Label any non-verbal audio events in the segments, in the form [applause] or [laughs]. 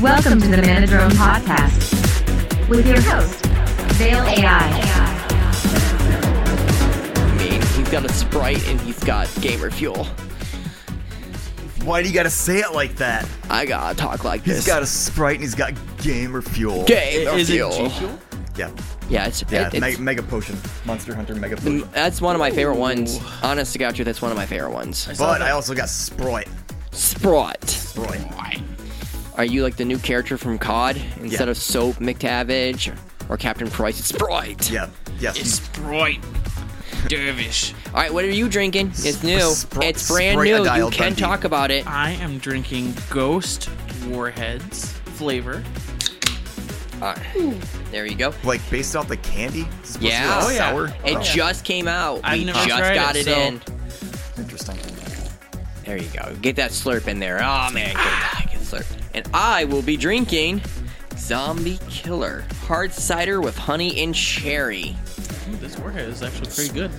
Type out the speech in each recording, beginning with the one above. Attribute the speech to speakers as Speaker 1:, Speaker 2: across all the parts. Speaker 1: Welcome to the Manadrone Podcast with your host, Veil AI.
Speaker 2: I mean, he's got a sprite and he's got gamer fuel.
Speaker 3: Why do you gotta say it like that?
Speaker 2: I gotta talk like
Speaker 3: He's
Speaker 2: this.
Speaker 3: got a sprite and he's got gamer fuel.
Speaker 2: gamer
Speaker 4: Is
Speaker 2: fuel.
Speaker 4: it G Fuel?
Speaker 3: yeah,
Speaker 2: Yeah, it's,
Speaker 3: yeah.
Speaker 2: it- it's- Mm.
Speaker 3: me- mega potion, monster hunter, mega
Speaker 2: the-
Speaker 3: potion.
Speaker 2: that's one of my favorite ones. Honest to God, you, that's one of my favorite ones.
Speaker 3: But I also got sprite.
Speaker 2: Sprite.
Speaker 3: Sprite.
Speaker 2: Are you like the new character from COD instead
Speaker 3: Yeah.
Speaker 2: of Soap McTavish or Captain Price? It's Sprite.
Speaker 3: Yeah. Yes.
Speaker 4: It's Sprite. Dervish.
Speaker 2: All right, what are you drinking? It's new.
Speaker 3: Spr-
Speaker 2: it's brand
Speaker 3: Sprite
Speaker 2: new. You
Speaker 3: Dial
Speaker 2: can
Speaker 3: Dundee.
Speaker 2: talk about it.
Speaker 4: I am drinking Ghost Warheads flavor.
Speaker 2: All right. There you go.
Speaker 3: like based off the candy. It's supposed
Speaker 2: Yeah.
Speaker 3: To
Speaker 2: Oh,
Speaker 3: be
Speaker 2: yeah.
Speaker 3: like sour.
Speaker 2: It
Speaker 3: Oh,
Speaker 2: just came out.
Speaker 4: I've
Speaker 2: we
Speaker 4: never
Speaker 2: just
Speaker 4: tried
Speaker 2: got
Speaker 4: it,
Speaker 2: it,
Speaker 4: so-
Speaker 2: in.
Speaker 3: interesting.
Speaker 2: There you go. Get that slurp in there. Oh man, get that get slurp. And I will be drinking Zombie Killer hard cider with honey and cherry.
Speaker 4: Ooh, this warhead is actually pretty good.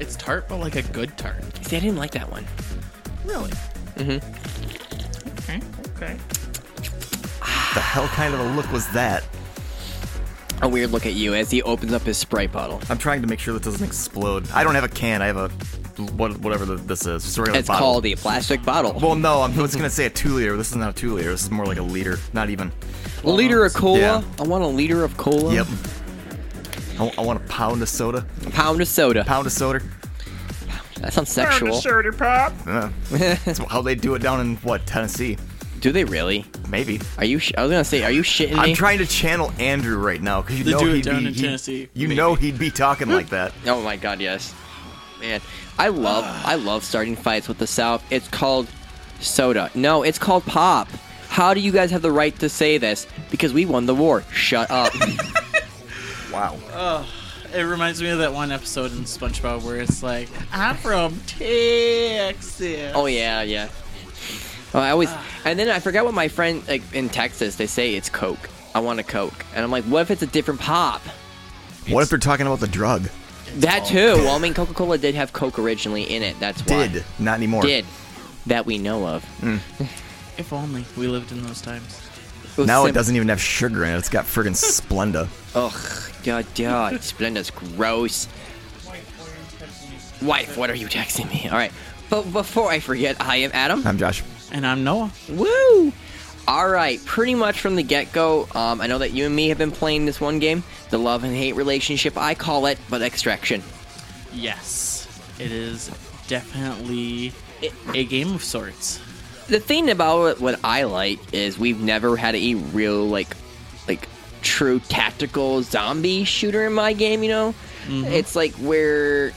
Speaker 4: It's tart, but like a good tart.
Speaker 2: See, I didn't like that one.
Speaker 4: Really?
Speaker 2: Mm-hmm.
Speaker 4: Okay. Okay.
Speaker 3: The hell kind of a look was that?
Speaker 2: A weird look at you as he opens up his Sprite bottle.
Speaker 3: I'm trying to make sure that doesn't explode. I don't have a can. I have a what, whatever the, this is. Just a regular
Speaker 2: It's
Speaker 3: bottle.
Speaker 2: called a plastic bottle.
Speaker 3: Well, no, I'm, I was gonna say a two liter. This is not a two liter. This is more like a liter. Not even.
Speaker 2: A liter of cola.
Speaker 3: Yeah.
Speaker 2: I want a liter of cola.
Speaker 3: Yep. I, I want a pound of soda.
Speaker 2: A pound of soda.
Speaker 3: Pound of soda.
Speaker 2: That sounds sexual.
Speaker 3: Uh, [laughs] that's how they do it down in what Tennessee?
Speaker 2: Do they really?
Speaker 3: Maybe.
Speaker 2: Are you? Sh- I was gonna say, are you shitting me?
Speaker 3: I'm trying to channel Andrew right now because you
Speaker 4: They
Speaker 3: know
Speaker 4: do it
Speaker 3: he'd
Speaker 4: down
Speaker 3: be
Speaker 4: in
Speaker 3: he-
Speaker 4: Tennessee,
Speaker 3: You
Speaker 4: maybe.
Speaker 3: know he'd be talking like that.
Speaker 2: Oh my god, yes. Man, I
Speaker 3: [sighs]
Speaker 2: love I love starting fights with the South. It's called soda. No, it's called pop. How do you guys have the right to say this? Because we won the war. Shut
Speaker 3: [laughs]
Speaker 2: up.
Speaker 3: Wow.
Speaker 4: It reminds me of that one episode in SpongeBob where it's like, I'm from Texas.
Speaker 2: oh yeah, yeah. Oh, I
Speaker 3: [sighs]
Speaker 2: always and then I forgot what my friend like in Texas they say it's Coke. I want a Coke, and I'm like, what if it's a different pop?
Speaker 3: What if they're talking about the drug?
Speaker 2: That
Speaker 3: Oh.
Speaker 2: too. Well, I mean, Coca-Cola did have Coke originally in it. That's why.
Speaker 3: Did not anymore.
Speaker 2: did that we know of.
Speaker 4: If only we lived in those times.
Speaker 2: was
Speaker 3: Now it
Speaker 2: sim-
Speaker 3: doesn't even have sugar in it. It's got
Speaker 4: [laughs]
Speaker 3: friggin' Splenda.
Speaker 2: Ugh, god, god, Splenda's gross. Wife, what are you texting me? All right, but before I forget, I am Adam.
Speaker 3: I'm Josh.
Speaker 4: And I'm Noah.
Speaker 2: Woo! All right, pretty much from the get-go, um, I know that you and me have been playing this one game, the love and hate relationship. I call it, but Extraction.
Speaker 4: Yes. It is definitely
Speaker 2: It-
Speaker 4: a game of sorts.
Speaker 2: the thing about it, what I like is we've never had a real like like true tactical zombie shooter in my game, you know? It's like where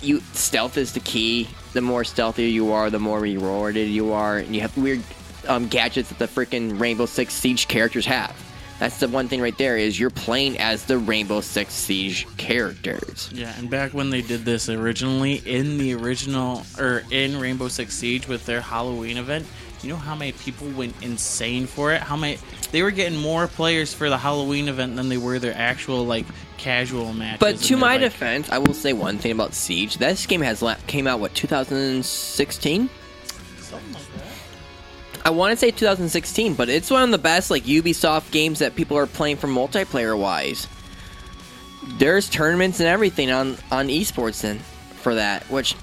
Speaker 2: you stealth is the key. The more stealthier you are, the more rewarded you are, and you have weird um, gadgets that the freaking Rainbow Six Siege characters have. That's the one thing right there is you're playing as the Rainbow Six Siege characters.
Speaker 4: Yeah, and back when they did this originally in the original or in Rainbow Six Siege with their Halloween event, you know how many people went insane for it? How many they were getting more players for the Halloween event than they were their actual like casual matches.
Speaker 2: But
Speaker 4: and
Speaker 2: to
Speaker 4: they're
Speaker 2: my
Speaker 4: like-
Speaker 2: defense, I will say one thing about Siege. This game has la- came out what 2016.
Speaker 4: Something like that.
Speaker 2: I want to say 2016, but it's one of the best like Ubisoft games that people are playing for multiplayer wise. There's tournaments and everything on on esports then for that, which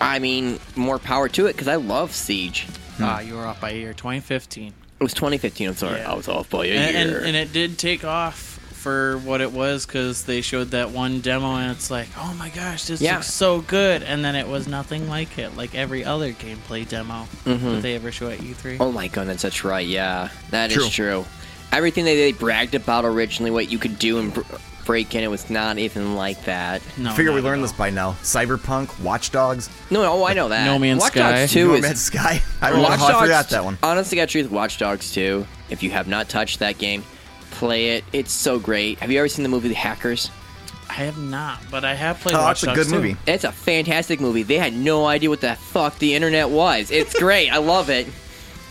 Speaker 2: I mean, more power to it because I love Siege.
Speaker 4: Ah, you were off by a year, 2015.
Speaker 2: It was 2015. I'm sorry,
Speaker 4: Yeah.
Speaker 2: I was off by a
Speaker 4: And, and,
Speaker 2: year.
Speaker 4: and it did take off for what it was because they showed that one demo and it's like, oh my gosh, this
Speaker 2: Yeah.
Speaker 4: looks so good. And then it was nothing like it, like every other gameplay demo
Speaker 2: Mm-hmm.
Speaker 4: that they ever show at E E3.
Speaker 2: oh my goodness, that's right. Yeah, that is true.
Speaker 3: True.
Speaker 2: Everything that they bragged about originally, what you could do and br- break in, it was not even like that.
Speaker 4: No,
Speaker 3: Figure
Speaker 4: not
Speaker 3: we
Speaker 4: at
Speaker 3: learned
Speaker 4: all.
Speaker 3: this by now. Cyberpunk, Watch Dogs,
Speaker 2: No, no, I know that.
Speaker 4: No Man's
Speaker 2: Watch Dogs
Speaker 4: Sky.
Speaker 2: 2
Speaker 3: No
Speaker 2: is
Speaker 3: Man's Sky. [laughs] I don't know
Speaker 2: Watch
Speaker 3: how I
Speaker 2: Dogs.
Speaker 3: forgot that one.
Speaker 2: Honestly, got truth. Watch Dogs 2. If you have not touched that game, play it. It's so great. Have you ever seen the movie The Hackers?
Speaker 4: I have not, but I have played.
Speaker 3: Oh,
Speaker 4: Watch
Speaker 3: that's a
Speaker 4: Dogs
Speaker 3: good
Speaker 4: 2.
Speaker 3: movie.
Speaker 2: It's a fantastic movie. They had no idea what the fuck the internet was. It's great. I love it.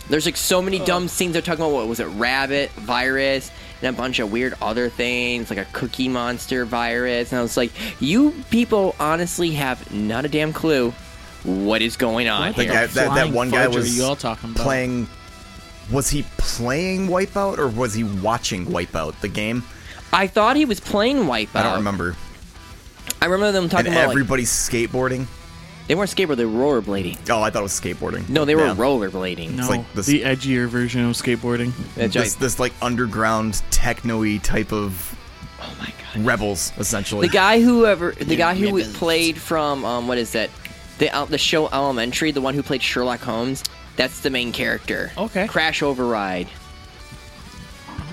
Speaker 2: There's like so many
Speaker 3: Oh.
Speaker 2: dumb scenes. They're talking about what was it? Rabbit virus and a bunch of weird other things like a cookie monster virus. And I was like, you people honestly have not a damn clue what is going on
Speaker 4: What
Speaker 3: The
Speaker 2: here.
Speaker 4: the
Speaker 3: guy, that, that
Speaker 4: flying
Speaker 3: one guy
Speaker 4: fudge are
Speaker 3: was
Speaker 4: you all talking about?
Speaker 3: playing was he playing Wipeout or was he watching Wipeout the game?
Speaker 2: I thought he was playing Wipeout.
Speaker 3: I don't remember.
Speaker 2: I remember them talking
Speaker 3: and
Speaker 2: Uh, about like,
Speaker 3: everybody's skateboarding.
Speaker 2: they weren't skateboarding, they were rollerblading.
Speaker 3: Oh, I thought it was skateboarding.
Speaker 2: No, they were
Speaker 3: Yeah.
Speaker 2: rollerblading.
Speaker 4: No,
Speaker 3: like this-
Speaker 4: the edgier version of skateboarding.
Speaker 2: That's
Speaker 3: This,
Speaker 2: right.
Speaker 3: this like underground techno-y type of
Speaker 2: Oh my god.
Speaker 3: rebels essentially.
Speaker 2: The guy whoever the guy who
Speaker 4: Ribbons.
Speaker 2: played from um what is that? The uh, the show Elementary, the one who played Sherlock Holmes, that's the main character.
Speaker 4: Okay.
Speaker 2: Crash Override.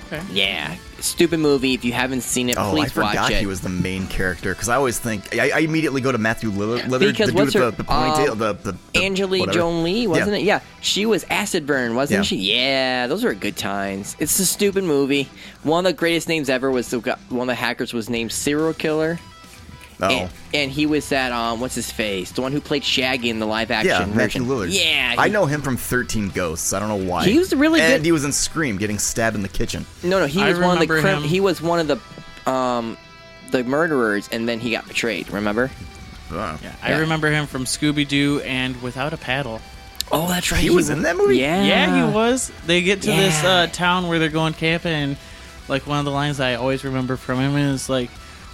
Speaker 4: Okay.
Speaker 2: Yeah. Stupid movie. If you haven't seen it,
Speaker 3: Oh,
Speaker 2: please
Speaker 3: I forgot
Speaker 2: watch it.
Speaker 3: he was the main character because I always think I, I immediately go to Matthew Lillard, Lillard
Speaker 2: Because
Speaker 3: the dude
Speaker 2: what's
Speaker 3: with the,
Speaker 2: her-
Speaker 3: the ponytail,
Speaker 2: um,
Speaker 3: the, the, the
Speaker 2: Angelique
Speaker 3: whatever.
Speaker 2: Jolie, wasn't
Speaker 3: Yeah.
Speaker 2: it? Yeah, she was Acid Burn, wasn't
Speaker 3: Yeah.
Speaker 2: she? Yeah, those were good times. It's a stupid movie. One of the greatest names ever was the guy- one of the hackers was named Serial Killer,
Speaker 3: Oh,
Speaker 2: and, and he was that um, what's his face, the one who played Shaggy in the live action
Speaker 3: yeah, Matthew
Speaker 2: version.
Speaker 3: Lillard.
Speaker 2: Yeah,
Speaker 3: I
Speaker 2: he-
Speaker 3: know him from Thirteen Ghosts. I don't know why.
Speaker 2: He was really
Speaker 3: and
Speaker 2: good-
Speaker 3: he was in Scream, getting stabbed in the kitchen.
Speaker 2: No, no, he
Speaker 4: I
Speaker 2: was one of the
Speaker 4: remember
Speaker 2: crim-
Speaker 4: him.
Speaker 2: he was one of the um, the murderers, and then he got betrayed. Remember?
Speaker 3: Uh,
Speaker 4: Yeah, I
Speaker 2: Yeah.
Speaker 4: remember him from Scooby Doo and Without a Paddle.
Speaker 2: Oh, that's right.
Speaker 3: He was in that movie?
Speaker 2: Yeah,
Speaker 4: Yeah, he was. They get to this
Speaker 2: Yeah.
Speaker 4: uh, town where they're going camping. And, like one of the lines I always remember from him is like,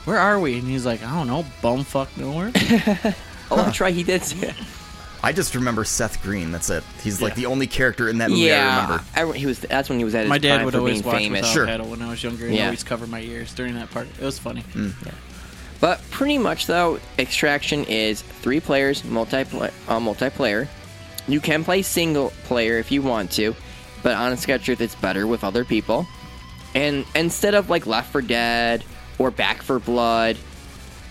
Speaker 4: "Where are we?" And he's like, "I don't know, bumfuck [laughs] nowhere."
Speaker 2: Oh, that's right. He did. [laughs]
Speaker 3: I just remember Seth Green. That's it. He's like the only character in that movie I
Speaker 2: yeah,
Speaker 3: remember.
Speaker 2: I re- he was. That's when he was at his
Speaker 4: my dad
Speaker 2: prime
Speaker 4: would
Speaker 2: for
Speaker 4: always
Speaker 2: being
Speaker 4: watch
Speaker 2: famous.
Speaker 4: Without
Speaker 3: Sure.
Speaker 4: a Paddle when I was younger, and
Speaker 2: Yeah.
Speaker 4: always cover my ears during that part. It was funny.
Speaker 3: Mm.
Speaker 2: But pretty much though, Extraction is three players multiplayer. Uh, multiplayer. You can play single player if you want to, but honest to God, truth, it's better with other people. And instead of like Left for Dead or Back for Blood,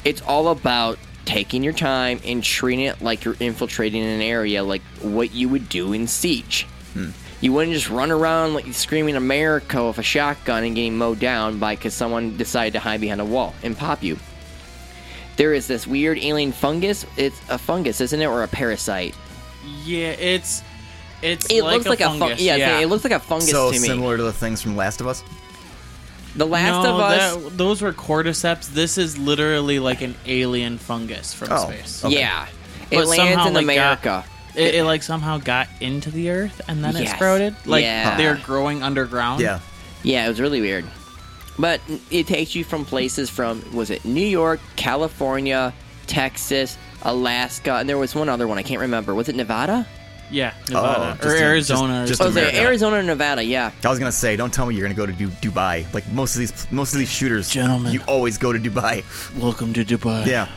Speaker 2: it's all about taking your time and treating it like you're infiltrating an area, like what you would do in Siege. You wouldn't just run around like screaming America with a shotgun and getting mowed down by because someone decided to hide behind a wall and pop you. There is this weird alien fungus. It's a fungus, isn't it, or a parasite?
Speaker 4: Yeah, it's it's
Speaker 2: It
Speaker 4: like
Speaker 2: looks
Speaker 4: a
Speaker 2: like
Speaker 4: fungus.
Speaker 2: a fun- yeah,
Speaker 4: yeah.
Speaker 2: It looks like a fungus
Speaker 3: So
Speaker 2: to me.
Speaker 3: similar to the things from Last of Us.
Speaker 2: The Last
Speaker 4: no,
Speaker 2: of Us.
Speaker 4: that- those were cordyceps. This is literally like an alien fungus from
Speaker 3: Oh,
Speaker 4: space.
Speaker 3: okay.
Speaker 2: Yeah, it
Speaker 4: But
Speaker 2: lands
Speaker 4: somehow,
Speaker 2: in
Speaker 4: like, uh,
Speaker 2: America.
Speaker 4: It, it like somehow got into the earth and then it
Speaker 2: Yes.
Speaker 4: sprouted. Like
Speaker 2: Yeah.
Speaker 4: they're growing underground.
Speaker 3: Yeah,
Speaker 2: Yeah, it was really weird. But it takes you from places from was it New York, California, Texas, Alaska, and there was one other one I can't remember. Was it Nevada?
Speaker 4: Yeah, Nevada
Speaker 3: Oh, just
Speaker 4: or
Speaker 3: in- just-
Speaker 4: Arizona.
Speaker 3: just
Speaker 4: or
Speaker 2: Oh, it was
Speaker 4: something.
Speaker 2: it
Speaker 3: America.
Speaker 2: Arizona or Nevada? Yeah.
Speaker 3: I was gonna say, don't tell me you're gonna go to du- Dubai. Like most of these, most of these shooters,
Speaker 4: Gentlemen.
Speaker 3: you always go to Dubai. [laughs]
Speaker 4: Welcome to Dubai.
Speaker 3: Yeah,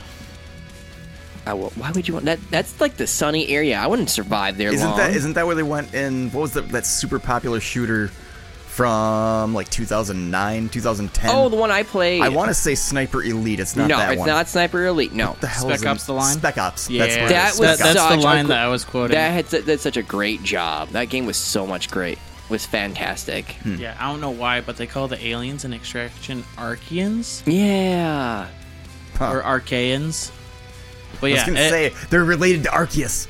Speaker 2: I, wa- why would you want that? That's like the sunny area. I wouldn't survive there
Speaker 3: isn't
Speaker 2: long.
Speaker 3: that isn't that where they went in? What was the, that super popular shooter from like 2009, 2010?
Speaker 2: oh, the one I played.
Speaker 3: I want to say Sniper Elite. It's not
Speaker 2: no,
Speaker 3: that
Speaker 2: it's
Speaker 3: one.
Speaker 2: not Sniper Elite. No,
Speaker 3: What the hell
Speaker 4: Spec
Speaker 3: is in-
Speaker 4: Ops: The Line?
Speaker 3: Spec Ops.
Speaker 4: yeah.
Speaker 3: That's where it
Speaker 2: That
Speaker 3: is,
Speaker 2: was
Speaker 3: Spec Ops.
Speaker 4: that's the
Speaker 2: such a
Speaker 4: line
Speaker 2: cool-
Speaker 4: that I was quoting.
Speaker 2: that had su- that's such a great job. That game was so much great. Was fantastic.
Speaker 4: yeah, I don't know why, but they call the aliens in Extraction Archeans
Speaker 2: Yeah.
Speaker 3: Huh.
Speaker 4: or Archaeans. But
Speaker 3: I
Speaker 4: yeah,
Speaker 3: was gonna
Speaker 4: it-
Speaker 3: say they're related to Arceus.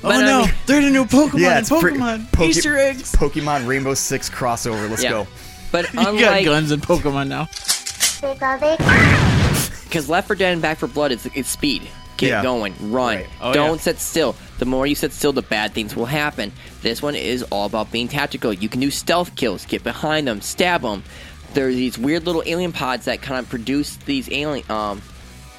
Speaker 2: But,
Speaker 4: oh no,
Speaker 2: I mean-
Speaker 4: they're the new Pokemon.
Speaker 3: Yeah, it's pre-
Speaker 4: Pokemon
Speaker 3: Poke-
Speaker 4: Easter eggs.
Speaker 3: Pokemon Rainbow Six crossover. Let's
Speaker 2: yeah.
Speaker 3: go.
Speaker 2: But
Speaker 4: [laughs] You got
Speaker 2: unlike
Speaker 4: guns and Pokemon now.
Speaker 2: Because Left for Dead and Back for Blood, it's, it's speed. Get
Speaker 3: Yeah.
Speaker 2: going, run.
Speaker 3: Right.
Speaker 4: Oh,
Speaker 2: Don't
Speaker 4: yeah.
Speaker 2: sit still. The more you sit still, the bad things will happen. This one is all about being tactical. You can do stealth kills, get behind them, stab them. There are these weird little alien pods that kind of produce these alien, um,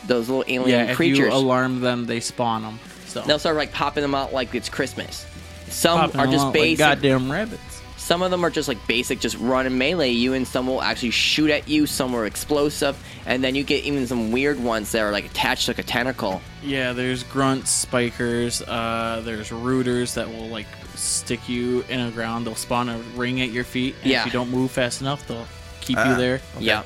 Speaker 2: those little alien
Speaker 4: Yeah, if
Speaker 2: creatures.
Speaker 4: you alarm them, they spawn them. So
Speaker 2: They'll start like popping them out like it's Christmas. Some
Speaker 4: Popping
Speaker 2: are
Speaker 4: them
Speaker 2: just
Speaker 4: out like
Speaker 2: basic.
Speaker 4: goddamn rabbits.
Speaker 2: Some of them are just like basic, just run and melee you, and some will actually shoot at you. Some are explosive, and then you get even some weird ones that are like attached like a tentacle.
Speaker 4: Yeah, there's grunts, spikers, uh, there's rooters that will like stick you in the ground. They'll spawn a ring at your feet. And
Speaker 2: Yeah.
Speaker 4: If you don't move fast enough, they'll keep
Speaker 3: Ah.
Speaker 4: you there.
Speaker 2: Yeah.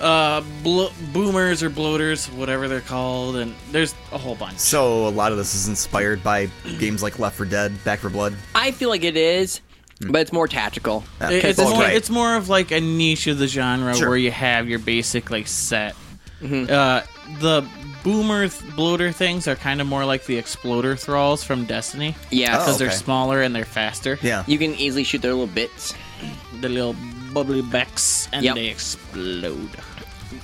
Speaker 4: Uh, blo- boomers or bloaters, whatever they're called, and there's a whole bunch.
Speaker 3: So a lot of this is inspired by games like Left 4 Dead, Back 4 Blood.
Speaker 2: I feel like it is, but it's more tactical.
Speaker 3: Hmm. Yeah,
Speaker 4: It- it's,
Speaker 3: okay.
Speaker 4: more, it's more of like a niche of the genre
Speaker 3: Sure.
Speaker 4: where you have your basic like set. Uh, the boomer th- bloater things are kind of more like the exploder thralls from Destiny.
Speaker 2: Yeah,
Speaker 4: because
Speaker 3: Oh.
Speaker 4: they're
Speaker 3: okay.
Speaker 4: smaller and they're faster.
Speaker 3: Yeah.
Speaker 2: you can easily shoot their little bits.
Speaker 4: the little bubbly backs and
Speaker 2: Yep.
Speaker 4: they explode.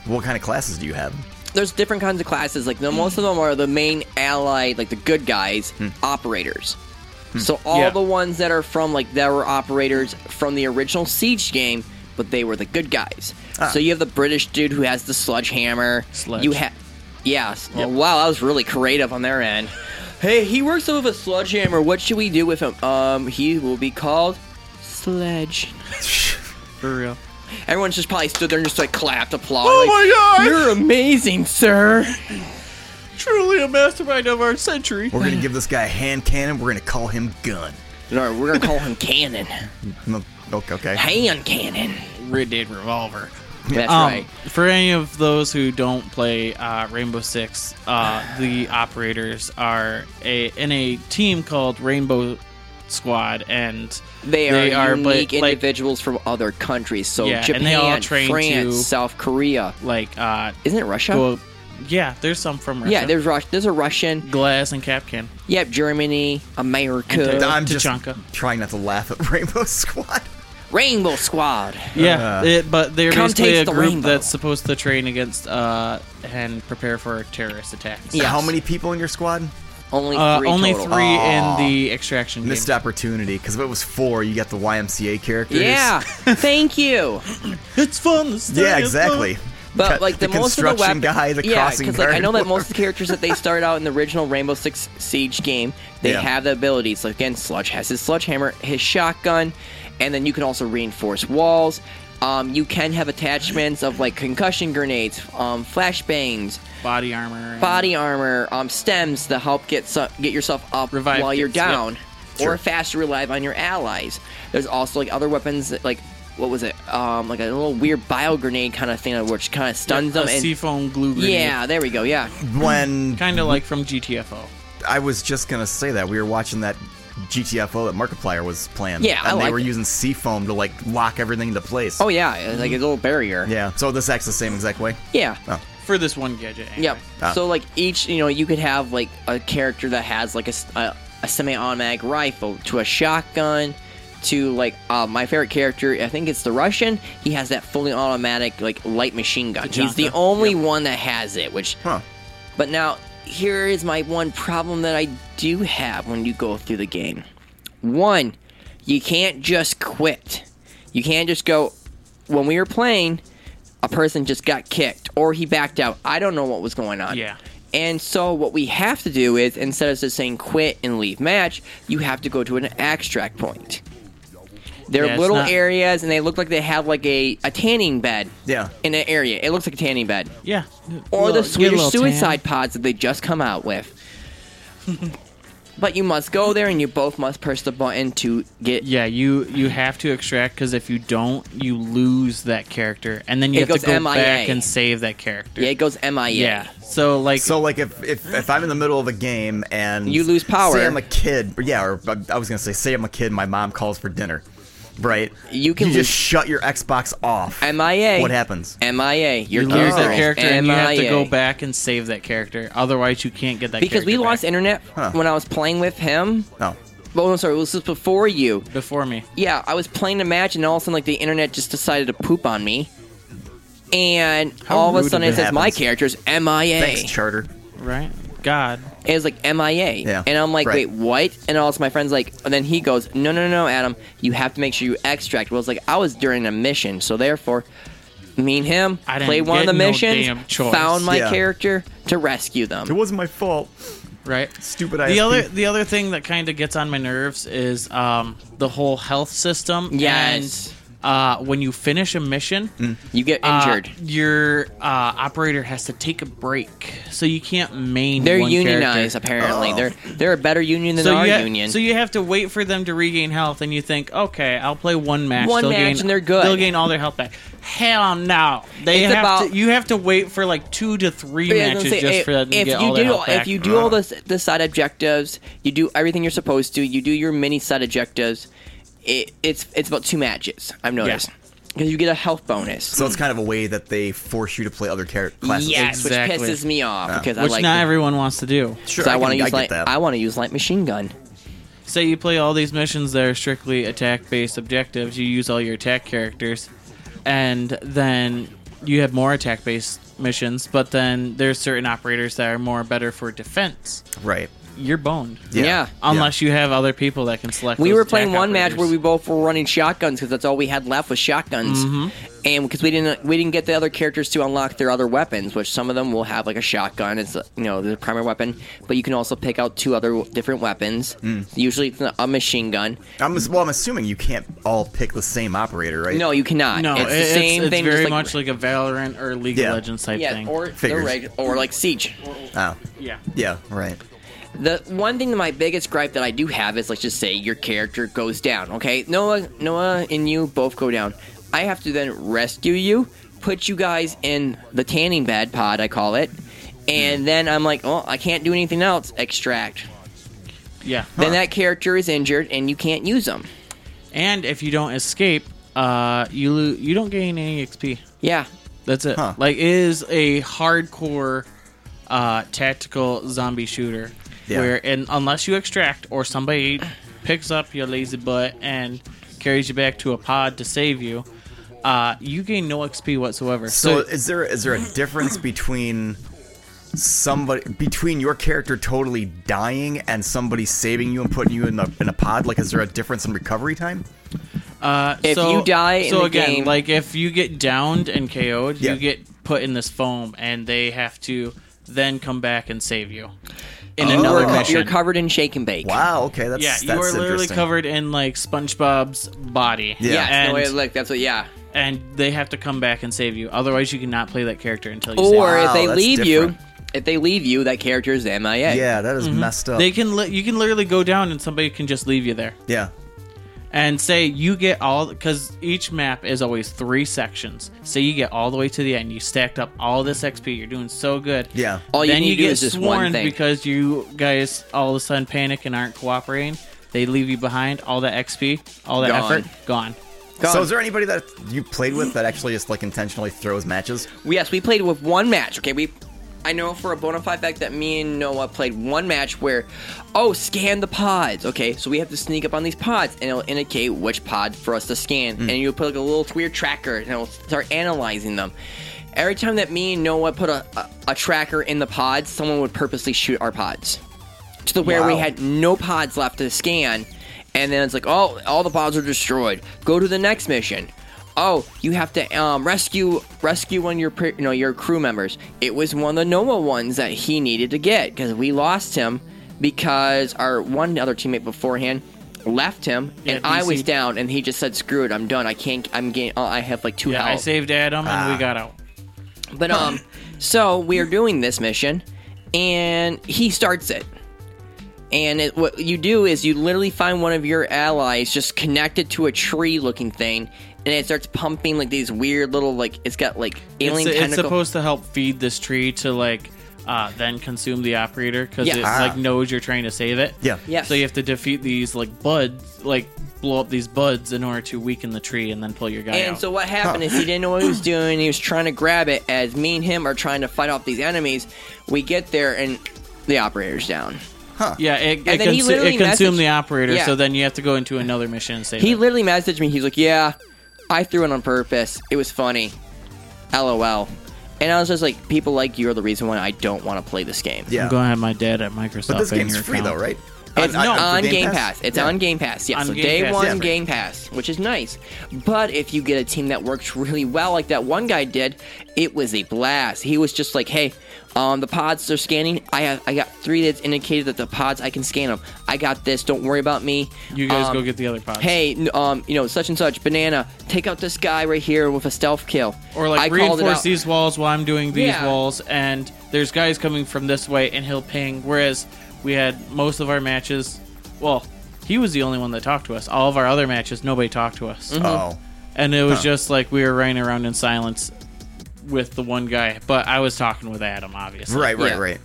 Speaker 3: What kind of classes do you have?
Speaker 2: There's different kinds of classes. Like the, most of them are the main ally, like the good guys, operators. So all
Speaker 4: Hmm. Yeah.
Speaker 2: the ones that are from like that were operators from the original Siege game, but they were the good guys. So you have the British dude who has the sledgehammer.
Speaker 4: Ah. Sledge.
Speaker 2: You have, yes. Well, wow, that was really creative on their end. Hey, he works with a sledgehammer. What should we do with him? Um, he will be called Sledge.
Speaker 4: For real.
Speaker 2: Everyone's just probably stood there and just like clapped, applaud.
Speaker 4: Oh
Speaker 2: like,
Speaker 4: my God!
Speaker 2: You're amazing, sir.
Speaker 4: [laughs] Truly a mastermind of our century.
Speaker 3: We're gonna give this guy a hand cannon. We're gonna call him Gun.
Speaker 2: No, we're gonna call him Cannon.
Speaker 3: No, okay, okay.
Speaker 2: Hand Cannon.
Speaker 4: Red Dead Revolver.
Speaker 2: That's
Speaker 4: Um,
Speaker 2: right.
Speaker 4: For any of those who don't play uh, Rainbow Six, uh, the operators are a, in a team called Rainbow Squad, and
Speaker 2: They are,
Speaker 4: but,
Speaker 2: unique
Speaker 4: like,
Speaker 2: individuals from other countries. So
Speaker 4: Yeah,
Speaker 2: Japan,
Speaker 4: and they all train
Speaker 2: France,
Speaker 4: to-
Speaker 2: South Korea.
Speaker 4: like uh,
Speaker 2: Isn't it Russia?
Speaker 4: go, yeah, there's some from Russia.
Speaker 2: Yeah, there's Rus- there's a Russian.
Speaker 4: Glass and Capcan.
Speaker 3: Uh,
Speaker 2: Yep, Germany, America,
Speaker 4: And, uh,
Speaker 3: I'm just
Speaker 4: Tachanka.
Speaker 3: trying not to laugh at [laughs] Rainbow Squad.
Speaker 2: Rainbow Squad.
Speaker 4: Yeah,
Speaker 3: Uh,
Speaker 4: it, but they're
Speaker 2: Come
Speaker 4: basically
Speaker 2: taste
Speaker 4: a
Speaker 2: the
Speaker 4: group
Speaker 2: rainbow.
Speaker 4: that's supposed to train against uh, and prepare for terrorist attacks.
Speaker 2: Yeah.
Speaker 3: How many people in your squad?
Speaker 2: Only
Speaker 4: Uh,
Speaker 2: three
Speaker 4: only
Speaker 2: total.
Speaker 4: three in the extraction game.
Speaker 3: Missed opportunity because if it was four, you got the YMCA characters.
Speaker 2: Oh, Yeah,
Speaker 4: [laughs]
Speaker 2: thank you.
Speaker 4: It's fun. the story
Speaker 3: Yeah,
Speaker 4: is fun.
Speaker 3: exactly.
Speaker 2: But
Speaker 3: Got
Speaker 2: like the, most of the weapon,
Speaker 3: construction guy, the
Speaker 2: yeah,
Speaker 3: crossing
Speaker 2: because like I
Speaker 3: guard
Speaker 2: know that
Speaker 3: worker.
Speaker 2: most of the characters
Speaker 3: [laughs]
Speaker 2: that they start out in the original Rainbow Six Siege game, they
Speaker 3: Yeah.
Speaker 2: have the abilities. Like again, Sludge has his sledgehammer, his shotgun, and then you can also reinforce walls. Um, you can have attachments of like concussion grenades, um, flashbangs,
Speaker 4: Body armor. and-
Speaker 2: body armor, um, stems to help get so- get yourself up
Speaker 4: Revive
Speaker 2: while you're
Speaker 4: kits, yep.
Speaker 2: down, or faster revive on your allies. There's also like other weapons that, like what was it? Um, like a little weird bio grenade kind of thing, which kind of stuns
Speaker 4: a
Speaker 2: them. And
Speaker 4: seafoam glue grenade.
Speaker 2: yeah, there we go. Yeah, [laughs]
Speaker 3: When
Speaker 4: kind of like from GTFO.
Speaker 3: I was just gonna say that we were watching that GTFO that Markiplier was playing.
Speaker 2: Yeah,
Speaker 3: and
Speaker 2: I
Speaker 3: they
Speaker 2: like
Speaker 3: were
Speaker 2: it.
Speaker 3: using seafoam to like lock everything into place.
Speaker 2: oh yeah, it's like a little barrier.
Speaker 3: yeah. So this acts the same exact way.
Speaker 2: yeah.
Speaker 3: Oh,
Speaker 4: For this one gadget. Anyway.
Speaker 2: Yep.
Speaker 3: Ah.
Speaker 2: So like each, you know, you could have like a character that has like a, s- a- a semi-automatic rifle to a shotgun to like uh, my favorite character. I think it's the Russian. He has that fully automatic like light machine gun. He's the
Speaker 4: Tachanka.
Speaker 2: only one that has it. Which,
Speaker 3: huh?
Speaker 2: but now here is my one problem that I do have when you go through the game. One, you can't just quit. You can't just go. When we were playing, a person just got kicked or he backed out. I don't know what was going on.
Speaker 4: Yeah.
Speaker 2: And so what we have to do is instead of just saying quit and leave match, you have to go to an extract point. They're
Speaker 4: Yeah, it's
Speaker 2: little
Speaker 4: not-
Speaker 2: areas and they look like they have like a, a tanning bed
Speaker 3: Yeah.
Speaker 2: in an area. It looks like a tanning bed.
Speaker 4: Yeah.
Speaker 2: Or the
Speaker 4: Little- get a
Speaker 2: Swedish
Speaker 4: little tan.
Speaker 2: suicide pods that they just come out with.
Speaker 4: [laughs]
Speaker 2: but you must go there and you both must press the button to get
Speaker 4: Yeah, you you have to extract because if you don't, you lose that character, and then you
Speaker 2: It
Speaker 4: have to
Speaker 2: goes
Speaker 4: go
Speaker 2: MIA.
Speaker 4: back and save that character.
Speaker 2: Yeah, it goes MIA.
Speaker 4: Yeah. So like,
Speaker 3: So like if, if if I'm in the middle of a game and
Speaker 2: You lose power.
Speaker 3: say I'm a kid, or- yeah, or uh, I- I was gonna say, say I'm a kid, and my mom calls for dinner, right?
Speaker 2: You can
Speaker 3: you
Speaker 2: lose-
Speaker 3: just shut your Xbox off.
Speaker 2: MIA.
Speaker 3: What happens?
Speaker 2: MIA. Your
Speaker 4: you lose that
Speaker 2: girl.
Speaker 4: character, and you have to
Speaker 2: MIA.
Speaker 4: go back and save that character. Otherwise, you can't get that.
Speaker 2: because we
Speaker 4: character
Speaker 2: lost
Speaker 4: back.
Speaker 2: internet
Speaker 3: Huh.
Speaker 2: when I was playing with him.
Speaker 3: Oh,
Speaker 2: Well, no, sorry, it was just before you.
Speaker 4: before me.
Speaker 2: Yeah, I was playing a match, and all of a sudden, like the internet just decided to poop on me, and
Speaker 4: How
Speaker 2: all of
Speaker 4: rude
Speaker 2: a sudden
Speaker 4: if
Speaker 2: it
Speaker 3: it
Speaker 2: says my
Speaker 3: happens.
Speaker 2: character's MIA.
Speaker 3: thanks, Charter.
Speaker 4: Right. God.
Speaker 2: It was like MIA.
Speaker 3: Yeah,
Speaker 2: And I'm like,
Speaker 3: right.
Speaker 2: wait, what? And also my friend's like, and then he goes, no, no, no, Adam, you have to make sure you extract. Well, it's like, I was during a mission, so therefore, me and him
Speaker 4: I didn't
Speaker 2: played one of
Speaker 4: get
Speaker 2: the
Speaker 4: no
Speaker 2: missions,
Speaker 4: damn choice.
Speaker 2: found my
Speaker 3: Yeah.
Speaker 2: character to rescue
Speaker 3: It
Speaker 2: them.
Speaker 3: wasn't my fault.
Speaker 4: Right.
Speaker 3: Stupid
Speaker 4: The
Speaker 3: ISP.
Speaker 4: other the other thing that kind of gets on my nerves is um, the whole health system.
Speaker 2: Yes.
Speaker 4: And, uh, when you finish a mission,
Speaker 2: You get
Speaker 4: uh,
Speaker 2: injured.
Speaker 4: your uh, operator has to take a break, so you can't main.
Speaker 2: They're
Speaker 4: one
Speaker 2: unionized,
Speaker 4: character.
Speaker 2: apparently.
Speaker 3: Oh.
Speaker 2: They're they're a better union than
Speaker 4: So
Speaker 2: our
Speaker 4: you, ha-
Speaker 2: union.
Speaker 4: so you have to wait for them to regain health, and you think, okay, I'll play one match.
Speaker 2: One
Speaker 4: they'll
Speaker 2: match
Speaker 4: gain,
Speaker 2: and they're good.
Speaker 4: They'll gain all their health back. Hell no! They
Speaker 2: It's
Speaker 4: have
Speaker 2: about-
Speaker 4: to, you have to wait for like two to three
Speaker 2: Yeah, I was
Speaker 4: matches
Speaker 2: gonna
Speaker 4: just
Speaker 2: say,
Speaker 4: for them to
Speaker 2: if
Speaker 4: get
Speaker 2: you
Speaker 4: all
Speaker 2: do
Speaker 4: their health back. Uh-huh.
Speaker 2: if you do all the s- the side objectives, you do everything you're supposed to. You do your mini side objectives. It, it's it's about two matches. I've noticed because you get a health bonus.
Speaker 3: So it's kind of a way that they force you to play other char- classes.
Speaker 2: yes,
Speaker 4: Exactly.
Speaker 2: which pisses me off because I
Speaker 4: which
Speaker 2: like.
Speaker 4: not
Speaker 2: the-
Speaker 4: everyone wants to do.
Speaker 3: Sure,
Speaker 2: so I, want to
Speaker 3: can-
Speaker 2: use
Speaker 3: get
Speaker 2: light.
Speaker 3: that.
Speaker 2: I want to use light machine gun.
Speaker 4: Say you play all these missions that are strictly attack based objectives, you use all your attack characters, and then you have more attack based missions, but then there's certain operators that are more better for defense.
Speaker 3: right.
Speaker 4: you're boned.
Speaker 2: Yeah.
Speaker 4: Unless you have other people that can select.
Speaker 2: We
Speaker 4: those
Speaker 2: were playing
Speaker 4: attack
Speaker 2: one match where
Speaker 4: operators.
Speaker 2: we both were running shotguns because that's all we had left was shotguns,
Speaker 4: Mm-hmm.
Speaker 2: and because we didn't we didn't get the other characters to unlock their other weapons, which some of them will have like a shotgun as you know the primary weapon, but you can also pick out two other different weapons.
Speaker 4: Mm.
Speaker 2: Usually it's a machine gun.
Speaker 3: I'm well. I'm assuming you can't all pick the same operator, right?
Speaker 2: No, you cannot.
Speaker 4: No,
Speaker 2: it's the
Speaker 4: it's,
Speaker 2: same
Speaker 4: it's
Speaker 2: thing. just
Speaker 4: very
Speaker 2: like-
Speaker 4: much like a Valorant or League
Speaker 3: Yeah.
Speaker 4: of Legends type
Speaker 2: yeah,
Speaker 4: thing.
Speaker 2: or the
Speaker 3: Figures.
Speaker 2: reg- or like siege.
Speaker 3: Oh.
Speaker 4: yeah.
Speaker 3: Yeah. Right.
Speaker 2: The one thing that my biggest gripe that I do have is let's just say your character goes down, okay? Noah Noah and you both go down. I have to then rescue you, put you guys in the tanning bed pod I call it, and then I'm like, "Oh, I can't do anything else. Extract."
Speaker 4: Yeah.
Speaker 2: Then that character is injured and you can't use them.
Speaker 4: And if you don't escape, uh, you lo- you don't gain any XP.
Speaker 2: Yeah.
Speaker 4: That's it.
Speaker 3: Huh.
Speaker 4: Like it is a hardcore uh, tactical zombie shooter
Speaker 3: Yeah.
Speaker 4: where and unless you extract or somebody picks up your lazy butt and carries you back to a pod to save you, uh, you gain no XP whatsoever.
Speaker 3: So, is there is there a difference between somebody between your character totally dying and somebody saving you and putting you in a in a pod? Like, is there a difference in recovery time?
Speaker 4: Uh,
Speaker 2: If
Speaker 4: so-
Speaker 2: you die in
Speaker 4: so
Speaker 2: the
Speaker 4: again,
Speaker 2: game-
Speaker 4: like if you get downed and KO'd,
Speaker 3: Yeah.
Speaker 4: you get put in this foam, and they have to then come back and save you in
Speaker 3: Oh.
Speaker 4: another
Speaker 3: You're co-
Speaker 4: mission.
Speaker 2: You're covered in shake and bake.
Speaker 3: Wow. Okay. That's
Speaker 4: yeah,
Speaker 3: that's
Speaker 4: you are literally
Speaker 3: interesting.
Speaker 4: covered in like SpongeBob's body.
Speaker 3: Yeah.
Speaker 2: Yeah,
Speaker 4: and,
Speaker 2: no way, look, that's what yeah.
Speaker 4: and they have to come back and save you. Otherwise, you cannot play that character until you save.
Speaker 2: Or
Speaker 4: them.
Speaker 3: Wow,
Speaker 2: if they
Speaker 3: that's
Speaker 2: leave
Speaker 3: different.
Speaker 2: you, if they leave you, that character is MIA.
Speaker 3: Yeah, that is messed up.
Speaker 4: Mm-hmm. They can li- you can literally go down and somebody can just leave you there.
Speaker 3: yeah.
Speaker 4: and say you get all because each map is always three sections. Say you get all the way to the end, you stacked up all this XP, you're doing so good.
Speaker 3: Yeah.
Speaker 2: All you
Speaker 4: then
Speaker 2: need
Speaker 4: you
Speaker 2: to do
Speaker 4: get
Speaker 2: is just one
Speaker 4: sworn
Speaker 2: thing.
Speaker 4: because you guys all of a sudden panic and aren't cooperating. They leave you behind. All that XP, all that
Speaker 2: Gone.
Speaker 4: effort, gone.
Speaker 3: So, is there anybody that you played with that actually just like intentionally throws matches?
Speaker 2: Yes, we played with one match. Okay, we. I know for a bona fide fact that me and Noah played one match where, oh, scan the pods. Okay, so we have to sneak up on these pods, and it'll indicate which pod for us to scan, and you put like a little weird tracker, and it'll start analyzing them. Every time that me and Noah put a, a, a tracker in the pods, someone would purposely shoot our pods to the where we
Speaker 3: Wow.
Speaker 2: had no pods left to scan, and then it's like, oh, all the pods are destroyed. Go to the next mission. Oh, you have to um, rescue rescue one of your pr- you know your crew members. It was one of the Noah ones that he needed to get because we lost him because our one other teammate beforehand left him,
Speaker 4: Yeah,
Speaker 2: and I was
Speaker 4: DC.
Speaker 2: down, and he just said, "Screw it, I'm done. I can't. I'm getting. Oh, I have like two
Speaker 4: Yeah, I
Speaker 2: health."
Speaker 4: saved Adam and
Speaker 2: Ah.
Speaker 4: we got out.
Speaker 2: But um, so we are doing this mission, and he starts it. And it, what you do is you literally find one of your allies just connected to a tree-looking thing, and it starts pumping like these weird little like it's got like alien
Speaker 4: It's, it's
Speaker 2: tentacles.
Speaker 4: supposed to help feed this tree to like uh, then consume the operator because
Speaker 2: Yeah.
Speaker 4: it
Speaker 2: Ah.
Speaker 4: like knows you're trying to save it.
Speaker 3: Yeah.
Speaker 2: Yes.
Speaker 4: So you have to defeat these like buds, like blow up these buds in order to weaken the tree and then pull your guy
Speaker 2: And
Speaker 4: out.
Speaker 2: so what happened is he didn't know what he was doing. He was trying to grab it as me and him are trying to fight off these enemies. We get there and the operator's down.
Speaker 3: Ah.
Speaker 4: yeah, it, it,
Speaker 2: And then he
Speaker 4: consu-
Speaker 2: literally
Speaker 4: it consumed
Speaker 2: messaged-
Speaker 4: the operator.
Speaker 2: Yeah.
Speaker 4: So then you have to go into another mission and save.
Speaker 2: He
Speaker 4: it.
Speaker 2: literally messaged me. He's like, "Yeah, I threw it on purpose. It was funny. LOL." And I was just like, "People like you are the reason why I don't want to play this game."
Speaker 3: Yeah.
Speaker 4: I'm going to have my dad at Microsoft.
Speaker 3: But this
Speaker 4: in
Speaker 3: game's
Speaker 4: your
Speaker 3: free though,
Speaker 4: account.
Speaker 3: right? uh,
Speaker 2: It's
Speaker 3: On-
Speaker 2: on,
Speaker 3: on- for
Speaker 2: Game, Pass. It's
Speaker 3: Yeah.
Speaker 2: on Game Pass. Yeah,
Speaker 4: On
Speaker 2: so
Speaker 4: Game
Speaker 2: day
Speaker 4: Pass,
Speaker 2: one
Speaker 3: yeah.
Speaker 2: Game Pass, which is nice. But if you get a team that works really well, like that one guy did, it was a blast. He was just like, "Hey, um, the pods are scanning. I have, I got three that's indicated that the pods I can scan them. I got this. Don't worry about me.
Speaker 4: You guys
Speaker 2: Um,
Speaker 4: go get the other pods.
Speaker 2: hey, n- um, you know, such and such, banana, take out this guy right here with a stealth kill.
Speaker 4: Or like
Speaker 2: I called it
Speaker 4: reinforce
Speaker 2: out.
Speaker 4: these walls while I'm doing these
Speaker 2: Yeah.
Speaker 4: walls, and there's guys coming from this way, and he'll ping. Whereas we had most of our matches, well, he was the only one that talked to us. All of our other matches, nobody talked to us,
Speaker 2: Mm-hmm.
Speaker 3: Oh.
Speaker 4: and it was just like we were running around in silence with the one guy. But I was talking with Adam, obviously.
Speaker 3: Right, right,
Speaker 2: Yeah.
Speaker 3: right.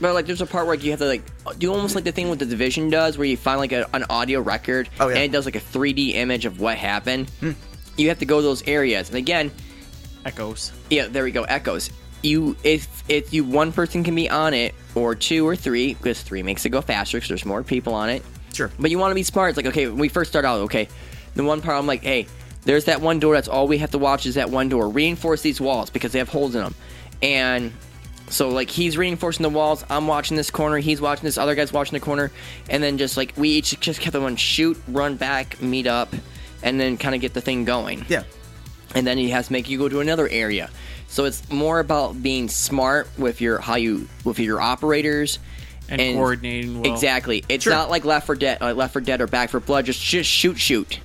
Speaker 2: But like, there's a part where you have to like uh, do almost like the thing what the division does, where you find like a, an audio record
Speaker 3: Oh, yeah. Hmm.
Speaker 2: and it does like a 3D image of what happened. You have to go to those areas, and again,
Speaker 4: Echoes.
Speaker 2: yeah, there we go. Echoes. You if if you one person can be on it, or two or three, because three makes it go faster, because there's more people on it.
Speaker 3: Sure.
Speaker 2: But you want to be smart. It's like, okay, when we first start out, okay, the one part I'm like, hey, there's that one door. That's all we have to watch is that one door. Reinforce these walls because they have holes in them. And So like he's reinforcing the walls, I'm watching this corner, he's watching this, other guy's watching the corner, and then just like we each just kept on shoot, run back, meet up, and then kind of get the thing going.
Speaker 3: Yeah.
Speaker 2: And then he has to make you go to another area. So it's more about being smart with your how you with your operators
Speaker 4: And coordinating well.
Speaker 2: Exactly. It's
Speaker 3: Sure.
Speaker 2: not like Left for Dead, uh, Left for Dead or Back for Blood. Just just shoot, shoot.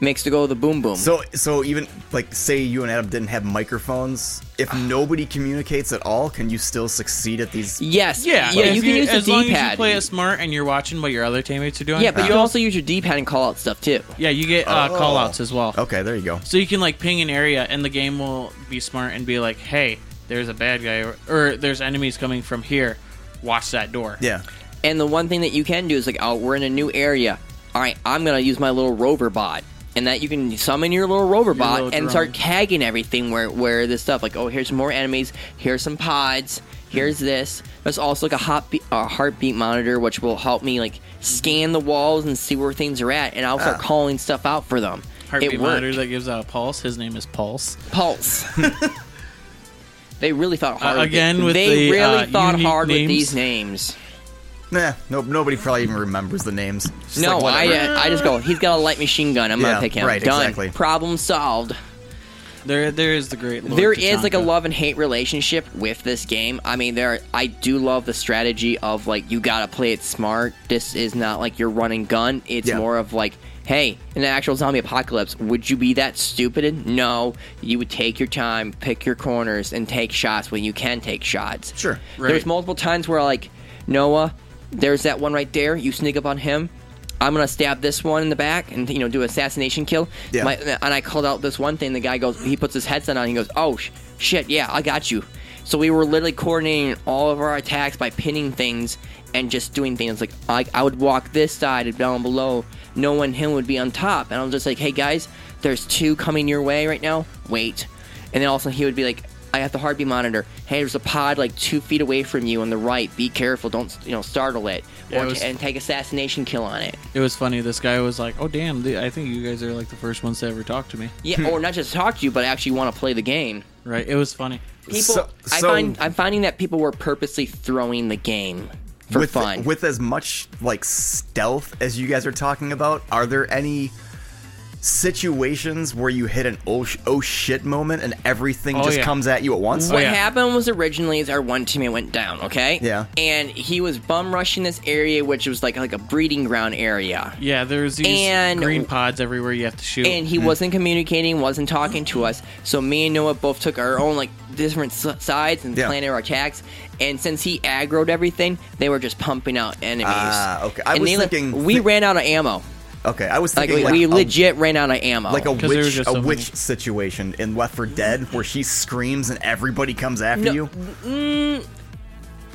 Speaker 2: Makes to go the boom boom.
Speaker 3: So so even like say you and Adam didn't have microphones,
Speaker 2: [sighs]
Speaker 3: if nobody communicates at all, can you still succeed at these?
Speaker 2: yes.
Speaker 4: Yeah,
Speaker 2: Yeah.
Speaker 4: if
Speaker 2: You can use the
Speaker 4: as long
Speaker 2: D
Speaker 4: as you
Speaker 2: pad.
Speaker 4: play it smart and you're watching what your other teammates are doing. uh,
Speaker 2: Yeah, but you also use your D pad and call out stuff too.
Speaker 4: yeah, you get uh,
Speaker 3: Oh.
Speaker 4: call outs as well.
Speaker 3: Okay, there you go.
Speaker 4: So you can like ping an area, and the game will be smart and be like, "Hey, there's a bad guy, or, or there's enemies coming from here. Watch that door."
Speaker 3: Yeah.
Speaker 2: And the one thing that you can do is like, oh, we're in a new area. All right, I'm gonna use my little rover bot, and that you can summon your little rover bot
Speaker 4: little
Speaker 2: and
Speaker 4: drone.
Speaker 2: start tagging everything where where this stuff like, oh, here's more enemies, here's some pods, here's this. There's also like a hot be- a heartbeat monitor, which will help me like scan the walls and see where things are at, and I'll start calling stuff out for them.
Speaker 4: Ah. Heartbeat
Speaker 2: it
Speaker 4: monitor
Speaker 2: worked.
Speaker 4: that gives out a pulse. His name is Pulse. [laughs]
Speaker 2: Pulse. they really thought hard
Speaker 4: Uh, again with
Speaker 2: they
Speaker 4: the,
Speaker 2: really
Speaker 4: uh,
Speaker 2: thought
Speaker 4: unique
Speaker 2: hard with
Speaker 4: names.
Speaker 2: these names.
Speaker 3: Nah, no, nobody probably even remembers the names. Just
Speaker 2: no,
Speaker 3: like,
Speaker 2: I
Speaker 3: whatever.
Speaker 2: uh, I just go. He's got a light machine gun. I'm
Speaker 3: Yeah,
Speaker 2: gonna pick him.
Speaker 3: right,
Speaker 2: Done.
Speaker 3: exactly.
Speaker 2: Problem solved.
Speaker 4: There, there is the great. Lord
Speaker 2: there is like a
Speaker 4: Tatanka.
Speaker 2: love and hate relationship with this game. I mean, there. I do love the strategy of like you gotta play it smart. This is not like your run and gun. It's
Speaker 3: Yeah.
Speaker 2: more of like, hey, in an actual zombie apocalypse, would you be that stupid? No, you would take your time, pick your corners, and take shots when you can take shots.
Speaker 3: Sure.
Speaker 4: Right.
Speaker 2: There's multiple times where like Noah, there's that one right there. You sneak up on him. I'm gonna stab this one in the back and you know do assassination kill.
Speaker 3: Yeah.
Speaker 2: My, and I called out this one thing. The guy goes, he puts his headset on. He goes, oh sh- shit, yeah, I got you. So we were literally coordinating all of our attacks by pinning things and just doing things like I, I would walk this side and down below. No one him would be on top, and I'm just like, hey guys, there's two coming your way right now. Wait, and then all of a sudden he would be like, I have the heartbeat monitor. Hey, there's a pod like two feet away from you on the right. Be careful. Don't you know startle it
Speaker 4: Yeah,
Speaker 2: or
Speaker 4: it was-
Speaker 2: and take assassination kill on it.
Speaker 4: It was funny. This guy was like, "Oh damn, the, I think you guys are like the first ones to ever talk to me."
Speaker 2: Yeah, or not just talk to you, but actually want to play the game.
Speaker 4: Right? It was funny.
Speaker 2: People,
Speaker 3: So-
Speaker 2: I
Speaker 3: so-
Speaker 2: find I'm finding that people were purposely throwing the game for
Speaker 3: with,
Speaker 2: fun.
Speaker 3: With as much like stealth as you guys are talking about, are there any situations where you hit an oh, sh- oh shit moment and everything
Speaker 4: Oh,
Speaker 3: just
Speaker 4: yeah.
Speaker 3: comes at you at once?
Speaker 2: What
Speaker 4: yeah.
Speaker 2: happened was originally is our one teammate went down, okay?
Speaker 3: Yeah.
Speaker 2: And he was bum rushing this area, which was like like a breeding ground area.
Speaker 4: Yeah, there was these
Speaker 2: And-
Speaker 4: green pods everywhere you have to shoot.
Speaker 2: and
Speaker 3: Mm-hmm.
Speaker 2: he wasn't communicating, wasn't talking to us. So me and Noah both took our own like different s- sides and
Speaker 3: Yeah.
Speaker 2: planted our attacks. And since he aggroed everything, they were just pumping out enemies.
Speaker 3: Ah, okay. I
Speaker 2: And
Speaker 3: was
Speaker 2: they, like,
Speaker 3: thinking-
Speaker 2: we
Speaker 3: thi-
Speaker 2: ran out of ammo.
Speaker 3: Okay, I was
Speaker 2: Like, we,
Speaker 3: thinking like,
Speaker 2: we
Speaker 3: a-
Speaker 2: legit ran out of ammo.
Speaker 3: like a
Speaker 4: Oh, 'Cause there was
Speaker 3: witch
Speaker 4: just
Speaker 3: a
Speaker 4: so many.
Speaker 3: witch situation in Left 4 Dead where she screams and everybody comes after
Speaker 2: No,
Speaker 3: you.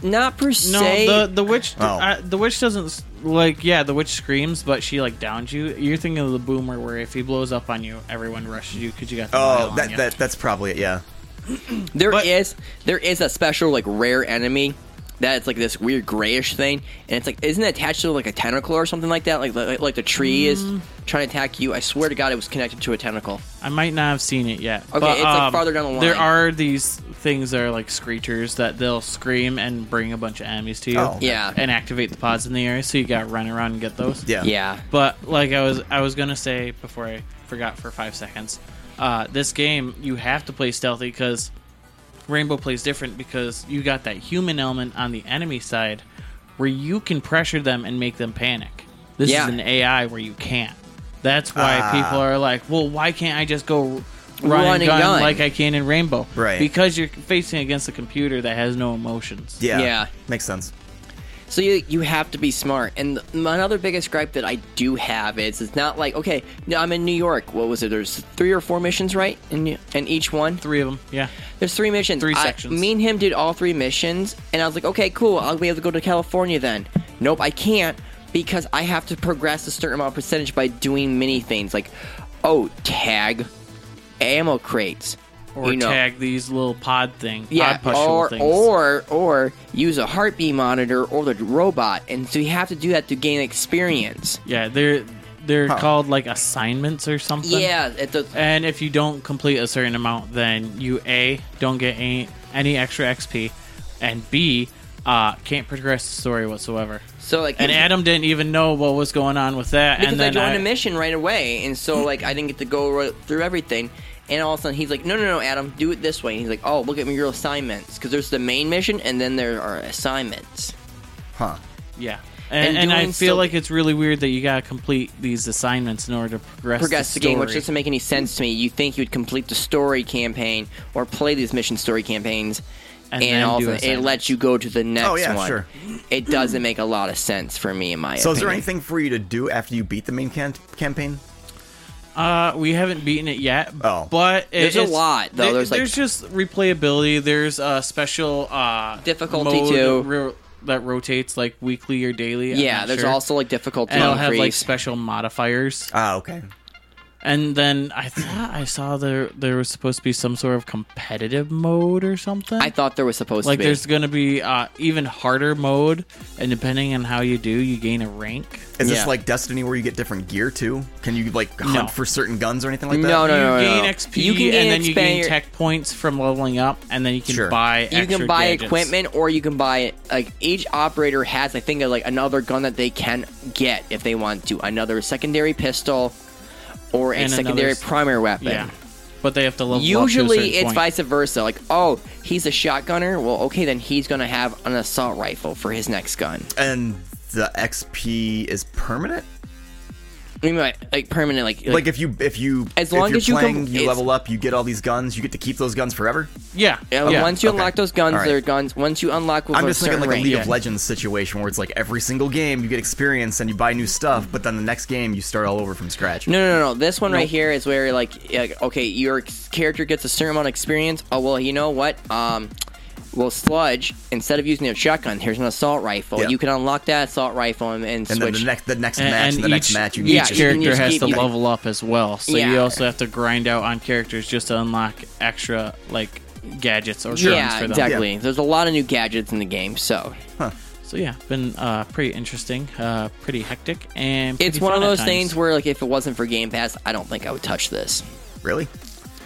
Speaker 2: not per
Speaker 4: no,
Speaker 2: se.
Speaker 4: the the witch,
Speaker 3: Oh.
Speaker 4: uh, the witch doesn't s- like. Yeah, the witch screams, but she like downs you. You're thinking of the boomer, where if he blows up on you, everyone rushes you because you got. The mile
Speaker 3: Oh,
Speaker 4: on
Speaker 3: that,
Speaker 4: you.
Speaker 3: that that's probably it. Yeah.
Speaker 2: There is
Speaker 4: But-
Speaker 2: there is a special like rare enemy that it's like this weird grayish thing, and it's like isn't it attached to like a tentacle or something like that? Like like, like the tree is trying to attack you. I swear to God, it was connected to a tentacle.
Speaker 4: I might not have seen it yet.
Speaker 2: Okay,
Speaker 4: but,
Speaker 2: it's, like,
Speaker 4: um,
Speaker 2: farther down the
Speaker 4: There
Speaker 2: line.
Speaker 4: are these things that are like screechers that they'll scream and bring a bunch of enemies to you.
Speaker 3: Oh.
Speaker 2: Yeah.
Speaker 4: and activate the pods in the area, so you got to run around and get those.
Speaker 3: Yeah.
Speaker 2: Yeah.
Speaker 4: But like I was, I was gonna say before I forgot for five seconds, uh, this game you have to play stealthy because Rainbow plays different because you got that human element on the enemy side where you can pressure them and make them panic. This
Speaker 2: Yeah.
Speaker 4: is an AI where you can't. That's why
Speaker 3: Ah.
Speaker 4: people are like, well, why can't I just go run,
Speaker 2: Run
Speaker 4: and
Speaker 2: and
Speaker 4: gun,
Speaker 2: gun.
Speaker 4: like I can in Rainbow?
Speaker 3: Right.
Speaker 4: Because you're facing against a computer that has no emotions.
Speaker 3: Yeah.
Speaker 2: Yeah.
Speaker 3: Makes sense.
Speaker 2: So you you have to be smart. And my another biggest gripe that I do have is it's not like okay, now I'm in New York. What was it? There's three or four missions, right? And and each one
Speaker 4: Three of them. Yeah.
Speaker 2: There's three missions.
Speaker 4: Three
Speaker 2: I-
Speaker 4: sections.
Speaker 2: me and him did all three missions, and I was like, okay, cool. I'll be able to go to California then. Nope, I can't because I have to progress a certain amount of percentage by doing many things like, oh, tag ammo crates.
Speaker 4: Or
Speaker 2: you know.
Speaker 4: tag these little pod thing.
Speaker 2: Yeah,
Speaker 4: pod push
Speaker 2: or,
Speaker 4: things.
Speaker 2: or or use a heartbeat monitor or the robot, and so you have to do that to gain experience.
Speaker 4: Yeah, they're they're called like assignments or something.
Speaker 2: Yeah, it's a,
Speaker 4: And if you don't complete a certain amount, then you a don't get any, any extra XP, and B, uh, can't progress the story whatsoever.
Speaker 2: So like
Speaker 4: And Adam didn't even know what was going on with that.
Speaker 2: Hmm. because
Speaker 4: and then Hmm.
Speaker 2: I joined a mission right away, and so like I didn't get to go right through everything. And all of a sudden, he's like, "No, no, no, Adam, do it this way." And he's like, "Oh, look at your assignments, because there's the main mission, and then there are assignments."
Speaker 3: Huh.
Speaker 4: yeah.
Speaker 2: and
Speaker 4: And, and I
Speaker 2: doing
Speaker 4: feel
Speaker 2: so-
Speaker 4: like it's really weird that you gotta complete these assignments in order to progress,
Speaker 2: Progress the game, which
Speaker 4: story.
Speaker 2: doesn't make any sense to me. You think you'd complete the story campaign or play these mission story campaigns,
Speaker 4: And
Speaker 2: and,
Speaker 4: then
Speaker 2: all of
Speaker 4: do
Speaker 2: a sudden it
Speaker 4: assignments.
Speaker 2: lets you go to the next
Speaker 3: Oh, yeah,
Speaker 2: one.
Speaker 3: sure.
Speaker 2: It doesn't make a lot of sense for me, in my
Speaker 3: So is there
Speaker 2: opinion.
Speaker 3: anything for you to do after you beat the main can- campaign?
Speaker 4: Uh, we haven't beaten it yet.
Speaker 3: Oh.
Speaker 4: but it-
Speaker 2: There's a
Speaker 4: it's-
Speaker 2: lot, though.
Speaker 4: there-
Speaker 2: There's, like-
Speaker 4: just replayability. There's a special uh,
Speaker 2: Difficulty,
Speaker 4: mode
Speaker 2: too.
Speaker 4: that ro- that rotates like weekly or daily. I'm
Speaker 2: Yeah,
Speaker 4: not
Speaker 2: there's
Speaker 4: sure.
Speaker 2: also like difficulty
Speaker 4: and it'll have like
Speaker 2: increase.
Speaker 4: special modifiers.
Speaker 3: Ah, okay.
Speaker 4: And then I thought I saw there there was supposed to be some sort of competitive mode or something.
Speaker 2: I thought there was supposed
Speaker 4: like
Speaker 2: to be.
Speaker 4: there's going to be uh, even harder mode, and depending on how you do, you gain a rank.
Speaker 3: Is
Speaker 2: Yeah.
Speaker 3: this like Destiny where you get different gear too? Can you like hunt
Speaker 4: No.
Speaker 3: for certain guns or anything like that?
Speaker 2: No, no, no, no,
Speaker 4: you gain
Speaker 2: no.
Speaker 4: XP,
Speaker 2: You can
Speaker 4: and
Speaker 2: gain
Speaker 4: then you gain
Speaker 2: expan-
Speaker 4: tech points from leveling up, and then you can
Speaker 3: Sure.
Speaker 4: buy.
Speaker 2: you
Speaker 4: extra
Speaker 2: can buy
Speaker 4: gadgets.
Speaker 2: equipment or you can buy like each operator has i think like another gun that they can get if they want to another secondary pistol or a
Speaker 4: And another
Speaker 2: secondary
Speaker 4: s-
Speaker 2: primary weapon
Speaker 4: Yeah, but they have to level up. to a
Speaker 2: usually
Speaker 4: certain
Speaker 2: it's
Speaker 4: point.
Speaker 2: vice versa like oh he's a shotgunner well okay then he's gonna have an assault rifle for his next gun
Speaker 3: And the XP is permanent.
Speaker 2: i mean like, like permanent like,
Speaker 3: Like, if you if you
Speaker 2: As
Speaker 3: if
Speaker 2: long
Speaker 3: you're
Speaker 2: as you
Speaker 3: playing,
Speaker 2: com-
Speaker 3: you
Speaker 2: it's-
Speaker 3: level up, you get all these guns. You get to keep those guns forever.
Speaker 4: Yeah,
Speaker 2: Yeah,
Speaker 4: yeah.
Speaker 2: uh, once you
Speaker 3: okay.
Speaker 2: unlock those guns
Speaker 3: All right.
Speaker 2: they're guns once you unlock with
Speaker 3: I'm
Speaker 2: a
Speaker 3: just thinking
Speaker 2: certain
Speaker 3: like a
Speaker 2: rank-
Speaker 3: League
Speaker 4: yeah.
Speaker 3: of Legends situation where it's like every single game you get experience and you buy new stuff, but then the next game you start all over from scratch.
Speaker 2: No, no, no, no. This one right here is where like, like, okay, your ex- character gets a certain amount of experience. Oh well, you know what? Um, well, sludge. Instead of using a shotgun, here's an assault rifle.
Speaker 3: Yeah.
Speaker 2: You can unlock that assault rifle and, and
Speaker 3: and then
Speaker 2: switch.
Speaker 3: the next the next
Speaker 4: And,
Speaker 3: match,
Speaker 4: and
Speaker 3: the
Speaker 4: each,
Speaker 3: next match you
Speaker 4: each
Speaker 2: Yeah,
Speaker 3: need
Speaker 2: you
Speaker 3: to-
Speaker 2: can
Speaker 4: character
Speaker 2: just
Speaker 4: has
Speaker 2: keep-
Speaker 4: to
Speaker 2: you can-
Speaker 4: level up as well, so you
Speaker 2: Yeah.
Speaker 4: also have to grind out on characters just to unlock extra like gadgets or guns
Speaker 2: yeah,
Speaker 4: for them.
Speaker 2: exactly. There's a lot of new gadgets in the game, so
Speaker 4: So yeah, been uh, pretty interesting, uh, pretty hectic, and
Speaker 2: it's
Speaker 4: pretty
Speaker 2: one of
Speaker 4: fun at
Speaker 2: those
Speaker 4: times.
Speaker 2: things where like, if it wasn't for Game Pass, I don't think I would touch this.
Speaker 3: Really?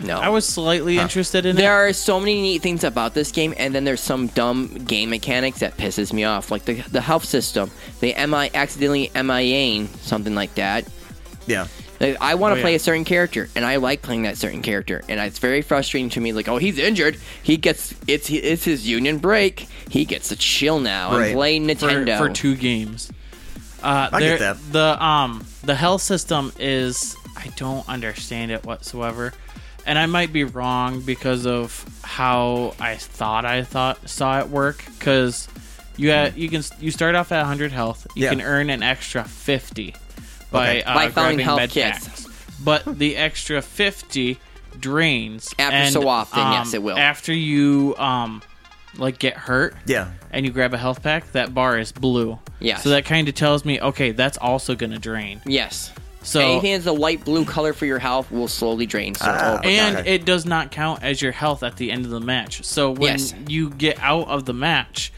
Speaker 2: No,
Speaker 4: I was slightly interested in it.
Speaker 2: There are so many neat things about this game, and then there's some dumb game mechanics that pisses me off, like the, the health system. They mi accidentally MIAing something like that.
Speaker 3: Yeah.
Speaker 2: Like, I want to
Speaker 4: Oh,
Speaker 2: play
Speaker 4: yeah.
Speaker 2: a certain character, and I like playing that certain character, and it's very frustrating to me. Like, oh, he's injured. He gets it's it's his union break. He gets to chill now
Speaker 3: Right.
Speaker 2: and play
Speaker 4: for,
Speaker 2: Nintendo.
Speaker 4: for two games. Uh,
Speaker 3: I get
Speaker 4: there-
Speaker 3: that.
Speaker 4: The um the health system is I don't understand it whatsoever, and I might be wrong because of how I thought I thought saw it work. Because you ha- you can s- you start off at 100 health, you
Speaker 3: Yeah.
Speaker 4: can earn an extra 50 by
Speaker 3: Okay.
Speaker 4: uh,
Speaker 2: By following
Speaker 4: grabbing
Speaker 2: health
Speaker 4: med
Speaker 2: kits.
Speaker 4: packs. but the extra 50 drains
Speaker 2: After
Speaker 4: and,
Speaker 2: so often,
Speaker 4: um,
Speaker 2: yes, it will.
Speaker 4: After you um like get hurt,
Speaker 3: Yeah.
Speaker 4: and you grab a health pack, that bar is blue.
Speaker 2: Yes.
Speaker 4: So that kind of tells me, okay, that's also going to drain.
Speaker 2: yes.
Speaker 4: So
Speaker 2: Anything that's a light blue color for your health will slowly drain. So oh,
Speaker 3: Ah,
Speaker 2: over time.
Speaker 4: and
Speaker 3: Okay.
Speaker 4: it does not count as your health at the end of the match. So when
Speaker 2: Yes.
Speaker 4: you get out of the match,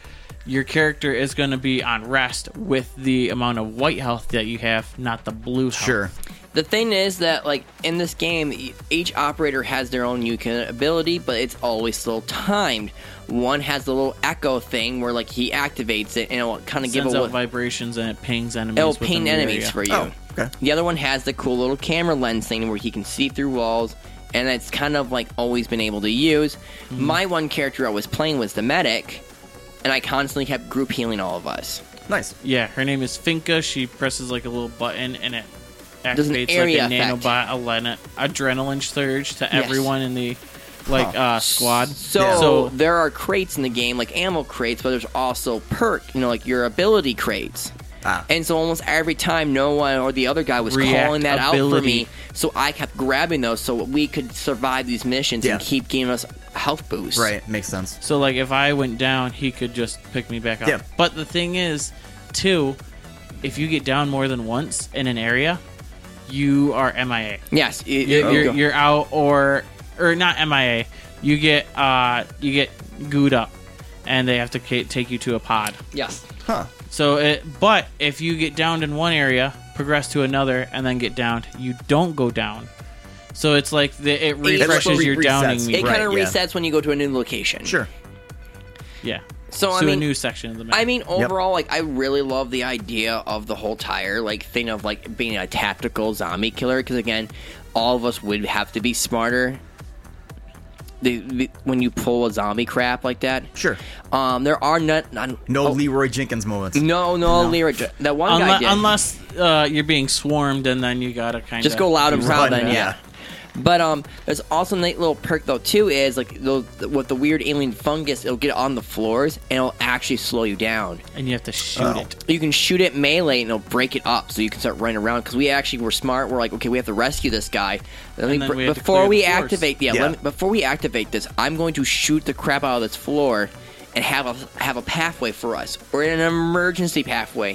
Speaker 4: your character is going to be on rest with the amount of white health that you have, not the blue. Health.
Speaker 3: Sure.
Speaker 2: The thing is that, like in this game, e- each operator has their own unique ability, but it's always still timed. One has the little echo thing where, like, he activates it and it'll kind of
Speaker 4: It
Speaker 2: give
Speaker 4: sends
Speaker 2: a
Speaker 4: out vibrations and it pings enemies.
Speaker 2: it'll
Speaker 4: within
Speaker 2: ping
Speaker 4: the
Speaker 2: enemies
Speaker 4: area.
Speaker 2: for you.
Speaker 3: Oh, okay.
Speaker 2: The other one has the cool little camera lens thing where he can see through walls, and it's kind of like always been able to use.
Speaker 4: Hmm.
Speaker 2: My one character I was playing was the medic, and I constantly kept group healing all of us.
Speaker 3: Nice.
Speaker 4: Yeah, her name is Finca. She presses like a little button and it
Speaker 2: Does an
Speaker 4: activates
Speaker 2: area
Speaker 4: like a
Speaker 2: effect.
Speaker 4: nanobot alena- adrenaline surge to
Speaker 2: Yes.
Speaker 4: everyone in the like uh, squad.
Speaker 2: So,
Speaker 4: So-
Speaker 2: there are crates in the game, like ammo crates, but there's also perk, you know, like your ability crates.
Speaker 3: Ah.
Speaker 2: And so almost every time no one or the other guy was calling that out for me,
Speaker 4: Reactability.
Speaker 2: so I kept grabbing those so we could survive these missions and
Speaker 3: Yeah.
Speaker 2: keep giving us health boosts.
Speaker 3: Right. Makes sense.
Speaker 4: So like if I went down, he could just pick me back up.
Speaker 3: Yeah.
Speaker 4: But the thing is, too, if you get down more than once in an area, you are MIA.
Speaker 2: Yes. y-
Speaker 4: You're,
Speaker 2: y-
Speaker 4: you're, you're out or or not MIA. You get uh you get gooed up, and they have to ca- take you to a pod.
Speaker 2: yes.
Speaker 3: Huh.
Speaker 4: So, it, but if you get downed in one area, progress to another, and then get downed, you don't go down. So it's like the, it
Speaker 2: It
Speaker 4: refreshes
Speaker 2: re-
Speaker 4: your
Speaker 3: resets.
Speaker 4: downing.
Speaker 2: It
Speaker 4: meter.
Speaker 3: Right,
Speaker 2: kind of
Speaker 3: yeah.
Speaker 2: resets when you go to a new location.
Speaker 3: Sure.
Speaker 4: Yeah.
Speaker 2: So
Speaker 4: to
Speaker 2: I mean,
Speaker 4: a new section of the map.
Speaker 2: I mean, overall, like I really love the idea of the whole tire like thing of like being a tactical zombie killer because again, all of us would have to be smarter. The, the- when you pull a zombie crap like that,
Speaker 3: Sure.
Speaker 2: Um, there are not, not-
Speaker 3: No
Speaker 2: oh,
Speaker 3: Leroy Jenkins moments.
Speaker 2: no, no, lyric. That one guy
Speaker 4: unless,
Speaker 2: did.
Speaker 4: unless uh, you're being swarmed and then you gotta kind of
Speaker 2: just go loud and proud
Speaker 3: Run,
Speaker 2: then yeah.
Speaker 3: yeah.
Speaker 2: but um there's also a neat little perk though too is like those with the weird alien fungus it'll get on the floors and it'll actually slow you down
Speaker 4: and you have to shoot
Speaker 3: Oh.
Speaker 4: it.
Speaker 2: you can shoot it melee and it'll break it up so you can start running around because we actually were smart we're like okay we have to rescue this guy Let me
Speaker 4: And then
Speaker 2: br-
Speaker 4: we had to
Speaker 2: before
Speaker 4: clear
Speaker 2: we
Speaker 4: the floors.
Speaker 2: activate yeah,
Speaker 3: Yeah.
Speaker 2: Let me, before we activate this i'm going to shoot the crap out of this floor and have a have a pathway for us or an emergency pathway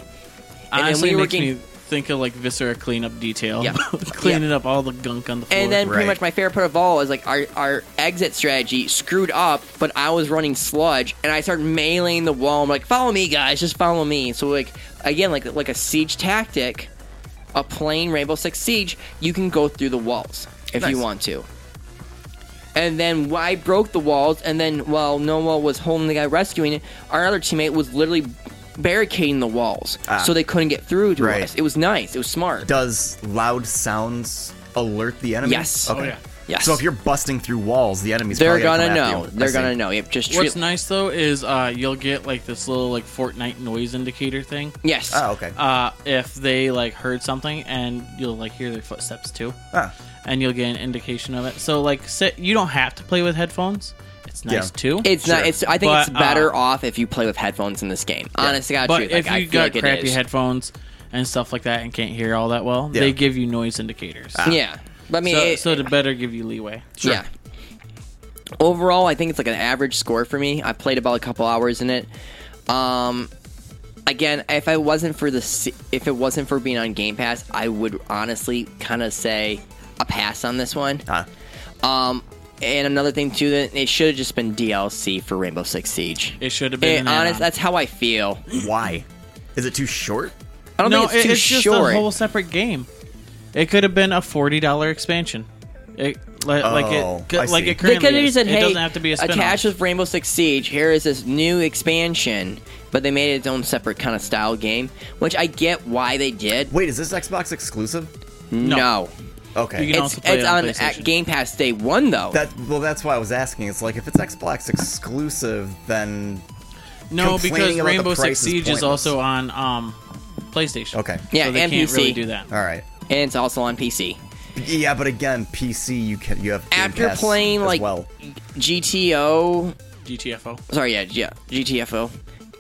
Speaker 2: and then
Speaker 4: Honestly,
Speaker 2: we were
Speaker 4: makes
Speaker 2: getting-
Speaker 4: me think of like viscera cleanup detail,
Speaker 2: Yeah.
Speaker 4: [laughs] cleaning up all the gunk on the floor.
Speaker 2: And then pretty
Speaker 3: Right.
Speaker 2: much my favorite part of all is like our, our exit strategy screwed up, but I was running sludge and I started mailing the wall. I'm like, follow me, guys, just follow me. So like again, like like a siege tactic, a plain Rainbow Six Siege, you can go through the walls if
Speaker 3: Nice.
Speaker 2: you want to. And then why I broke the walls, and then while Noah was holding the guy rescuing it, our other teammate was literally barricading the walls,
Speaker 3: Ah.
Speaker 2: so they couldn't get through to
Speaker 3: Right.
Speaker 2: us. It was nice. It was smart.
Speaker 3: Does loud sounds alert the enemy?
Speaker 2: Yes.
Speaker 4: Oh, yeah.
Speaker 2: Yes.
Speaker 3: So if you're busting through walls, the enemy's
Speaker 2: They're
Speaker 3: probably
Speaker 2: gonna,
Speaker 3: gonna come
Speaker 2: know.
Speaker 3: after you. I
Speaker 2: They're
Speaker 3: see.
Speaker 2: gonna know. Yep, just treat.
Speaker 4: What's nice though is uh, you'll get like this little like Fortnite noise indicator thing.
Speaker 2: yes.
Speaker 3: Oh, okay.
Speaker 4: Uh, if they like heard something, and you'll like hear their footsteps too,
Speaker 3: Ah,
Speaker 4: and you'll get an indication of it. So like, sit, you don't have to play with headphones. It's nice
Speaker 3: Yeah.
Speaker 4: too.
Speaker 2: It's not. It's. I think
Speaker 4: But,
Speaker 2: it's better
Speaker 4: uh,
Speaker 2: off if you play with headphones in this game. Honest to God,
Speaker 4: but
Speaker 2: truth,
Speaker 4: if
Speaker 2: like, I
Speaker 4: you
Speaker 2: feel
Speaker 4: got
Speaker 2: like it
Speaker 4: crappy
Speaker 2: is.
Speaker 4: headphones and stuff like that and can't hear all that well,
Speaker 3: Yeah.
Speaker 4: they give you noise indicators.
Speaker 2: yeah. But, Ah. I mean,
Speaker 4: so,
Speaker 2: it-
Speaker 4: so to better give you leeway.
Speaker 2: yeah. Overall, I think it's like an average score for me. I played about a couple hours in it. Um, again, if I wasn't for the, se- if it wasn't for being on Game Pass, I would honestly kind of say a pass on this one.
Speaker 3: ah.
Speaker 2: Um, and another thing too that it should have just been DLC for Rainbow Six Siege.
Speaker 4: It should have
Speaker 2: Hey,
Speaker 4: been uh, an
Speaker 2: honest,
Speaker 4: add-on.
Speaker 2: that's how I feel.
Speaker 3: Why? Is it too short?
Speaker 2: I don't
Speaker 4: no,
Speaker 2: think it's
Speaker 4: it-
Speaker 2: too
Speaker 4: it's just
Speaker 2: short.
Speaker 4: a whole separate game. It could have been a forty dollar expansion. It like, like
Speaker 3: Oh,
Speaker 4: it
Speaker 3: I
Speaker 4: like
Speaker 3: see.
Speaker 4: it
Speaker 2: they
Speaker 4: currently
Speaker 2: could have just
Speaker 4: is.
Speaker 2: said,
Speaker 4: it
Speaker 2: "Hey,
Speaker 4: doesn't have to be a spin-off.
Speaker 2: attached with Rainbow Six Siege, here is this new expansion." But they made it its own separate kind of style game, which I get why they did.
Speaker 3: Wait, is this Xbox exclusive?
Speaker 2: No,
Speaker 3: Okay.
Speaker 4: You can
Speaker 2: it's
Speaker 4: also play
Speaker 2: it's
Speaker 4: it on
Speaker 2: on,
Speaker 4: PlayStation.
Speaker 2: at Game Pass Day One though.
Speaker 3: That well, that's why I was asking. It's like if it's Xbox exclusive, then
Speaker 4: No,
Speaker 3: complaining
Speaker 4: because
Speaker 3: about the
Speaker 4: Rainbow
Speaker 3: price is
Speaker 4: Six Siege
Speaker 3: pointless.
Speaker 4: is also on um, PlayStation.
Speaker 3: okay.
Speaker 2: yeah,
Speaker 4: so they
Speaker 2: and
Speaker 4: can't
Speaker 2: PC,
Speaker 4: really do that.
Speaker 3: All right.
Speaker 2: and it's also on PC.
Speaker 3: Yeah, but again, PC you can you have Game
Speaker 2: After
Speaker 3: Pass
Speaker 2: playing
Speaker 3: as
Speaker 2: like
Speaker 3: well.
Speaker 2: GTO
Speaker 4: GTFO.
Speaker 2: sorry, yeah, yeah, GTFO.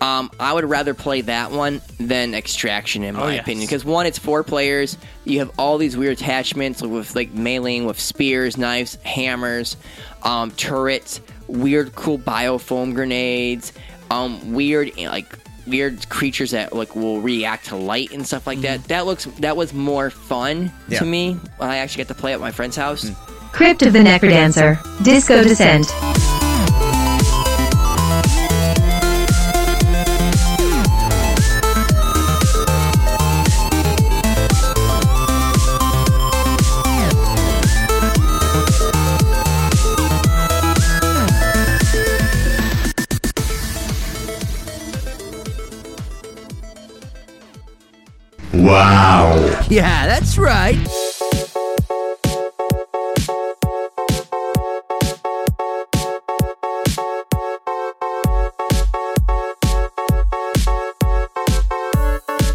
Speaker 2: Um, I would rather play that one than Extraction in my
Speaker 4: Oh, yes.
Speaker 2: opinion because one, it's four players. You have all these weird attachments with like mailing, with spears, knives, hammers, um, turrets, weird cool biofoam grenades, um, weird like weird creatures that like will react to light and stuff like
Speaker 4: Mm-hmm.
Speaker 2: that. That looks that was more fun
Speaker 3: Yeah.
Speaker 2: to me. when I actually got to play at my friend's house.
Speaker 4: Mm.
Speaker 1: Crypt of the Necrodancer. Disco Descent.
Speaker 2: Yeah, that's right.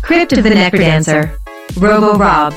Speaker 1: Crypt of the Necrodancer. Robo Rob.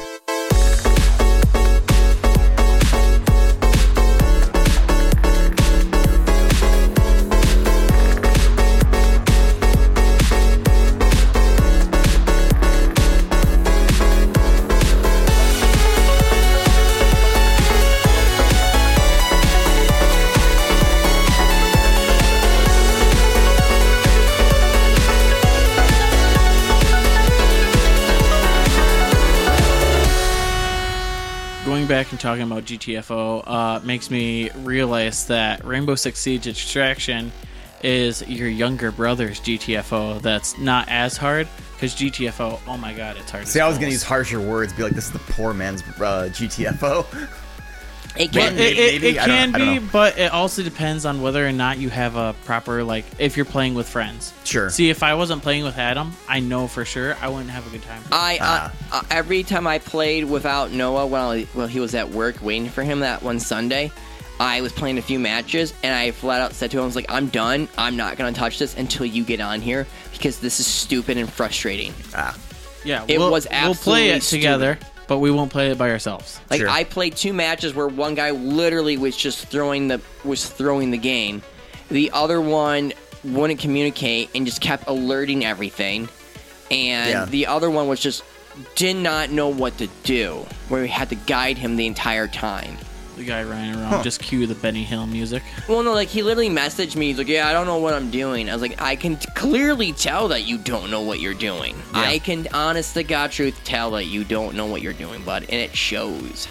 Speaker 4: Going back and talking about GTFO uh, makes me realize that Rainbow Six Siege Extraction is your younger brother's GTFO. That's not as hard because GTFO. Oh my god, it's hard.
Speaker 3: See, I was gonna use harsher words, be like, this is the poor man's uh, GTFO.
Speaker 2: It
Speaker 4: Well,
Speaker 2: can be.
Speaker 4: it,
Speaker 3: maybe-
Speaker 4: it, it
Speaker 3: maybe, I don't-
Speaker 4: can
Speaker 3: I don't
Speaker 4: be,
Speaker 3: know.
Speaker 4: but it also depends on whether or not you have a proper like if you're playing with friends.
Speaker 3: Sure.
Speaker 4: See, if I wasn't playing with Adam, I know for sure I wouldn't have a good time.
Speaker 2: I uh,
Speaker 3: Ah.
Speaker 2: uh, every time I played without Noah while while he was at work waiting for him that one Sunday, I was playing a few matches and I flat out said to him, "I was like, I'm done. I'm not gonna touch this until you get on here because this is stupid and frustrating."
Speaker 3: Ah,
Speaker 4: yeah,
Speaker 2: it
Speaker 4: we'll,
Speaker 2: was
Speaker 4: we'll play
Speaker 2: absolutely
Speaker 4: it together, but we won't play it by ourselves.
Speaker 2: Like
Speaker 3: Sure.
Speaker 2: I played two matches where one guy literally was just throwing the was throwing the game. The other one wouldn't communicate and just kept alerting everything. And
Speaker 3: Yeah.
Speaker 2: the other one was just did not know what to do. Where we had to guide him the entire time.
Speaker 4: The guy running around,
Speaker 3: Huh.
Speaker 4: just cue the Benny Hill music.
Speaker 2: Well, no, like he literally messaged me. He's like, "Yeah, I don't know what I'm doing." I was like, "I can t- clearly tell that you don't know what you're doing.
Speaker 3: Yeah.
Speaker 2: I can, honest to God, truth, tell that you don't know what you're doing, bud, and it shows."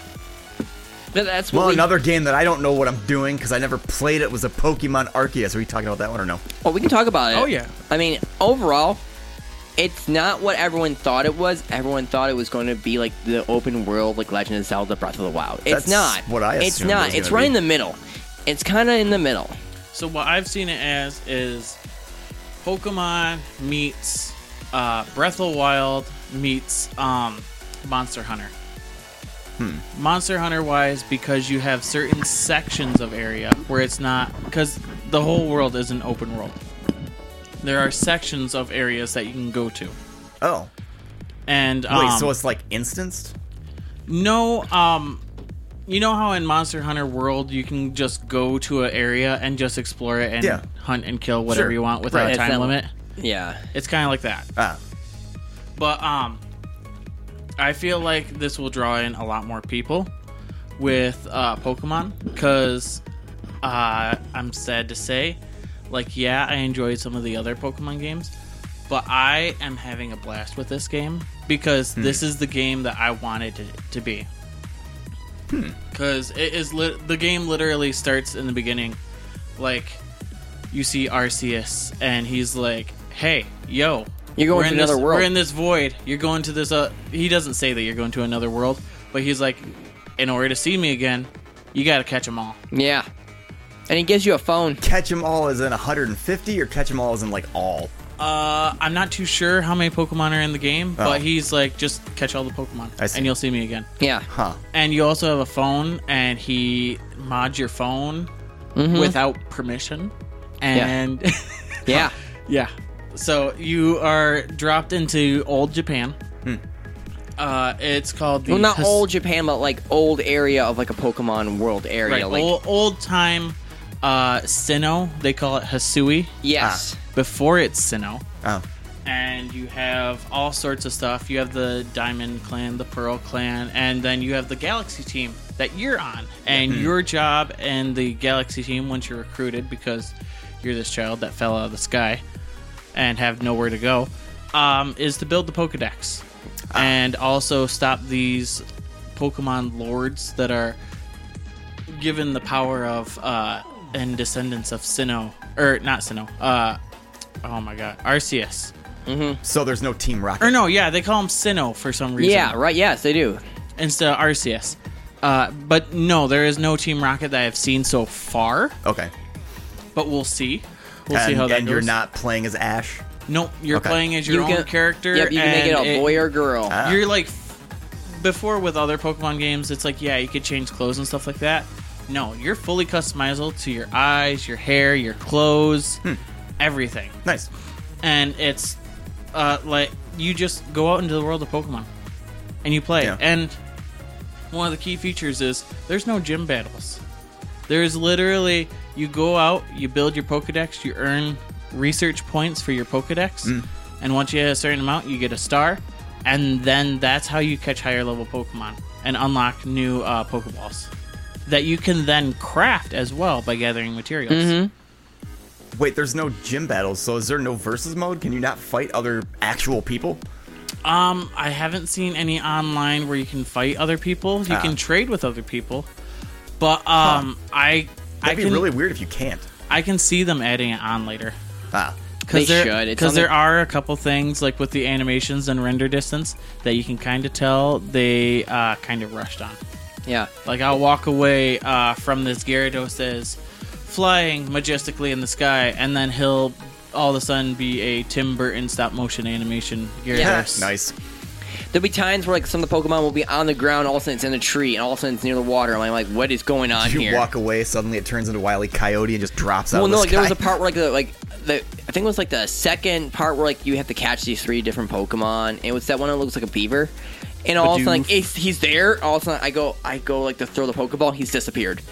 Speaker 2: But that's what
Speaker 3: well,
Speaker 2: we-
Speaker 3: another game that I don't know what I'm doing because I never played it was a Pokemon Arceus. Are we talking about that one or no?
Speaker 2: Well, we can talk about it.
Speaker 4: Oh, yeah.
Speaker 2: I mean, overall, it's not what everyone thought it was. Everyone thought it was going to be like the open world, like Legend of Zelda: Breath of the Wild. It's
Speaker 3: That's
Speaker 2: not.
Speaker 3: what I
Speaker 2: It's
Speaker 3: assumed it
Speaker 2: not.
Speaker 3: was
Speaker 2: It's
Speaker 3: gonna
Speaker 2: right
Speaker 3: be.
Speaker 2: in the middle. It's kind of in the middle.
Speaker 4: So what I've seen it as is Pokemon meets uh, Breath of the Wild meets um, Monster Hunter.
Speaker 2: Hmm.
Speaker 4: Monster Hunter wise, because you have certain sections of area where it's not because the whole world is an open world. There are sections of areas that you can go to,
Speaker 3: Oh,
Speaker 4: and
Speaker 3: wait,
Speaker 4: um,
Speaker 3: so it's like instanced?
Speaker 4: no, um, you know how in Monster Hunter World you can just go to an area and just explore it and
Speaker 3: Yeah.
Speaker 4: hunt and kill whatever
Speaker 3: Sure.
Speaker 4: you want without
Speaker 2: Right.
Speaker 4: a time
Speaker 2: It's that-
Speaker 4: limit.
Speaker 2: Yeah.
Speaker 4: It's kind of like that.
Speaker 3: Ah,
Speaker 4: But um, I feel like this will draw in a lot more people with uh, Pokemon because uh, I'm sad to say, like, yeah, I enjoyed some of the other Pokemon games, but I am having a blast with this game because this is the game that I wanted it to be. Because it is lit the game literally starts in the beginning, like you see Arceus and he's like, "Hey, yo,
Speaker 2: You're going
Speaker 4: we're
Speaker 2: to
Speaker 4: in
Speaker 2: another
Speaker 4: this-
Speaker 2: world."
Speaker 4: We're in this void. You're going to this." Uh, he doesn't say that you're going to another world, but he's like, "In order to see me again, you got to catch them all."
Speaker 2: Yeah. And he gives you a phone.
Speaker 3: catch 'em all is in 150, or catch 'em all is in like all.
Speaker 4: Uh, I'm not too sure how many Pokemon are in the game,
Speaker 3: Oh.
Speaker 4: but he's like, "Just catch all the Pokemon,
Speaker 3: I see.
Speaker 4: and you'll see me again."
Speaker 3: [laughs]
Speaker 2: Yeah.
Speaker 3: Huh.
Speaker 4: And you also have a phone, and he mods your phone
Speaker 2: Mm-hmm.
Speaker 4: without permission, and. [laughs]
Speaker 2: Yeah.
Speaker 4: Yeah. So you are dropped into old Japan.
Speaker 3: Hmm.
Speaker 4: Uh, it's called the
Speaker 2: Well, not
Speaker 4: his-
Speaker 2: old Japan, but like old area of like a Pokemon world area.
Speaker 4: right,
Speaker 2: like
Speaker 4: old, old time uh, Sinnoh. They call it Hasui
Speaker 2: yes,
Speaker 3: Ah,
Speaker 4: before it's Sinnoh.
Speaker 3: Oh.
Speaker 4: And you have all sorts of stuff. You have the Diamond Clan, the Pearl Clan, and then you have the Galaxy Team that you're on. And your job and the Galaxy Team, once you're recruited, because you're this child that fell out of the sky and have nowhere to go, um, is to build the Pokedex and also stop these Pokemon lords that are given the power of uh, and descendants of Sinnoh, or not Sinnoh. Uh, oh my God, Arceus.
Speaker 3: So there's no Team Rocket.
Speaker 4: Or no, yeah, they call him Sinnoh for some reason.
Speaker 2: yeah, right. Yes, they do.
Speaker 4: instead of Arceus. Uh, but no, there is no Team Rocket that I have seen so far.
Speaker 3: Okay.
Speaker 4: But we'll see. We'll
Speaker 3: and
Speaker 4: see how that
Speaker 3: and
Speaker 4: goes.
Speaker 3: you're not playing as Ash.
Speaker 4: Nope, you're
Speaker 3: Okay.
Speaker 4: playing as your own
Speaker 2: can-
Speaker 4: character.
Speaker 2: Yep, you can make it
Speaker 4: and
Speaker 2: a boy or girl.
Speaker 3: Ah.
Speaker 4: You're like before with other Pokemon games, it's like yeah, you could change clothes and stuff like that. No, you're fully customizable to your eyes, your hair, your clothes,
Speaker 3: Hmm.
Speaker 4: everything,
Speaker 3: Nice.
Speaker 4: and it's uh, like you just go out into the world of Pokemon and you play.
Speaker 3: Yeah.
Speaker 4: And one of the key features is there's no gym battles. There is literally you go out, you build your Pokedex, you earn research points for your Pokedex, and once you hit a certain amount, you get a star, and then that's how you catch higher level Pokemon and unlock new uh, Pokeballs that you can then craft as well by gathering materials.
Speaker 3: Wait, there's no gym battles, so is there no versus mode? Can you not fight other actual people?
Speaker 4: Um, I haven't seen any online where you can fight other people. You
Speaker 3: Ah.
Speaker 4: can trade with other people, but um, I I
Speaker 3: That'd be
Speaker 4: can
Speaker 3: really weird if you can't.
Speaker 4: I can see them adding it on later
Speaker 3: Ah.
Speaker 2: They
Speaker 4: because there
Speaker 2: should. It's
Speaker 4: because
Speaker 2: on the-
Speaker 4: there are a couple things like with the animations and render distance that you can kind of tell they uh, kind of rushed on.
Speaker 2: Yeah.
Speaker 4: Like I'll walk away uh, from this Gyarados as flying majestically in the sky, and then he'll all of a sudden be a Tim Burton stop motion animation Gyarados.
Speaker 3: Nice.
Speaker 2: There'll be times where like some of the Pokemon will be on the ground, all of a sudden it's in a tree, and all of a sudden it's near the water. I'm like, what is going on
Speaker 3: You
Speaker 2: here?
Speaker 3: walk away, suddenly it turns into Wily Coyote and just drops out
Speaker 2: well,
Speaker 3: of
Speaker 2: no,
Speaker 3: the
Speaker 2: like there was
Speaker 3: sky.
Speaker 2: a part where like the like the I think it was like the second part where like you have to catch these three different Pokemon. It was that one that looks like a beaver, and all of a sudden like,
Speaker 4: Bidoof.
Speaker 2: it's, he's there. All of a sudden I go I go like to throw the Pokeball, he's disappeared,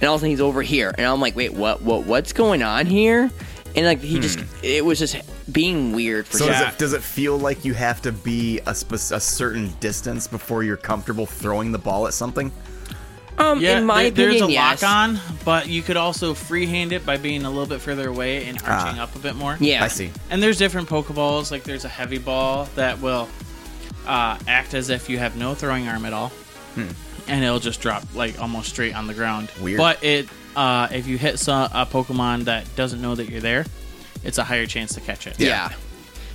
Speaker 2: and all of a sudden he's over here, and I'm like, wait, what what what's going on here? And like he just it was just being weird for
Speaker 3: Hmm. so
Speaker 2: sure.
Speaker 3: does,
Speaker 4: Yeah.
Speaker 3: it, does it feel like you have to be a, spec- a certain distance before you're comfortable throwing the ball at something?
Speaker 2: Um,
Speaker 4: Yeah,
Speaker 2: in my opinion,
Speaker 4: there- there's a
Speaker 2: yes.
Speaker 4: lock on, but you could also freehand it by being a little bit further away and arching
Speaker 3: Ah.
Speaker 4: up a bit more.
Speaker 2: Yeah,
Speaker 3: I see.
Speaker 4: And there's different Pokeballs. Like there's a heavy ball that will uh, act as if you have no throwing arm at all, and it'll just drop like almost straight on the ground.
Speaker 3: Hmm. Weird.
Speaker 4: But it, uh, if you hit some, a Pokemon that doesn't know that you're there, it's a higher chance to catch it.
Speaker 2: Yeah.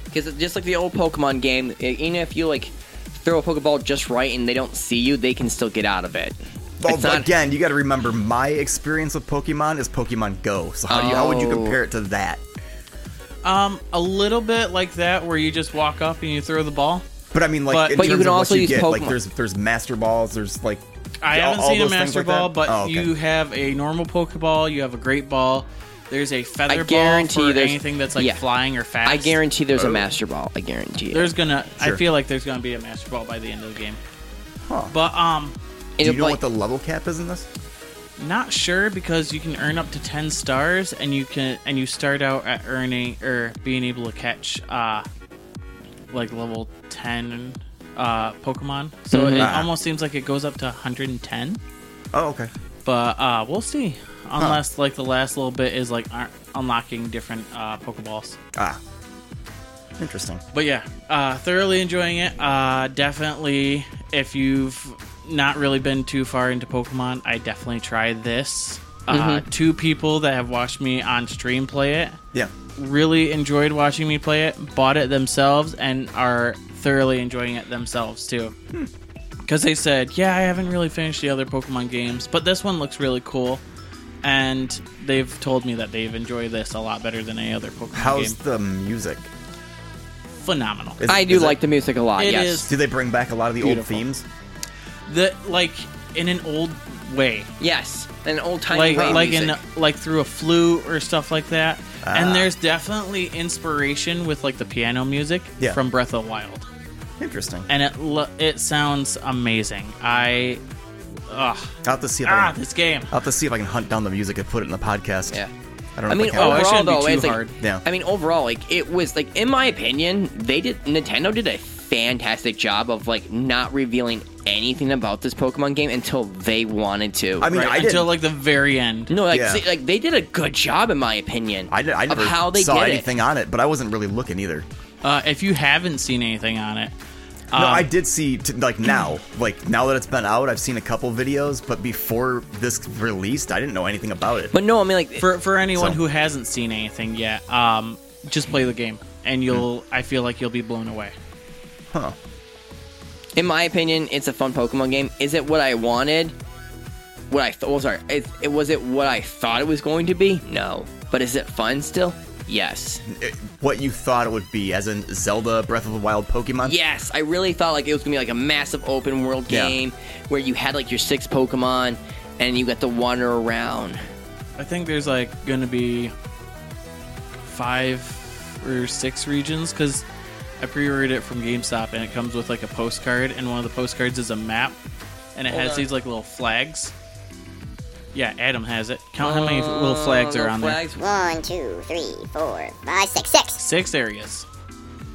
Speaker 2: Because just like the old Pokemon game, e- even if you like throw a Pokeball just right and they don't see you, they can still get out of it.
Speaker 3: Well,
Speaker 2: It's not-
Speaker 3: again, you got to remember my experience with Pokemon is Pokemon Go. So how, do you, how would you
Speaker 2: Oh.
Speaker 3: compare it to that?
Speaker 4: Um, a little bit like that, where you just walk up and you throw the ball.
Speaker 3: But I mean, like,
Speaker 4: But-
Speaker 3: in
Speaker 2: But you
Speaker 3: terms
Speaker 2: can
Speaker 3: of
Speaker 2: also
Speaker 3: what you
Speaker 2: use
Speaker 3: get, like,
Speaker 2: Pokemon.
Speaker 3: there's there's Master Balls. There's like,
Speaker 4: I
Speaker 3: all-
Speaker 4: haven't
Speaker 3: all
Speaker 4: seen a
Speaker 3: those things
Speaker 4: master
Speaker 3: like that?
Speaker 4: ball, but
Speaker 3: Oh, okay.
Speaker 4: you have a normal Pokeball. You have a great ball. There's a feather
Speaker 2: guarantee
Speaker 4: ball for
Speaker 2: there's-
Speaker 4: anything that's like
Speaker 2: yeah.
Speaker 4: flying or fast.
Speaker 2: I guarantee there's
Speaker 3: Oh.
Speaker 2: a Master Ball. I guarantee it.
Speaker 4: there's gonna. I
Speaker 3: Sure.
Speaker 4: feel like there's gonna be a master ball by the end of the game.
Speaker 3: Huh.
Speaker 4: But um,
Speaker 2: And
Speaker 3: do you
Speaker 2: it,
Speaker 3: know
Speaker 2: like-
Speaker 3: what the level cap is in this?
Speaker 4: not sure because you can earn up to ten stars, and you can and you start out at earning or being able to catch uh, like level ten uh Pokemon. So it
Speaker 3: Ah.
Speaker 4: almost seems like it goes up to 110.
Speaker 3: Oh, okay.
Speaker 4: But uh, we'll see. Unless like the last little bit is like un- unlocking different uh, Pokeballs.
Speaker 3: Ah, interesting.
Speaker 4: But yeah, uh, thoroughly enjoying it. Uh, definitely, if you've not really been too far into Pokemon, I definitely try this. Uh, Two people that have watched me on stream play it
Speaker 3: Yeah.
Speaker 4: really enjoyed watching me play it, bought it themselves, and are thoroughly enjoying it themselves too.
Speaker 3: Hmm.
Speaker 4: Because they said, yeah, I haven't really finished the other Pokemon games, but this one looks really cool. And they've told me that they've enjoyed this a lot better than any other Pokemon
Speaker 3: How's
Speaker 4: game.
Speaker 3: the music?
Speaker 4: Phenomenal.
Speaker 3: Is-
Speaker 2: I do
Speaker 3: is it-
Speaker 2: like the music a lot.
Speaker 4: It
Speaker 2: yes.
Speaker 4: is-
Speaker 3: Do they bring back a lot of the
Speaker 4: Beautiful.
Speaker 3: old themes?
Speaker 4: the like in an old way
Speaker 2: Yes. An old time
Speaker 4: like
Speaker 2: rock
Speaker 4: like
Speaker 2: music.
Speaker 4: in like through a flute or stuff like that
Speaker 3: Ah.
Speaker 4: and there's definitely inspiration with like the piano music
Speaker 3: Yeah.
Speaker 4: from breath of the wild
Speaker 3: Interesting.
Speaker 4: and it lo- it sounds amazing i
Speaker 3: I'll
Speaker 4: ugh,
Speaker 3: have to see if
Speaker 4: ah
Speaker 3: I can,
Speaker 4: this game
Speaker 3: I'll have to see if I can hunt down the music and put it in the podcast.
Speaker 2: Yeah.
Speaker 3: I don't know.
Speaker 2: I mean, oh,
Speaker 3: if I can.
Speaker 4: it
Speaker 2: overall
Speaker 4: Oh, shouldn't be
Speaker 2: though,
Speaker 4: too
Speaker 2: it's like,
Speaker 4: hard.
Speaker 3: Yeah.
Speaker 2: I mean, overall, like it was like in my opinion, they did Nintendo did a fantastic job of like not revealing anything about this Pokemon game until they wanted to.
Speaker 3: I mean,
Speaker 4: right,
Speaker 3: I
Speaker 4: until
Speaker 3: didn't.
Speaker 4: like the very end
Speaker 2: No, like,
Speaker 3: Yeah.
Speaker 2: see, like they did a good job, in my opinion.
Speaker 3: I, did, I
Speaker 2: of
Speaker 3: never
Speaker 2: how they
Speaker 3: saw
Speaker 2: did it.
Speaker 3: anything on it, but I wasn't really looking either.
Speaker 4: uh, if you haven't seen anything on it
Speaker 3: No,
Speaker 4: um,
Speaker 3: I did see t- like now, like now that it's been out, I've seen a couple videos, but before this released, I didn't know anything about it.
Speaker 2: But no, I mean, like,
Speaker 4: for for anyone
Speaker 3: So-
Speaker 4: who hasn't seen anything yet um just play the game and you'll
Speaker 3: Hmm.
Speaker 4: i feel like you'll be blown away
Speaker 3: huh?
Speaker 2: in my opinion, it's a fun Pokemon game. Is it what I wanted? What I thought? Well, sorry, it, it was it what I thought it was going to be? No, but is it fun still?
Speaker 3: [laughs]
Speaker 2: Yes,
Speaker 3: It- what you thought it would be, as in Zelda Breath of the Wild Pokemon?
Speaker 2: yes. I really thought like it was gonna be like a massive open world
Speaker 3: Yeah.
Speaker 2: game where you had like your six Pokemon and you got to wander around.
Speaker 4: I think there's like going to be five or six regions because I pre-ordered it from GameStop and it comes with like a postcard and one of the postcards is a map and it
Speaker 2: Hold
Speaker 4: has
Speaker 2: on.
Speaker 4: these like little flags. Yeah, Adam has it. Count how many little
Speaker 2: Uh,
Speaker 4: flags are on there.
Speaker 5: One, two, three, four, five, six, six.
Speaker 4: Six areas.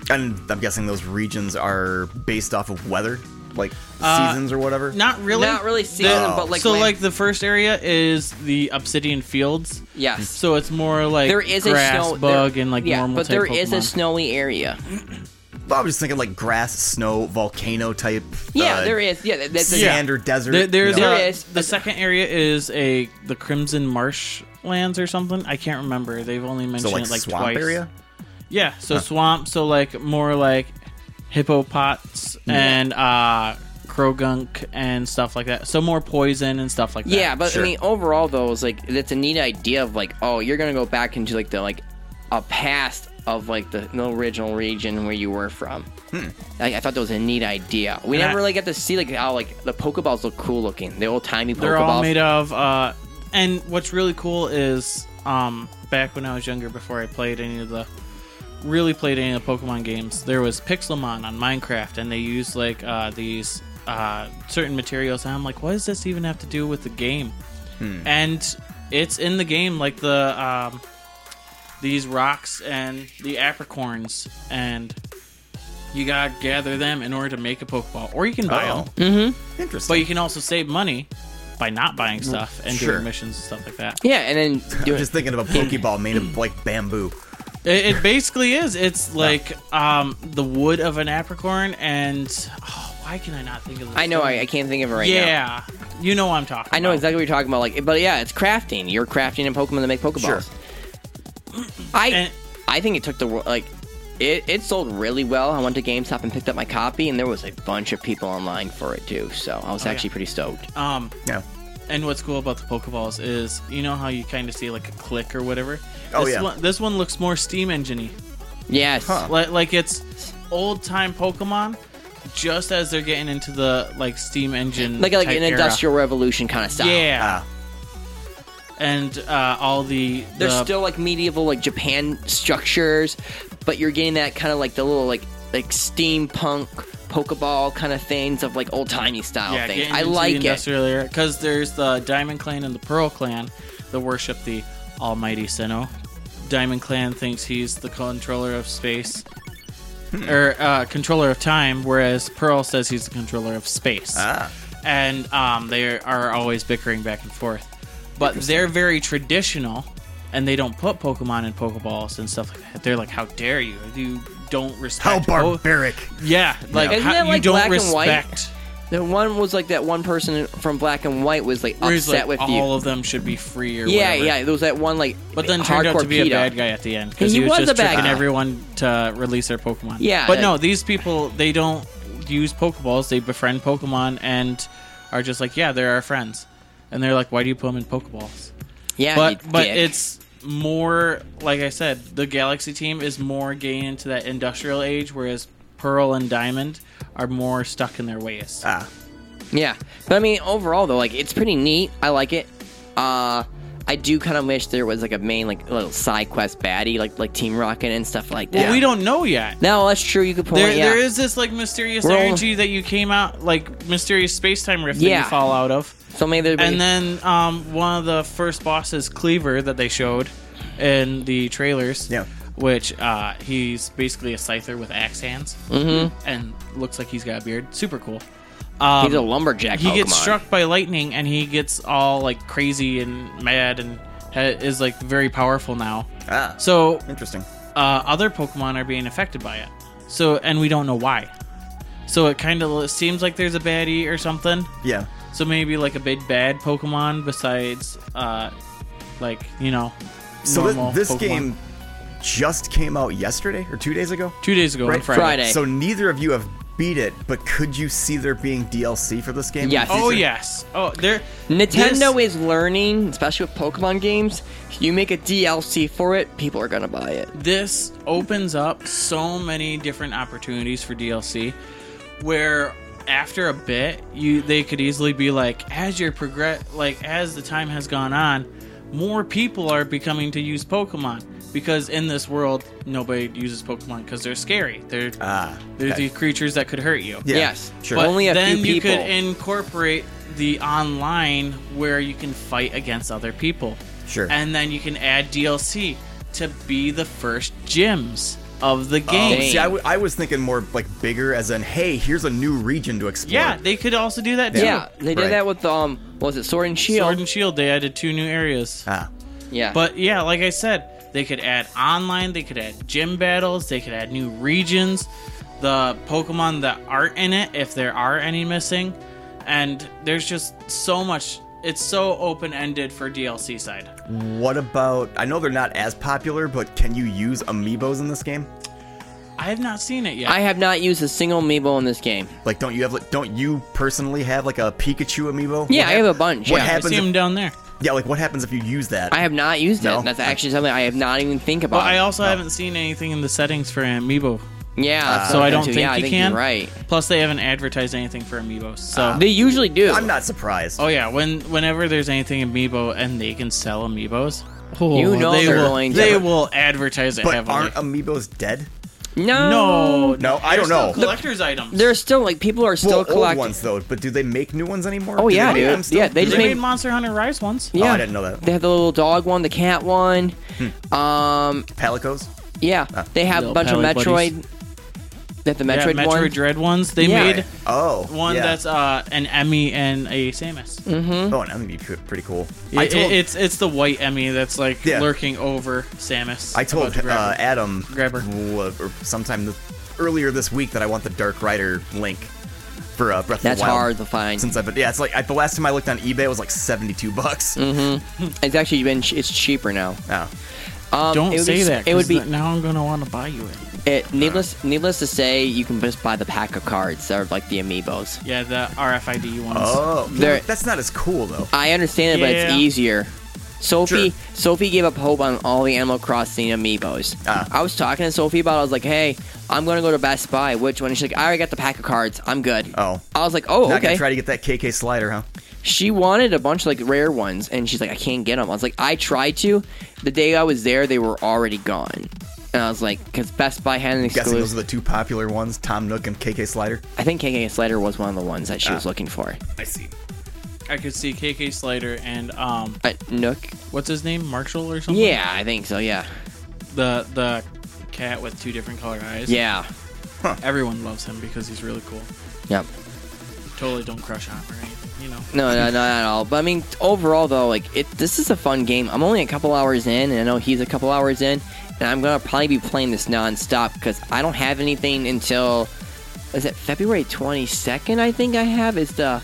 Speaker 3: And I'm guessing those regions are based off of weather, like
Speaker 4: Uh,
Speaker 3: seasons or whatever.
Speaker 4: Not really.
Speaker 2: Not really season,
Speaker 3: Oh.
Speaker 2: but like
Speaker 4: so
Speaker 2: land-
Speaker 4: like the first area is the Obsidian Fields.
Speaker 2: Yes.
Speaker 4: So it's more like
Speaker 2: there is
Speaker 4: grass,
Speaker 2: a snow
Speaker 4: bug,
Speaker 2: there,
Speaker 4: and like
Speaker 2: yeah,
Speaker 4: normal
Speaker 2: but
Speaker 4: type
Speaker 2: there is
Speaker 4: Pokemon.
Speaker 2: a snowy area.
Speaker 3: I was just thinking like grass, snow, volcano type.
Speaker 2: Yeah,
Speaker 3: uh,
Speaker 2: there is. Yeah, that- that's
Speaker 4: Yeah.
Speaker 3: sand or desert.
Speaker 4: There, there's
Speaker 3: you know.
Speaker 2: There
Speaker 4: a-
Speaker 2: is.
Speaker 4: the second area is a the Crimson Marsh lands or something. I can't remember. They've only
Speaker 3: so
Speaker 4: mentioned
Speaker 3: like,
Speaker 4: it like
Speaker 3: swamp
Speaker 4: twice.
Speaker 3: area.
Speaker 4: Yeah, so swamp. So like more like hippopots and uh, Krogunk and stuff like that. So more poison and stuff like that.
Speaker 2: Yeah, but
Speaker 3: Sure.
Speaker 2: I mean, overall though, it's like it's a neat idea of like, oh, you're gonna go back into like the like a past of like the, the original region where you were from. I, I thought that was a neat idea. We
Speaker 4: Hmm. And I-
Speaker 2: never really got to see like how like the Pokeballs look cool looking, the old timey Pokeballs.
Speaker 4: They're all made of. Uh, and what's really cool is um, back when I was younger, before I played any of the really played any of the Pokemon games, there was Pixelmon on Minecraft, and they used like uh, these uh, certain materials. And I'm like, what does this even have to do with the game? And it's in the game, like the um, these rocks and the apricorns and. You gotta gather them in order to make a Pokeball, or you can buy
Speaker 3: Oh.
Speaker 4: them.
Speaker 2: Mm-hmm.
Speaker 3: Interesting.
Speaker 4: But you can also save money by not buying stuff and
Speaker 3: sure.
Speaker 4: doing missions and stuff like that.
Speaker 2: Mm, Yeah, and
Speaker 4: [laughs]
Speaker 2: then do
Speaker 3: I'm just thinking of a Pokeball made of like bamboo.
Speaker 4: It, it basically is. It's like um, the wood of an apricorn, and oh, why can I not think of this?
Speaker 2: I know
Speaker 4: thing?
Speaker 2: I, I can't think of it right now.
Speaker 4: yeah, you know what I'm talking.
Speaker 2: I know
Speaker 4: about.
Speaker 2: exactly what you're talking about. Like, but yeah, it's crafting. You're crafting a Pokemon to make Pokeballs.
Speaker 3: Sure.
Speaker 2: I
Speaker 4: And-
Speaker 2: I think it took the wor- like it, it sold really well. I went to GameStop and picked up my copy, and there was a bunch of people online for it too. So I was actually pretty stoked.
Speaker 4: Oh, Um,
Speaker 3: Yeah.
Speaker 4: and what's cool about the Pokeballs is you know how you kind of see like a click or whatever.
Speaker 3: Oh,
Speaker 4: this
Speaker 3: yeah.
Speaker 4: One, this one looks more steam engine-y.
Speaker 2: Yes.
Speaker 3: Huh.
Speaker 4: like, like it's old time Pokemon. Just as they're getting into the like steam engine,
Speaker 2: Like like
Speaker 4: type
Speaker 2: an
Speaker 4: era.
Speaker 2: industrial revolution kind of style.
Speaker 4: yeah,
Speaker 3: Ah,
Speaker 4: and uh, all the
Speaker 2: There's
Speaker 4: the-
Speaker 2: still like medieval like Japan structures, but you're getting that kind of like the little like like steampunk Pokeball kind of things of like old timey style
Speaker 4: yeah,
Speaker 2: things. I like it.
Speaker 4: it because there's the Diamond Clan and the Pearl Clan that worship the Almighty Sinnoh. Diamond Clan thinks he's the controller of space or uh, controller of time, whereas Pearl says he's the controller of space.
Speaker 3: ah.
Speaker 4: and um, they are always bickering back and forth. But they're very traditional, and they don't put Pokemon in Pokeballs and stuff like that. They're like, "How dare you? You don't
Speaker 3: How
Speaker 4: respect." Po-
Speaker 3: Oh, barbaric!
Speaker 4: Yeah, like
Speaker 2: Isn't
Speaker 4: how-
Speaker 2: that
Speaker 4: you
Speaker 2: like
Speaker 4: don't
Speaker 2: black and white?
Speaker 4: respect.
Speaker 2: The one was like that one person from Black and White was like
Speaker 4: Where he's
Speaker 2: upset
Speaker 4: like,
Speaker 2: with you.
Speaker 4: all of them should be free or
Speaker 2: Yeah,
Speaker 4: whatever.
Speaker 2: yeah. There was that one like
Speaker 4: But then turned
Speaker 2: hardcore
Speaker 4: out to be
Speaker 2: pedo.
Speaker 4: a bad guy at the end because
Speaker 2: He
Speaker 4: he, was,
Speaker 2: was a
Speaker 4: just
Speaker 2: bad
Speaker 4: tricking
Speaker 2: guy.
Speaker 4: everyone to release their Pokemon.
Speaker 2: Yeah,
Speaker 4: but
Speaker 2: that-
Speaker 4: no, these people they don't use Pokeballs. They befriend Pokemon and are just like, yeah, they're our friends. And they're like, why do you put them in Pokeballs?
Speaker 2: Yeah,
Speaker 4: but
Speaker 2: you
Speaker 4: but
Speaker 2: dick.
Speaker 4: it's more like I said, the Galaxy team is more getting into that industrial age, whereas Pearl and Diamond are more stuck in their ways.
Speaker 3: Ah,
Speaker 2: yeah. But I mean, overall though, like it's pretty neat. I like it. Uh, I do kind of wish there was like a main like little side quest baddie like like Team Rocket and stuff like that.
Speaker 4: Well, we don't know yet.
Speaker 2: No, that's true. You could point.
Speaker 4: There,
Speaker 2: yeah.
Speaker 4: there is this like mysterious
Speaker 2: We're all-
Speaker 4: energy that you came out like mysterious space time rift that
Speaker 2: Yeah.
Speaker 4: you fall out of,
Speaker 2: so maybe there'd be.
Speaker 4: and then um, one of the first bosses, Cleaver, that they showed in the trailers.
Speaker 3: Yeah.
Speaker 4: Which uh, he's basically a scyther with axe hands,
Speaker 2: Mm-hmm.
Speaker 4: and looks like he's got a beard. Super cool. Um,
Speaker 2: He's a lumberjack.
Speaker 4: he gets
Speaker 2: Pokemon.
Speaker 4: struck by lightning and he gets all like crazy and mad and ha- is like very powerful now.
Speaker 3: ah.
Speaker 4: So
Speaker 3: Interesting.
Speaker 4: uh, other Pokemon are being affected by it. So, and we don't know why. So it kind of seems like there's a baddie or something.
Speaker 3: Yeah.
Speaker 4: So maybe like a big bad Pokemon besides, uh, like you know,
Speaker 3: So thi-
Speaker 4: normal
Speaker 3: this
Speaker 4: Pokemon.
Speaker 3: game just came out yesterday or two days ago.
Speaker 4: two days ago on
Speaker 3: Right-
Speaker 4: Friday.
Speaker 2: Friday.
Speaker 3: So neither of you have beat it, but could you see there being DLC for this game?
Speaker 2: Yes.
Speaker 4: Oh yes. Oh, there.
Speaker 2: Nintendo
Speaker 4: this-
Speaker 2: is learning, especially with Pokemon games. You make a DLC for it, people are gonna buy it.
Speaker 4: this opens up so many different opportunities for DLC where after a bit you they could easily be like as your progress like as the time has gone on more people are becoming to use Pokemon because in this world nobody uses Pokemon because they're scary they're
Speaker 3: Ah.
Speaker 4: they're
Speaker 3: okay.
Speaker 4: the creatures that could hurt you
Speaker 3: Yeah,
Speaker 2: yes.
Speaker 3: sure.
Speaker 4: but
Speaker 2: Only a
Speaker 4: then
Speaker 2: few
Speaker 4: you
Speaker 2: people.
Speaker 4: could incorporate the online where you can fight against other people.
Speaker 3: Sure.
Speaker 4: And then you can add DLC to be the first gyms of the
Speaker 3: Oh,
Speaker 4: game.
Speaker 3: see, I, w- I was thinking more like bigger, as in, hey, here's a new region to explore.
Speaker 4: yeah, they could also do that too.
Speaker 2: yeah, they did
Speaker 3: Right.
Speaker 2: that with um, what was it Sword and Shield?
Speaker 4: Sword and Shield, they added two new areas.
Speaker 3: Ah.
Speaker 2: yeah,
Speaker 4: But yeah, like I said, they could add online, they could add gym battles, they could add new regions, the Pokemon that aren't in it, if there are any missing. And there's just so much. It's so open ended for DLC side.
Speaker 3: What about? I know they're not as popular, but can you use amiibos in this game?
Speaker 4: I I have not seen it yet.
Speaker 2: I have not used a single amiibo in this game.
Speaker 3: Like, don't you have? like, Don't you personally have like a Pikachu amiibo?
Speaker 2: Yeah,
Speaker 3: What
Speaker 2: I
Speaker 3: hap-
Speaker 2: have a bunch,
Speaker 3: What
Speaker 2: yeah. I
Speaker 4: I
Speaker 3: happens?
Speaker 4: see
Speaker 3: if-
Speaker 4: him down there.
Speaker 2: Oh,
Speaker 3: yeah, like what happens if you use that?
Speaker 2: I have not used
Speaker 3: No.
Speaker 2: it. That's actually something I have not even think about.
Speaker 4: But I also haven't seen anything in the settings for Amiibo,
Speaker 2: yeah,
Speaker 3: Uh,
Speaker 2: that's
Speaker 4: so I
Speaker 2: something
Speaker 4: don't
Speaker 2: too.
Speaker 4: think
Speaker 2: yeah,
Speaker 4: you
Speaker 2: I think
Speaker 4: can.
Speaker 2: You're right.
Speaker 4: Plus, they haven't advertised anything for Amiibo. So
Speaker 2: They usually do.
Speaker 3: Uh, I'm not surprised.
Speaker 4: Oh yeah, when whenever there's anything amiibo and they can sell amiibos, oh,
Speaker 2: You know
Speaker 4: they
Speaker 2: they're
Speaker 4: will,
Speaker 2: going to.
Speaker 4: They will advertise it
Speaker 3: but
Speaker 4: heavily.
Speaker 3: aren't amiibos dead?
Speaker 2: No,
Speaker 4: no,
Speaker 3: No, I
Speaker 4: they're
Speaker 3: don't know.
Speaker 4: still Collectors items.
Speaker 2: There's still like people are still
Speaker 3: well, old
Speaker 2: collecting.
Speaker 3: ones though. But do they make new ones anymore?
Speaker 2: Oh,
Speaker 3: Do they
Speaker 2: yeah,
Speaker 3: make
Speaker 2: dude.
Speaker 3: them still?
Speaker 2: Yeah, they
Speaker 3: Do
Speaker 2: just
Speaker 4: they
Speaker 2: made-
Speaker 4: made Monster Hunter Rise once.
Speaker 2: Yeah,
Speaker 3: didn't know that.
Speaker 2: They have the little dog one, the cat one. Um,
Speaker 3: Palicos.
Speaker 2: yeah,
Speaker 3: Uh,
Speaker 2: they have a
Speaker 4: Little
Speaker 2: bunch of
Speaker 4: Pally buddies.
Speaker 2: Metroid. They have the
Speaker 4: Yeah,
Speaker 2: Metroid,
Speaker 4: Metroid
Speaker 2: one.
Speaker 4: Dread ones. They
Speaker 2: Yeah.
Speaker 4: made
Speaker 3: Oh,
Speaker 4: one
Speaker 3: yeah.
Speaker 4: that's uh, an Emmy and a Samus.
Speaker 2: Mm-hmm.
Speaker 3: oh, and that would be pre- pretty cool.
Speaker 4: It-
Speaker 3: I told,
Speaker 4: it- it's it's the white Emmy that's like
Speaker 3: Yeah.
Speaker 4: lurking over Samus.
Speaker 3: I told
Speaker 4: about to grab
Speaker 3: uh,
Speaker 4: her.
Speaker 3: Adam
Speaker 4: Grab her.
Speaker 3: w- or sometime th- earlier this week that I want the Dark Rider link for uh, Breath of
Speaker 2: That's
Speaker 3: the Wild.
Speaker 2: hard to find.
Speaker 3: Since I've been, yeah, it's like I, the last time I looked on eBay it was like seventy-two bucks.
Speaker 2: Mm-hmm. It's actually been ch- it's cheaper now.
Speaker 3: Oh.
Speaker 2: Um,
Speaker 4: Don't
Speaker 2: it would
Speaker 4: say
Speaker 2: be, s-
Speaker 4: that.
Speaker 2: It would be
Speaker 4: now. I'm gonna want to buy you it.
Speaker 2: it, needless needless to say, you can just buy the pack of cards that are like the amiibos.
Speaker 4: Yeah, the RFID ones.
Speaker 3: Oh,
Speaker 2: [laughs] There-
Speaker 3: that's not as cool though.
Speaker 2: I understand it, but it's
Speaker 4: Yeah.
Speaker 2: easier. Sophie,
Speaker 3: Sure.
Speaker 2: Sophie gave up hope on all the Animal Crossing amiibos.
Speaker 3: Ah.
Speaker 2: I was talking to Sophie about. it. I was like, "Hey, I'm gonna go to Best Buy. Which one?" And she's like, "I already got the pack of cards. I'm good."
Speaker 3: Oh.
Speaker 2: I was like, "Oh,
Speaker 3: Not
Speaker 2: okay."
Speaker 3: gonna try to get that KK slider, huh?
Speaker 2: she wanted a bunch of like rare ones, and she's like, "I can't get them." I was like, "I tried to." The day I was there, they were already gone, and I was like, "Cause Best Buy had an
Speaker 3: Guessing
Speaker 2: exclusive."
Speaker 3: those are the two popular ones: Tom Nook and KK slider.
Speaker 2: I think KK Slater was one of the ones that she
Speaker 3: Ah.
Speaker 2: was looking for.
Speaker 3: I see.
Speaker 4: I could see KK Slater and um,
Speaker 2: Uh, Nook.
Speaker 4: what's his name, Marshall or something?
Speaker 2: Yeah, I think so. Yeah,
Speaker 4: the the cat with two different color eyes.
Speaker 2: yeah,
Speaker 4: everyone loves him because he's really cool.
Speaker 2: yep.
Speaker 4: Totally don't crush on him or anything, you know.
Speaker 2: No, no, not at all. But I mean, overall though, like it, this is a fun game. I'm only a couple hours in, and I know he's a couple hours in, and I'm gonna probably be playing this nonstop because I don't have anything until is it February 22nd? I think I have is the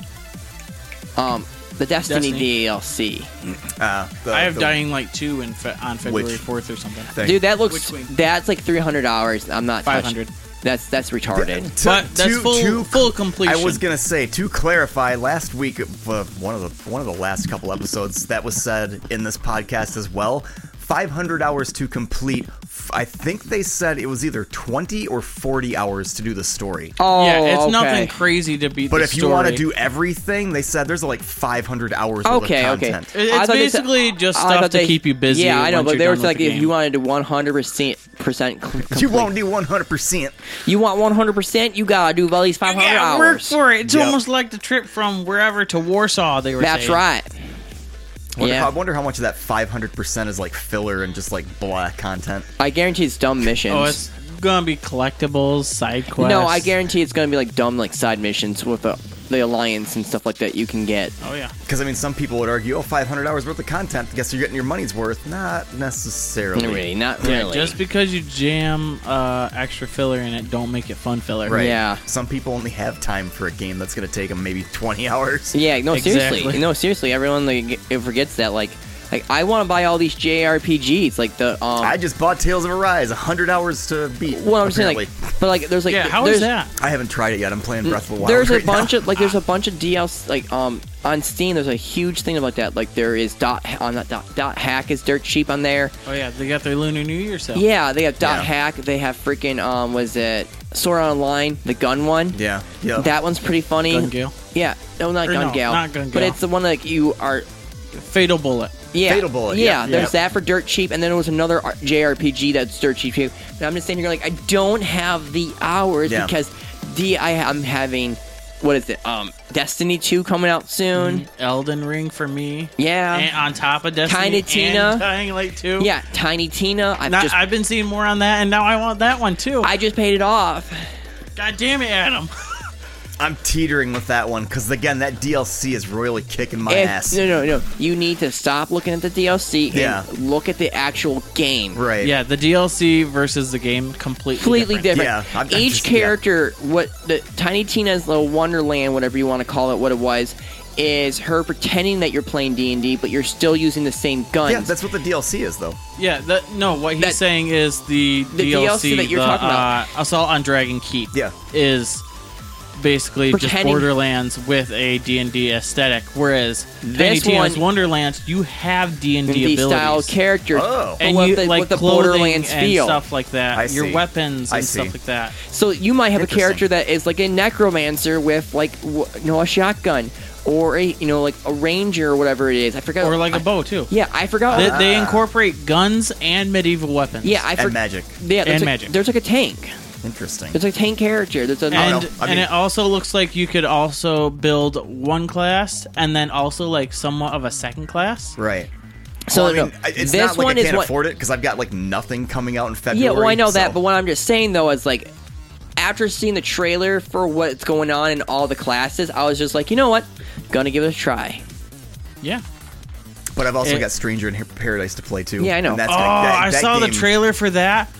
Speaker 2: um the Destiny,
Speaker 4: Destiny.
Speaker 2: DLC.
Speaker 3: Uh, the,
Speaker 4: I have
Speaker 3: the-
Speaker 4: Dying Light two in fe- on February
Speaker 3: Which-
Speaker 4: fourth or something.
Speaker 3: thing.
Speaker 2: Dude, that looks
Speaker 4: Which wing?
Speaker 2: that's like 300 hours. I'm not touching-
Speaker 4: 500.
Speaker 2: That's that's retarded.
Speaker 3: To-
Speaker 4: But that's
Speaker 3: to-
Speaker 4: full
Speaker 3: to-
Speaker 4: full completion.
Speaker 3: I was gonna say to clarify. Last week, uh, one of the one of the last couple episodes that was said in this podcast as well. Five hundred hours to complete. F- I think they said it was either twenty or forty hours to do the story.
Speaker 2: Oh,
Speaker 4: yeah, it's
Speaker 2: okay.
Speaker 4: nothing crazy to beat.
Speaker 3: but
Speaker 4: the
Speaker 3: if you want to
Speaker 4: story.
Speaker 3: do everything, they said there's uh, like five hundred hours
Speaker 2: Okay,
Speaker 3: worth of
Speaker 2: okay.
Speaker 3: content.
Speaker 4: It- it's
Speaker 2: I thought they said-
Speaker 4: basically just
Speaker 2: I
Speaker 4: stuff
Speaker 2: thought
Speaker 4: to
Speaker 2: they-
Speaker 4: keep you busy
Speaker 2: Yeah, I know,
Speaker 4: once
Speaker 2: but
Speaker 4: you're
Speaker 2: they were
Speaker 4: done with
Speaker 2: like,
Speaker 4: the
Speaker 2: if
Speaker 4: game.
Speaker 2: you wanted to 100 percent percent,
Speaker 3: [laughs] You won't do one hundred percent.
Speaker 2: You want 100 percent? You gotta do at least 500
Speaker 4: yeah, work
Speaker 2: hours.
Speaker 4: for it. It's
Speaker 3: Yep.
Speaker 4: almost like the trip from wherever to Warsaw. They were.
Speaker 2: That's
Speaker 4: saying.
Speaker 2: right.
Speaker 3: Wonder
Speaker 2: Yeah.
Speaker 3: how- I wonder how much of that 500% is like filler and just like blah content.
Speaker 2: I guarantee it's dumb missions.
Speaker 4: Oh, it's gonna be collectibles, side quests.
Speaker 2: no, I guarantee it's gonna be like dumb like side missions with the, the alliance and stuff like that you can get.
Speaker 4: Oh yeah.
Speaker 3: Because I mean, some people would argue, oh, 500 hours worth of content. Guess you're getting your money's worth. Not necessarily.
Speaker 2: Really, not
Speaker 4: Yeah,
Speaker 2: really.
Speaker 4: just because you jam uh, extra filler in it, don't make it fun filler.
Speaker 3: Right.
Speaker 2: Yeah.
Speaker 3: Some people only have time for a game that's going to take them maybe 20 [laughs] hours.
Speaker 2: Yeah, no, seriously,
Speaker 4: Exactly.
Speaker 2: no, seriously. Everyone like it forgets that. Like, like I want to buy all these JRPGs, like the um.
Speaker 3: I just bought Tales of Arise, 100 hours to beat.
Speaker 2: well, I'm saying like,
Speaker 3: apparently.
Speaker 2: but like, there's like,
Speaker 4: Yeah. How
Speaker 2: there's,
Speaker 4: is that?
Speaker 3: I haven't tried it yet. I'm playing Breath of the Wild.
Speaker 2: There's a
Speaker 3: right now.
Speaker 2: bunch of like, there's a bunch of DLC like um on Steam. There's a huge thing about that. Like, there is dot on that dot dot hack is dirt cheap on there.
Speaker 4: Oh yeah, they got their Lunar New Year sale.
Speaker 2: Yeah, they have dot
Speaker 3: Yeah.
Speaker 2: hack. They have freaking um was it Sora Online the gun one.
Speaker 3: [laughs] Yeah. Yeah.
Speaker 2: That one's pretty funny.
Speaker 4: Gun Gale?
Speaker 2: Yeah, no, not
Speaker 4: Or
Speaker 2: Gun
Speaker 4: no,
Speaker 2: Gale.
Speaker 4: not Gun
Speaker 2: But
Speaker 4: Gale.
Speaker 2: it's the one that like, you are
Speaker 4: Fatal Bullet.
Speaker 2: Yeah.
Speaker 3: Fatal Bullet,
Speaker 2: Yeah,
Speaker 3: yeah.
Speaker 2: there's
Speaker 3: Yeah.
Speaker 2: that for dirt cheap, and then there was another R- JRPG that's dirt cheap too. And I'm just saying, you're like, I don't have the hours
Speaker 3: Yeah.
Speaker 2: because D, I, I'm having, what is it? Um, Destiny 2 coming out soon.
Speaker 4: Elden Ring for me.
Speaker 2: Yeah.
Speaker 4: Mm-hmm. And on top of Destiny.
Speaker 2: Kinda
Speaker 4: and
Speaker 2: Tina.
Speaker 4: Dying Light 2.
Speaker 2: Yeah, Tiny Tina. I've
Speaker 4: Now,
Speaker 2: just, I,
Speaker 4: I've been seeing more on that, and now I want that one too.
Speaker 2: just paid it off.
Speaker 4: God damn it, Adam.
Speaker 3: I'm teetering with that one because, again, that DLC is really kicking my
Speaker 2: If-
Speaker 3: ass.
Speaker 2: No, no, no. You need to stop looking at the DLC and
Speaker 3: Yeah.
Speaker 2: look at the actual game.
Speaker 3: Right.
Speaker 4: Yeah, the DLC versus the game completely.
Speaker 2: completely
Speaker 4: different.
Speaker 2: different.
Speaker 3: Yeah, I'm- I'm
Speaker 2: Each
Speaker 3: just- yeah.
Speaker 2: character, what the Tiny Tina's the Wonderland, whatever you want to call it, what it was, is her pretending that you're playing D&D but you're still using the same guns.
Speaker 3: Yeah, that's what the DLC is, though.
Speaker 4: Yeah, that, no, what he's
Speaker 2: That-
Speaker 4: saying is the,
Speaker 2: The
Speaker 4: DLC,
Speaker 2: DLC that you're
Speaker 4: the,
Speaker 2: talking about.
Speaker 4: uh, Assault on Dragon Keep
Speaker 3: Yeah.
Speaker 4: is basically just
Speaker 2: Pretending-
Speaker 4: Borderlands with a D&D aesthetic, whereas
Speaker 2: This
Speaker 4: this one,
Speaker 2: one-
Speaker 4: Wonderlands, you have D&D
Speaker 2: D&D
Speaker 4: abilities.
Speaker 2: style characters.
Speaker 3: Oh.
Speaker 2: but
Speaker 4: and
Speaker 2: with
Speaker 4: you
Speaker 2: the,
Speaker 4: like
Speaker 2: with the
Speaker 4: clothing
Speaker 2: Borderlands
Speaker 4: and
Speaker 2: feel.
Speaker 4: stuff like that.
Speaker 3: I
Speaker 4: Your
Speaker 3: see.
Speaker 4: weapons
Speaker 3: I
Speaker 4: and
Speaker 3: see.
Speaker 4: stuff like that.
Speaker 2: So you might have a
Speaker 3: Interesting.
Speaker 2: character that is like a necromancer with like w- you know a shotgun or a you know like a ranger or whatever it is. I forgot.
Speaker 4: Or like
Speaker 2: a
Speaker 4: a bow too.
Speaker 2: yeah, I forgot.
Speaker 4: They, they incorporate guns and medieval weapons.
Speaker 2: yeah, I
Speaker 3: And
Speaker 2: forgot.
Speaker 3: magic.
Speaker 2: Yeah, there's
Speaker 4: And
Speaker 2: like,
Speaker 4: magic.
Speaker 2: There's like a tank.
Speaker 3: Interesting.
Speaker 2: There's like a tank character. There's a
Speaker 3: don't
Speaker 4: and
Speaker 3: know. I
Speaker 4: and
Speaker 3: mean-
Speaker 4: it also looks like you could also build one class and then also like somewhat of a second class.
Speaker 3: Right.
Speaker 2: so
Speaker 3: Well, I mean,
Speaker 2: Oh, no,
Speaker 3: I- it's
Speaker 2: this
Speaker 3: not like
Speaker 2: one
Speaker 3: I
Speaker 2: is
Speaker 3: can't
Speaker 2: what.
Speaker 3: afford it because I've got like nothing coming out in February.
Speaker 2: yeah, well I know that,
Speaker 3: so-
Speaker 2: but what I'm just saying though is like. After seeing the trailer for what's going on in all the classes, I was just like, you know what, gonna give it a try.
Speaker 4: Yeah.
Speaker 3: But I've also
Speaker 4: It-
Speaker 3: got Stranger in Paradise to play too.
Speaker 2: Yeah, I know.
Speaker 3: And that's
Speaker 4: oh,
Speaker 3: gonna- that-
Speaker 4: I
Speaker 3: that
Speaker 4: saw the
Speaker 3: game-
Speaker 4: trailer for that.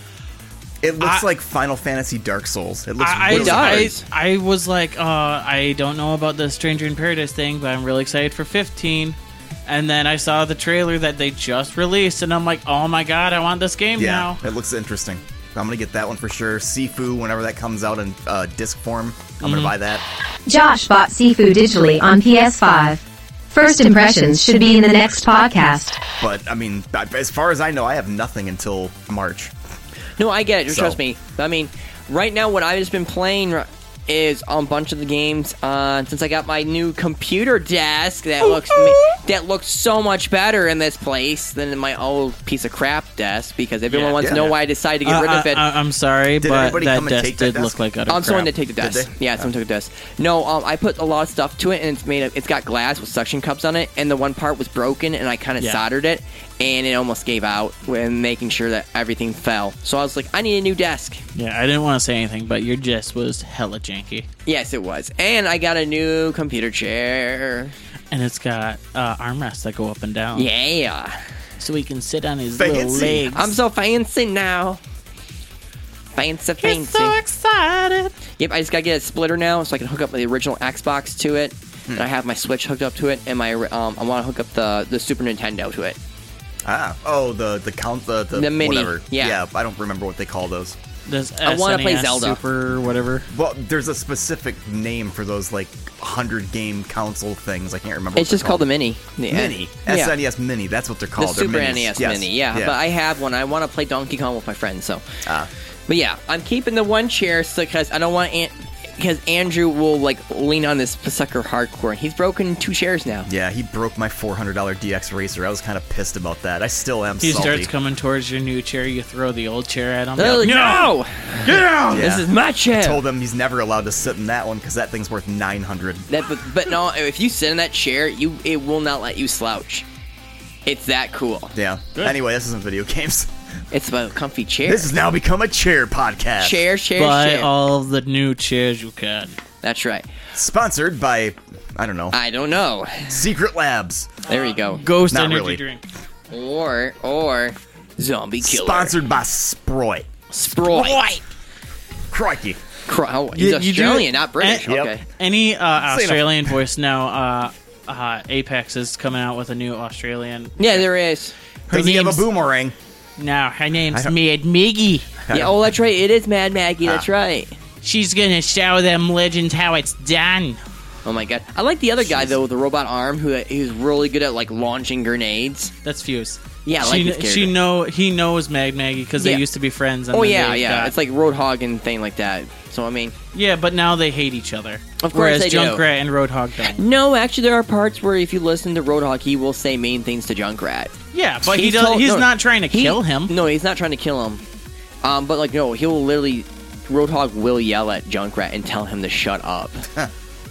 Speaker 3: It looks
Speaker 4: I-
Speaker 3: like Final Fantasy Dark Souls. It looks
Speaker 4: I,
Speaker 3: really
Speaker 2: does.
Speaker 4: I,
Speaker 3: great.
Speaker 2: does.
Speaker 4: I, I was like, uh, I don't know about the Stranger in Paradise thing, but I'm really excited for 15. And then I saw the trailer that they just released, and I'm like, oh my god, I want this game
Speaker 3: Yeah,
Speaker 4: now.
Speaker 3: it looks interesting. I'm gonna get that one for sure. Sifu, whenever that comes out in uh, disc form, I'm
Speaker 2: Mm-hmm.
Speaker 3: gonna buy that.
Speaker 1: Josh bought Sifu digitally on PS5. First impressions should be in the next podcast.
Speaker 3: But I mean, I- as far as I know, I have nothing until March.
Speaker 2: No, I get it.
Speaker 3: So-
Speaker 2: Trust me. I mean, right now, what I've just been playing r- is a bunch of the games. Uh, since I got my new computer desk, that looks ma- that looks so much better in this place than my old piece of crap desk. Because everyone
Speaker 4: Yeah.
Speaker 2: wants to
Speaker 3: Yeah.
Speaker 2: know why I decided to get
Speaker 4: Uh,
Speaker 2: rid of
Speaker 4: I,
Speaker 2: it.
Speaker 4: am sorry,
Speaker 3: Did
Speaker 4: but
Speaker 3: anybody
Speaker 4: that
Speaker 3: come and
Speaker 4: desk
Speaker 3: take that
Speaker 4: did
Speaker 3: desk?
Speaker 4: look like utter
Speaker 2: Oh, I'm someone to
Speaker 4: crap. Oh.
Speaker 2: take the desk.
Speaker 3: they?
Speaker 2: Yeah, someone took the desk. No, um, I put a lot of stuff to it, and it's made. Of, it's got glass with suction cups on it, and the one part was broken, and I kind of
Speaker 4: Yeah.
Speaker 2: soldered it, and it almost gave out when making sure that everything fell. So I was like, I need a new desk.
Speaker 4: Yeah, I didn't want to say anything, but your desk was hella janky,
Speaker 2: Yes, it was. And I got a new computer chair.
Speaker 4: and it's got uh, armrests that go up and down.
Speaker 2: Yeah.
Speaker 4: so he can sit on his little
Speaker 3: Fancy.
Speaker 4: legs.
Speaker 2: I'm so fancy now. Fancy,
Speaker 4: Get
Speaker 2: fancy.
Speaker 4: so excited.
Speaker 2: Yep, I just gotta get a splitter now so I can hook up the original Xbox to it.
Speaker 4: Hmm.
Speaker 2: And I have my Switch hooked up to it, and my um, I want to hook up the, the Super Nintendo to it.
Speaker 3: Ah, oh, the the count the the,
Speaker 2: The mini,
Speaker 3: whatever.
Speaker 2: yeah.
Speaker 3: I don't remember what they call those.
Speaker 4: This
Speaker 2: I wanna play
Speaker 4: SNES
Speaker 2: Zelda.
Speaker 4: E Super, whatever.
Speaker 3: Well, there's a specific name for those like hundred game console things. I can't remember.
Speaker 2: It's
Speaker 3: what they're
Speaker 2: just called the Mini. The-
Speaker 3: Mini
Speaker 2: Yeah.
Speaker 3: SNES Mini. That's what they're
Speaker 2: The
Speaker 3: called. oh, They're
Speaker 2: Super
Speaker 3: minis.
Speaker 2: NES
Speaker 3: Yes.
Speaker 2: Mini. Yeah, but I have one. I want to play Donkey Kong with my friends. So.
Speaker 3: Ah.
Speaker 2: But yeah, I'm keeping the one chair because I don't want An- because Andrew will like lean on this sucker hardcore, and he's broken two chairs now.
Speaker 3: Yeah, he broke my $400 DX Racer. I was kind of pissed about that. I still am
Speaker 4: He
Speaker 3: salty.
Speaker 4: starts coming towards your new chair. You throw the old chair at him.
Speaker 2: Oh, no!
Speaker 3: Yeah.
Speaker 2: This is my chair.
Speaker 3: Told him he's never allowed to sit in that one because that thing's worth 900
Speaker 2: That, but, but no, if you sit in that chair, you it will not let you slouch. It's that cool.
Speaker 3: Yeah. Anyway, this isn't
Speaker 2: [laughs]
Speaker 3: video games.
Speaker 2: It's a comfy chair.
Speaker 3: This has now become a chair podcast.
Speaker 2: chair, chair,
Speaker 4: Buy
Speaker 2: chair.
Speaker 4: all the new chairs you can.
Speaker 2: That's right.
Speaker 3: Sponsored by, I don't know,
Speaker 2: I don't know.
Speaker 3: Secret Labs.
Speaker 2: There you go.
Speaker 4: Ghost
Speaker 3: Not
Speaker 4: energy
Speaker 3: really.
Speaker 4: drink.
Speaker 2: Or or zombie killer.
Speaker 3: Sponsored by Sproy.
Speaker 2: Sproy.
Speaker 3: Crikey.
Speaker 2: Cro- oh, he's
Speaker 4: You- you do
Speaker 2: Australian,
Speaker 4: it-
Speaker 2: not British.
Speaker 3: Yep.
Speaker 2: Okay.
Speaker 4: Any uh,
Speaker 3: Say
Speaker 4: Australian voice now? Uh, uh, Apex is coming out with a new Australian.
Speaker 2: Yeah, there is.
Speaker 4: Her
Speaker 3: Does he have a
Speaker 4: name's-
Speaker 3: boomerang?
Speaker 4: No, her name's
Speaker 3: don't-
Speaker 4: Mad Miggy.
Speaker 2: Yeah, oh, that's right. It is Mad
Speaker 4: Ah.
Speaker 2: Maggie. That's right.
Speaker 4: She's gonna show them legends how it's done.
Speaker 2: Oh my god! I like the other guy though, with the robot arm, who who's really good at like launching grenades.
Speaker 4: That's Fuse.
Speaker 2: Yeah, I like
Speaker 4: she,
Speaker 2: his character.
Speaker 4: she know he knows Mag Maggie because
Speaker 2: Yeah.
Speaker 4: they used to be friends. And
Speaker 2: Oh
Speaker 4: then
Speaker 2: yeah,
Speaker 4: they
Speaker 2: yeah.
Speaker 4: got-
Speaker 2: It's like Roadhog and thing like that. So I mean,
Speaker 4: yeah, but now they hate each other.
Speaker 2: Of course
Speaker 4: Whereas
Speaker 2: they do.
Speaker 4: Junkrat and Roadhog don't.
Speaker 2: no, actually, there are parts where if you listen to Roadhog, he will say mean things to Junkrat.
Speaker 4: Yeah, but he
Speaker 2: He's
Speaker 4: does.
Speaker 2: told-
Speaker 4: he's
Speaker 2: no,
Speaker 4: not trying to
Speaker 2: he-
Speaker 4: kill him.
Speaker 2: No, he's not trying to kill him. Um, but like, no, he'll literally Roadhog will yell at Junkrat and tell him to shut up.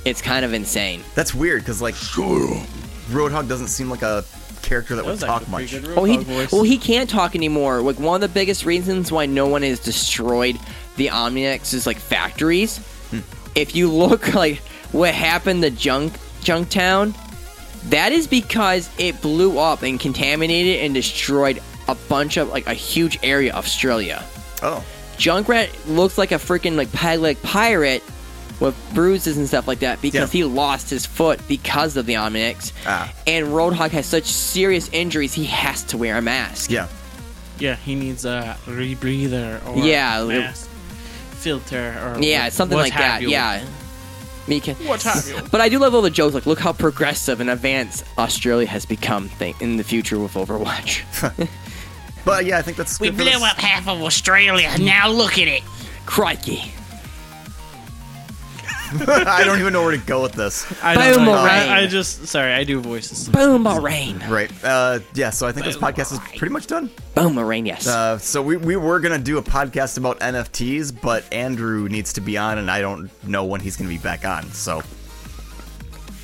Speaker 2: it's kind of insane.
Speaker 3: That's weird because, like, Roadhog doesn't seem like a character that, would talk much.
Speaker 2: Well, he well he can't talk anymore. Like one of the biggest reasons why no one has destroyed the Omniex's like factories. If you look [laughs] like what happened to Junk Junktown, that is because it blew up and contaminated and destroyed a bunch of like a huge area of Australia.
Speaker 3: Oh.
Speaker 2: Junkrat looks like a freaking like peg leg pirate with bruises and stuff like that because he
Speaker 3: Yeah.
Speaker 2: lost his foot because of the Omnix.
Speaker 3: Ah.
Speaker 2: And Roadhog has such serious injuries, he has to wear a mask.
Speaker 3: Yeah.
Speaker 4: Yeah, he needs a rebreather or
Speaker 2: Yeah,
Speaker 4: mask filter or
Speaker 2: Yeah,
Speaker 4: what-
Speaker 2: something
Speaker 4: what
Speaker 2: like
Speaker 4: have
Speaker 2: that.
Speaker 4: you.
Speaker 2: Yeah. Mika.
Speaker 4: What have you?
Speaker 2: [laughs] But I do love all the jokes. Like, look how progressive and advanced Australia has become thing in the future with Overwatch.
Speaker 3: But yeah, I think that's
Speaker 4: We
Speaker 3: good for
Speaker 4: blew
Speaker 3: this-
Speaker 4: up half of Australia. Now look at it.
Speaker 2: Crikey.
Speaker 3: [laughs] I don't even know where to go with this.
Speaker 4: I
Speaker 2: Boom,
Speaker 4: know.
Speaker 2: Moraine.
Speaker 4: I, I just sorry. I do voices.
Speaker 2: Boomerang.
Speaker 3: Right. Uh, yeah. So I think this podcast is pretty much done.
Speaker 2: Boomerang, yes.
Speaker 3: Uh, so we, we were gonna do a podcast about NFTs, but Andrew needs to be on, and I don't know when he's gonna be back on. So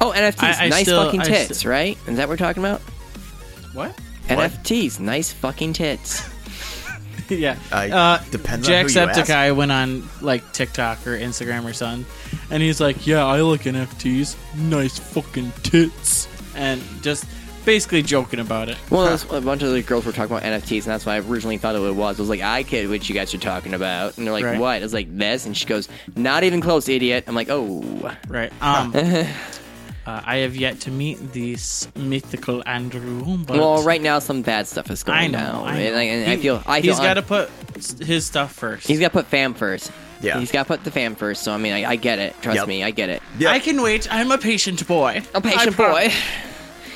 Speaker 2: oh, NFTs.
Speaker 4: I- I
Speaker 2: nice
Speaker 4: still-
Speaker 2: fucking
Speaker 4: I
Speaker 2: tits,
Speaker 4: still-
Speaker 2: right? Is that what we're talking about?
Speaker 4: What?
Speaker 3: What?
Speaker 2: NFTs. Nice fucking tits.
Speaker 4: yeah.
Speaker 3: I-
Speaker 4: uh,
Speaker 3: depends on who you
Speaker 4: Jacksepticeye went on like TikTok or Instagram or something, and he's like, "Yeah, I like NFTs. Nice fucking tits," and just basically joking about it.
Speaker 2: Well, that's a bunch of the girls were talking about NFTs, and that's what I originally thought it was. I was like, I get what you guys are talking about. And they're like,
Speaker 4: Right.
Speaker 2: what? I was like, this. And she goes, not even close, idiot. I'm like, oh.
Speaker 4: Right.
Speaker 2: [laughs]
Speaker 4: Um. uh, I have yet to meet this mythical Andrew. But
Speaker 2: well, right now, some bad stuff is going
Speaker 4: I know.
Speaker 2: down.
Speaker 4: I, know.
Speaker 2: And, I- and
Speaker 4: He-
Speaker 2: I feel, I feel, uh,
Speaker 4: he's got to put s- his stuff first.
Speaker 2: he's got to put fam first.
Speaker 3: Yeah.
Speaker 2: He's got to put the fam first. So, I mean, I, I get it. Trust
Speaker 3: Yep.
Speaker 2: me, I get it.
Speaker 3: yeah,
Speaker 4: I can wait. I'm a patient boy.
Speaker 2: I'm a
Speaker 4: I
Speaker 2: patient
Speaker 3: [laughs]
Speaker 4: pro-
Speaker 2: boy.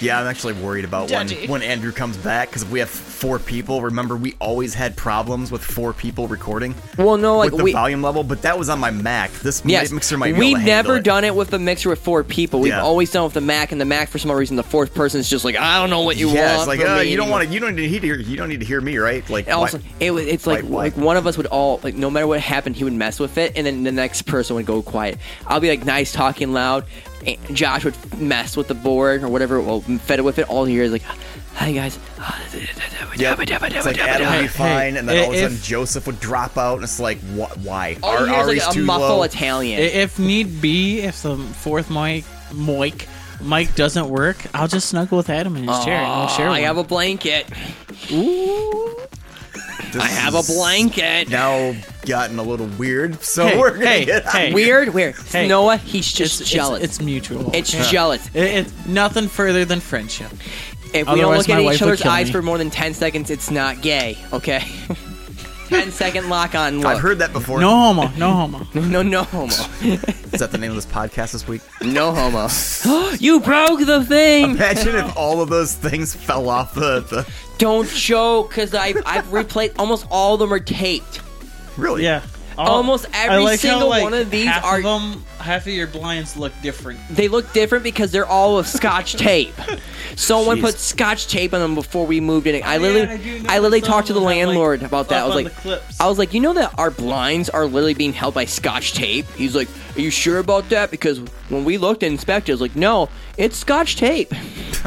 Speaker 3: yeah, I'm actually worried about when
Speaker 4: Daddy.
Speaker 3: when Andrew comes back because we have four people. Remember, we always had problems with four people recording
Speaker 2: Well, no, Oh, like,
Speaker 3: with the
Speaker 2: we.
Speaker 3: volume level, but that was on my Mac. This mi-
Speaker 2: Yes,
Speaker 3: mixer might be
Speaker 2: we've
Speaker 3: able to handle
Speaker 2: never
Speaker 3: it.
Speaker 2: done it with a mixer with four people. We've
Speaker 3: Yeah.
Speaker 2: always done it with the Mac, and the Mac for some reason the fourth person is just like, I don't know what you
Speaker 3: Yeah,
Speaker 2: want.
Speaker 3: it's like
Speaker 2: from
Speaker 3: uh,
Speaker 2: me
Speaker 3: you don't
Speaker 2: anymore."
Speaker 3: want to. You don't need to hear. You don't need to hear me, right? Like
Speaker 2: And also,
Speaker 3: why-
Speaker 2: it was, it's like
Speaker 3: Like what?
Speaker 2: like one of us would all like no matter what happened, he would mess with it, and then the next person would go quiet. I'll be like nice talking loud, and Josh would mess with the board or whatever, well, fed with it. All you hear is like, "Hi guys."
Speaker 3: Yep. It's like Adam would be
Speaker 4: Hey,
Speaker 3: fine, and then all of a
Speaker 4: if-
Speaker 3: sudden Joseph would drop out, and it's like, what? Why?
Speaker 2: All you
Speaker 3: Are
Speaker 2: hear is,
Speaker 3: Ari's
Speaker 2: like a
Speaker 3: too
Speaker 2: muffled
Speaker 3: low?
Speaker 4: I-
Speaker 2: Italian.
Speaker 4: If need be, if the fourth mic, mic, mic doesn't work, I'll just snuggle with Adam in his chair. And we'll share
Speaker 2: I
Speaker 4: one.
Speaker 2: have a blanket.
Speaker 3: This
Speaker 2: I have a
Speaker 3: is
Speaker 2: blanket.
Speaker 3: Now gotten a little weird, so
Speaker 4: Hey,
Speaker 3: we're gonna
Speaker 4: hey,
Speaker 3: get out.
Speaker 4: hey.
Speaker 2: Weird, weird.
Speaker 4: Hey.
Speaker 2: Noah, he's
Speaker 4: It's-
Speaker 2: just
Speaker 4: it's,
Speaker 2: jealous.
Speaker 4: It's, mutual.
Speaker 2: It's
Speaker 4: Yeah.
Speaker 2: jealous.
Speaker 4: It- it's nothing further than friendship.
Speaker 2: If we don't
Speaker 4: Otherwise,
Speaker 2: look
Speaker 4: my
Speaker 2: at
Speaker 4: wife
Speaker 2: each
Speaker 4: would
Speaker 2: other's
Speaker 4: kill
Speaker 2: eyes
Speaker 4: me.
Speaker 2: for more than 10 seconds, it's not gay, okay? [laughs] 10 second lock on look.
Speaker 3: I've heard that before.
Speaker 4: No homo. No homo.
Speaker 2: No, no homo.
Speaker 3: Is that the name of this podcast this week?
Speaker 2: No
Speaker 3: [laughs]
Speaker 2: homo. [gasps] you broke the thing!
Speaker 3: Imagine if all of those things fell off the. the
Speaker 2: Don't joke, because I've, I've replayed almost all of them are taped.
Speaker 3: really?
Speaker 4: [laughs] Yeah.
Speaker 2: [laughs] Almost every
Speaker 4: I like how,
Speaker 2: single
Speaker 4: like,
Speaker 2: one of these
Speaker 4: half
Speaker 2: are-
Speaker 4: Of them, half of your blinds look different.
Speaker 2: They look different because they're all of scotch
Speaker 3: [laughs]
Speaker 2: tape. Someone
Speaker 3: Jeez.
Speaker 2: put scotch tape on them before we moved in. I
Speaker 4: Oh,
Speaker 2: literally,
Speaker 4: yeah, I do know
Speaker 2: I, literally
Speaker 4: that
Speaker 2: talked to the
Speaker 4: some of them have, like,
Speaker 2: landlord about that.
Speaker 4: up
Speaker 2: I was
Speaker 4: on
Speaker 2: like,
Speaker 4: the clips.
Speaker 2: I was like, you know that our blinds are literally being held by scotch tape. He's like, are you sure about that? Because when we looked and inspected, I was like, no, it's scotch tape.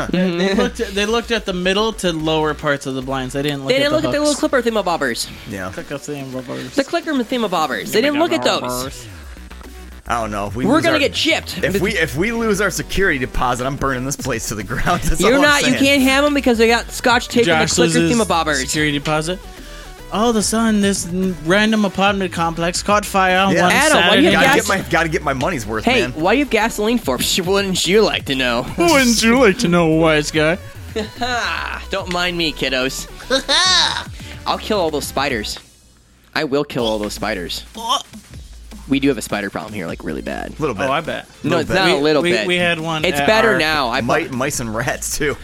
Speaker 4: They looked, at, they looked at the middle to lower parts of the blinds. They didn't look.
Speaker 2: They
Speaker 4: at
Speaker 2: didn't
Speaker 4: the
Speaker 2: look at the
Speaker 4: hooks.
Speaker 2: little clipper thingamabobbers.
Speaker 3: Yeah.
Speaker 4: Click up the envelopes.
Speaker 2: The clicker thingamabobbers. They didn't look at those.
Speaker 3: I don't know. If we
Speaker 2: We're
Speaker 3: lose
Speaker 2: gonna
Speaker 3: our-
Speaker 2: get chipped.
Speaker 3: If we if we lose our security deposit, I'm burning this place to the ground. [laughs] That's all
Speaker 2: You're
Speaker 3: I'm
Speaker 2: not. You
Speaker 3: saying.
Speaker 2: can't have them because they got scotch tape on the
Speaker 4: Josh
Speaker 2: clicker
Speaker 4: loses
Speaker 2: thingamabobbers.
Speaker 4: security deposit. All of a sudden, this n- random apartment complex caught fire on
Speaker 3: Yeah.
Speaker 4: one
Speaker 2: Adam, why do
Speaker 4: Saturday.
Speaker 2: you
Speaker 3: Gotta
Speaker 2: Gas-
Speaker 3: get my gotta get my money's worth,
Speaker 2: Hey,
Speaker 3: man.
Speaker 2: why do you have gasoline for? [laughs] Wouldn't you like to know?
Speaker 4: Wouldn't you like to know, wise guy?
Speaker 2: Ah, Don't mind me, kiddos. I'll kill all those spiders. I will kill all those spiders.
Speaker 4: Oh,
Speaker 2: We do have a spider problem here, like really bad.
Speaker 3: A little bit.
Speaker 4: I bet.
Speaker 2: No,
Speaker 3: little
Speaker 2: it's
Speaker 3: bit.
Speaker 2: not a
Speaker 4: We-
Speaker 2: little
Speaker 4: we-
Speaker 2: bit.
Speaker 4: we had one
Speaker 2: It's
Speaker 4: at
Speaker 2: better
Speaker 4: our-
Speaker 2: now. I
Speaker 3: Mi- mice and rats too.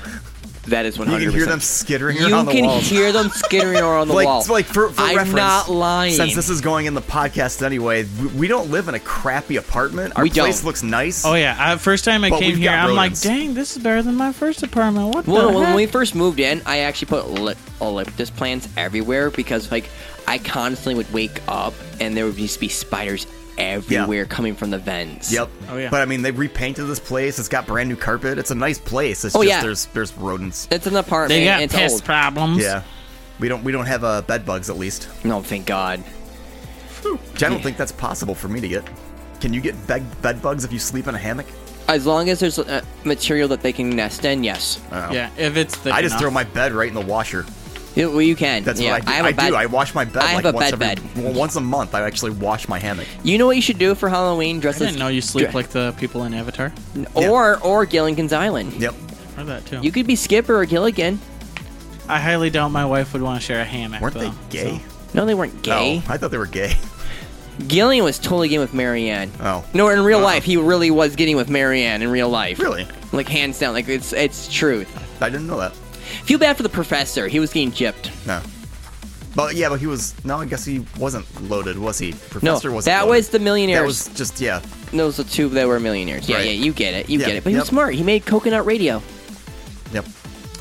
Speaker 2: that is one
Speaker 3: You
Speaker 2: hundred.
Speaker 3: can hear them skittering
Speaker 2: You
Speaker 3: around the
Speaker 2: can
Speaker 3: walls.
Speaker 2: hear them skittering around the
Speaker 3: [laughs] like,
Speaker 2: wall.
Speaker 3: like for, for
Speaker 2: I'm
Speaker 3: reference,
Speaker 2: not lying.
Speaker 3: Since this is going in the podcast anyway, we, we don't live in a crappy apartment. Our
Speaker 2: We don't.
Speaker 3: place looks nice.
Speaker 4: Oh yeah, I, first time I
Speaker 3: But
Speaker 4: came
Speaker 3: we've
Speaker 4: here,
Speaker 3: got
Speaker 4: I'm like,
Speaker 3: rodents.
Speaker 4: dang, this is better than my first apartment. What
Speaker 2: Well,
Speaker 4: the
Speaker 2: when
Speaker 3: [laughs]
Speaker 4: heck?
Speaker 2: we first moved in, I actually put ellip- elliptus plants everywhere because, like, I constantly would wake up and there would just be spiders everywhere coming from the vents.
Speaker 3: Yep.
Speaker 4: Oh, yeah.
Speaker 3: But I mean, they repainted this place. It's got brand new carpet. It's a nice place. It's
Speaker 2: Oh,
Speaker 3: just
Speaker 2: yeah.
Speaker 3: there's there's rodents.
Speaker 2: It's an apartment.
Speaker 4: they got
Speaker 2: and it's
Speaker 4: pest
Speaker 2: old.
Speaker 4: problems.
Speaker 3: Yeah. We don't we don't have uh, bed bugs at least.
Speaker 2: No, thank God.
Speaker 3: Which I don't think that's possible for me to get. Can you get bed, bed bugs if you sleep in a hammock?
Speaker 2: As long as there's uh, material that they can nest in, yes.
Speaker 3: I don't know.
Speaker 4: yeah. If it's thick
Speaker 3: I just
Speaker 4: enough.
Speaker 3: throw my bed right in the washer.
Speaker 2: Yeah, well, you can.
Speaker 3: That's
Speaker 2: yeah.
Speaker 3: what I do.
Speaker 2: have
Speaker 3: I,
Speaker 2: a bed.
Speaker 3: do. I wash my bed
Speaker 2: I
Speaker 3: like
Speaker 2: have a
Speaker 3: once
Speaker 2: bed
Speaker 3: every well, once a month. I actually wash my hammock.
Speaker 2: You know what you should do for Halloween? Dress
Speaker 4: I
Speaker 2: as
Speaker 4: didn't know you sleep
Speaker 2: dre-
Speaker 4: like the people in Avatar.
Speaker 2: or or Gilligan's Island.
Speaker 3: Yep.
Speaker 4: Or that too.
Speaker 2: You could be Skipper or Gilligan.
Speaker 4: I highly doubt my wife would want to share a hammock.
Speaker 3: Weren't they
Speaker 4: though,
Speaker 3: gay?
Speaker 4: so-
Speaker 2: No, they weren't gay.
Speaker 3: Oh, I thought they were gay. [laughs]
Speaker 2: Gillian was totally getting with Marianne.
Speaker 3: Oh.
Speaker 2: No, in real
Speaker 3: Oh.
Speaker 2: life, he really was getting with Marianne in real life.
Speaker 3: Really?
Speaker 2: Like hands down, like it's it's truth.
Speaker 3: I didn't know that.
Speaker 2: Feel bad for the professor. He was getting gypped.
Speaker 3: No. But yeah, but he was no. I guess he wasn't loaded, was he?
Speaker 2: No,
Speaker 3: Professor wasn't.
Speaker 2: that
Speaker 3: loaded.
Speaker 2: was the millionaires.
Speaker 3: That was just yeah.
Speaker 2: Those the two that were millionaires. Yeah,
Speaker 3: Right.
Speaker 2: yeah, you get it, you
Speaker 3: Yeah,
Speaker 2: get it. But he was
Speaker 3: yep.
Speaker 2: smart. He made coconut radio.
Speaker 3: Yep.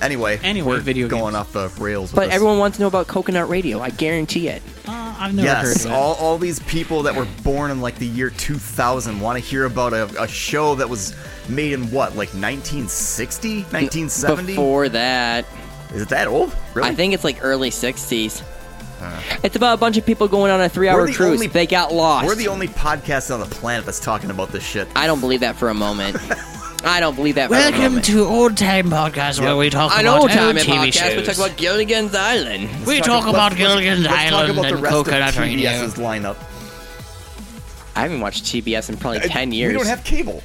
Speaker 3: Anyway,
Speaker 4: Anyway,
Speaker 3: we're
Speaker 4: video
Speaker 3: going
Speaker 4: games.
Speaker 3: off the rails. With
Speaker 2: But
Speaker 3: this.
Speaker 2: everyone wants to know about coconut radio. I guarantee it.
Speaker 4: Uh, I've never heard
Speaker 3: Yes,
Speaker 4: of it.
Speaker 3: all, all these people that were born in like the year 2000 want to hear about a, a show that was made in what, like 1960? 1970?
Speaker 2: Before that,
Speaker 3: Is it that old? Really?
Speaker 2: I think it's like early '60s. it's about a bunch of people going on a three-hour
Speaker 3: We're the
Speaker 2: cruise.
Speaker 3: only-
Speaker 2: they got lost.
Speaker 3: We're the only podcast on the planet that's talking about this shit.
Speaker 2: I don't believe that for a
Speaker 3: [laughs]
Speaker 2: moment. I don't believe that. For a
Speaker 4: Welcome
Speaker 2: moment.
Speaker 4: to Old Time Podcast, where we talk
Speaker 2: an
Speaker 4: about
Speaker 2: old time
Speaker 4: old TV
Speaker 2: podcast. We
Speaker 4: shows.
Speaker 2: talk about Gilligan's Island.
Speaker 4: we
Speaker 3: Let's
Speaker 4: talk
Speaker 3: let's-
Speaker 4: about
Speaker 3: let's-
Speaker 4: Gilligan's
Speaker 3: let's
Speaker 4: Island
Speaker 3: talk about
Speaker 4: and
Speaker 3: the rest
Speaker 4: Coconut
Speaker 3: of
Speaker 4: Radio.
Speaker 3: TBS's lineup.
Speaker 2: I haven't watched TBS in probably ten years.
Speaker 3: Uh, We don't have cable.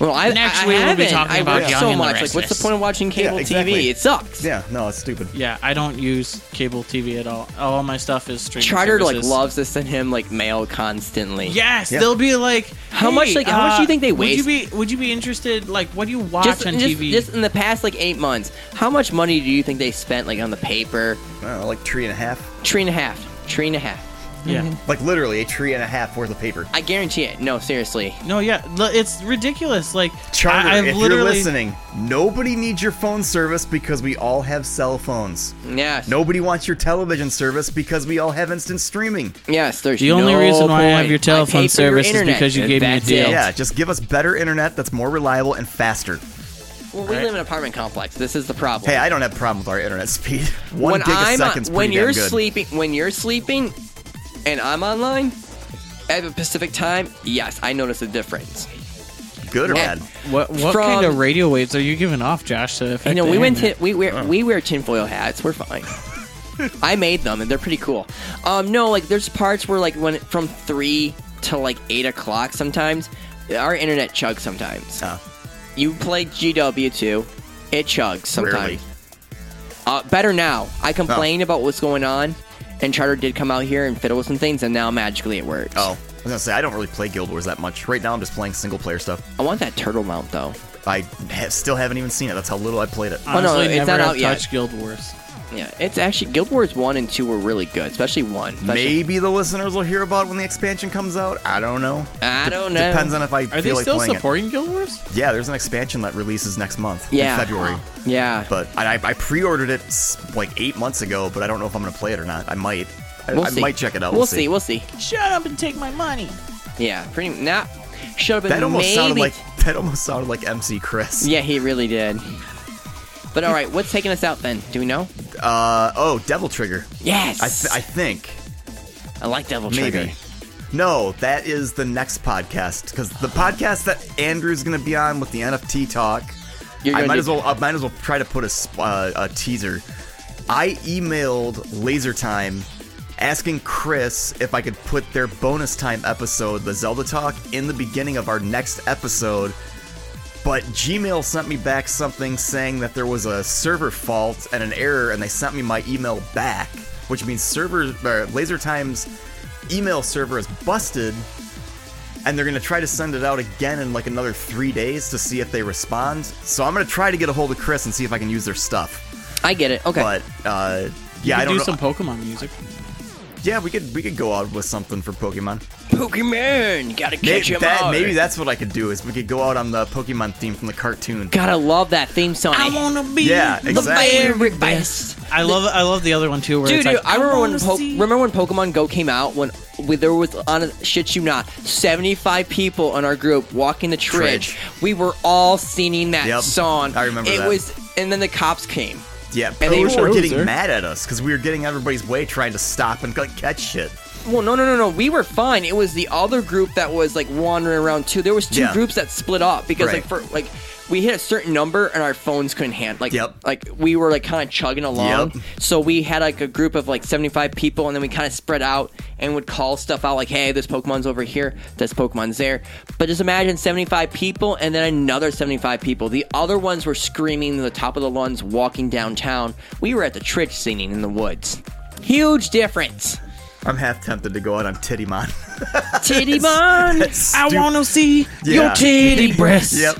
Speaker 2: well, I,
Speaker 4: Next
Speaker 2: I,
Speaker 4: we will be
Speaker 2: haven't.
Speaker 4: talking
Speaker 2: I
Speaker 4: about
Speaker 2: work
Speaker 4: Young
Speaker 2: so
Speaker 4: and the
Speaker 2: much. Like, what's
Speaker 4: Restless.
Speaker 2: the point of watching cable
Speaker 3: exactly.
Speaker 2: TV? It sucks.
Speaker 3: Yeah, no, it's stupid.
Speaker 4: Yeah, I don't use cable TV at all. All my stuff is streaming.
Speaker 2: Charter like
Speaker 4: services.
Speaker 2: loves to send him like mail constantly.
Speaker 4: Yes,
Speaker 3: Yeah.
Speaker 4: they'll be like,
Speaker 2: How much,
Speaker 4: "Hey,
Speaker 2: like, how much
Speaker 4: uh,
Speaker 2: do you think they waste?"
Speaker 4: Would you be Would you be interested? Like, what do you watch
Speaker 2: Just,
Speaker 4: on
Speaker 2: just,
Speaker 4: TV?
Speaker 2: just in the past like eight months, how much money do you think they spent like on the paper?
Speaker 3: I don't know, Uh, like tree and a half.
Speaker 2: Tree and a half. Tree and a half.
Speaker 4: yeah.
Speaker 3: Like literally a tree and a half worth of paper.
Speaker 2: I guarantee it. No, seriously.
Speaker 4: No, yeah, l- it's ridiculous. Like,
Speaker 3: Charter,
Speaker 4: I- I've
Speaker 3: if you're
Speaker 4: literally
Speaker 3: listening, nobody needs your phone service because we all have cell phones.
Speaker 2: Yes.
Speaker 3: Nobody wants your television service because we all have instant streaming.
Speaker 2: Yes. There's
Speaker 4: The only
Speaker 2: no
Speaker 4: reason why I
Speaker 2: point.
Speaker 4: have your telephone
Speaker 2: pay for your
Speaker 4: service is
Speaker 2: internet.
Speaker 4: because you gave me a
Speaker 2: That's
Speaker 4: deal.
Speaker 2: it.
Speaker 3: Yeah, just give us better internet that's more reliable and faster.
Speaker 2: Well, we
Speaker 4: Right.
Speaker 2: live in an apartment complex. This is the problem.
Speaker 3: Hey, I don't have a problem with our internet speed. [laughs] One
Speaker 2: when
Speaker 3: gig a
Speaker 2: I'm
Speaker 3: second's
Speaker 2: when
Speaker 3: pretty damn
Speaker 2: you're
Speaker 3: good.
Speaker 2: sleeping, when you're sleeping, and I'm online at a Pacific time, yes, I notice a difference.
Speaker 3: Good or
Speaker 2: Yeah.
Speaker 3: bad?
Speaker 4: What What
Speaker 2: From-
Speaker 4: kind of radio waves are you giving off, Josh? To affect
Speaker 2: You know,
Speaker 4: the
Speaker 2: we went
Speaker 4: internet?
Speaker 2: to we
Speaker 3: Oh.
Speaker 2: wear we wear tinfoil hats. We're
Speaker 3: [laughs]
Speaker 2: fine. I made them and they're pretty cool. Um, no, like there's parts where like when from three to like eight o'clock sometimes, our internet chugs sometimes.
Speaker 3: Oh.
Speaker 2: You play GW two, it chugs
Speaker 3: Rarely.
Speaker 2: sometimes. Uh, better now. I
Speaker 3: Oh.
Speaker 2: complained about what's going on, and Charter did come out here and fiddle with some things, and now magically it works.
Speaker 3: Oh, I was gonna say I don't really play Guild Wars that much. Right now, I'm just playing single player stuff.
Speaker 2: I want that turtle mount though.
Speaker 3: I ha- still haven't even seen it. That's how little I played it.
Speaker 2: Oh, no,
Speaker 4: Honestly,
Speaker 2: it's
Speaker 4: never
Speaker 2: not
Speaker 4: have
Speaker 2: out yet.
Speaker 4: touched Guild Wars.
Speaker 2: Yeah, it's actually Guild Wars one and two were really good, especially one. Especially-
Speaker 3: Maybe the listeners will hear about it when the expansion comes out. I don't know.
Speaker 2: I don't know.
Speaker 3: Depends on if I
Speaker 4: Are
Speaker 3: feel
Speaker 4: they
Speaker 3: like
Speaker 4: still
Speaker 3: playing it.
Speaker 4: supporting Guild Wars?
Speaker 3: Yeah, there's an expansion that releases next month
Speaker 2: Yeah.
Speaker 3: in February.
Speaker 2: Yeah.
Speaker 3: But I, I pre-ordered it s- like eight months ago, but I don't know if I'm gonna play it or not. I might. I,
Speaker 2: We'll
Speaker 3: I
Speaker 2: see.
Speaker 3: might check it out.
Speaker 2: We'll, see. We'll see.
Speaker 4: Shut up and take my money.
Speaker 2: Yeah. Pretty not. Shut up. and
Speaker 3: That almost
Speaker 2: maybe.
Speaker 3: sounded like [laughs] that almost sounded like MC Chris.
Speaker 2: Yeah, he really did. But all right, what's taking us out then? Do we know?
Speaker 3: Uh oh, Devil Trigger.
Speaker 2: Yes.
Speaker 3: I, th- I think
Speaker 2: I like Devil Trigger.
Speaker 3: maybe. No, that is the next podcast because the podcast that Andrew's gonna be on with the NFT talk.
Speaker 2: You're
Speaker 3: I
Speaker 2: gonna
Speaker 3: might
Speaker 2: do-
Speaker 3: as well. I might as well try to put a sp- uh, a teaser. I emailed Laser Time asking Chris if I could put their bonus time episode, the Zelda talk, in the beginning of our next episode. But Gmail sent me back something saying that there was a server fault and an error, and they sent me my email back, which means server or Laser Time's email server is busted and they're gonna try to send it out again in like another three days to see if they respond. So I'm gonna try to get a hold of Chris and see if I can use their stuff.
Speaker 2: I get it. Okay.
Speaker 3: But uh, yeah,
Speaker 4: You
Speaker 3: I
Speaker 4: could
Speaker 3: don't
Speaker 4: do
Speaker 3: know.
Speaker 4: some Pokemon music.
Speaker 3: yeah, we could we could go out with something for Pokemon.
Speaker 2: Pokemon, gotta
Speaker 3: Maybe,
Speaker 2: catch 'em
Speaker 3: that-
Speaker 2: all.
Speaker 3: maybe that's what I could do is we could go out on the Pokemon theme from the cartoon.
Speaker 2: Gotta love that theme song.
Speaker 4: wanna be
Speaker 3: Yeah,
Speaker 4: the
Speaker 3: exactly.
Speaker 4: very
Speaker 2: Favorite
Speaker 4: best.
Speaker 2: best.
Speaker 4: I love I love the other one too. Where
Speaker 2: Dude,
Speaker 4: it's like,
Speaker 2: dude, I remember when
Speaker 4: wanna
Speaker 2: po-
Speaker 4: see- [laughs]
Speaker 2: remember when Pokemon Go came out when we, there was on a, shit you not seventy five people in our group walking the
Speaker 3: Tridge.
Speaker 2: tridge. We were all singing that
Speaker 3: Yep,
Speaker 2: song.
Speaker 3: I remember
Speaker 2: It
Speaker 3: that.
Speaker 2: was, and then the cops came.
Speaker 3: Yeah,
Speaker 2: And they
Speaker 3: people were
Speaker 2: chose
Speaker 3: getting
Speaker 4: her.
Speaker 3: mad at us because we were getting everybody's way trying to stop and like, catch shit.
Speaker 2: Well, no, no, no, no. We were fine. It was the other group that was like wandering around too. There was two
Speaker 3: Yeah.
Speaker 2: groups that split up because
Speaker 3: Right.
Speaker 2: like for like we hit a certain number and our phones couldn't handle like
Speaker 3: Yep.
Speaker 2: like we were like kind of chugging along.
Speaker 3: Yep.
Speaker 2: So we had like a group of like 75 people and then we kind of spread out and would call stuff out like hey, this Pokemon's over here, this Pokemon's there. But just imagine 75 people and then another 75 people. The other ones were screaming to the top of the lungs walking downtown. We were at the Tritch singing in the woods. Huge difference.
Speaker 3: I'm half tempted to go out on Tittymon.
Speaker 2: Titty bun.
Speaker 4: I
Speaker 3: Stu-
Speaker 4: want to see
Speaker 3: Yeah.
Speaker 4: your titty breasts.
Speaker 3: [laughs] Yep.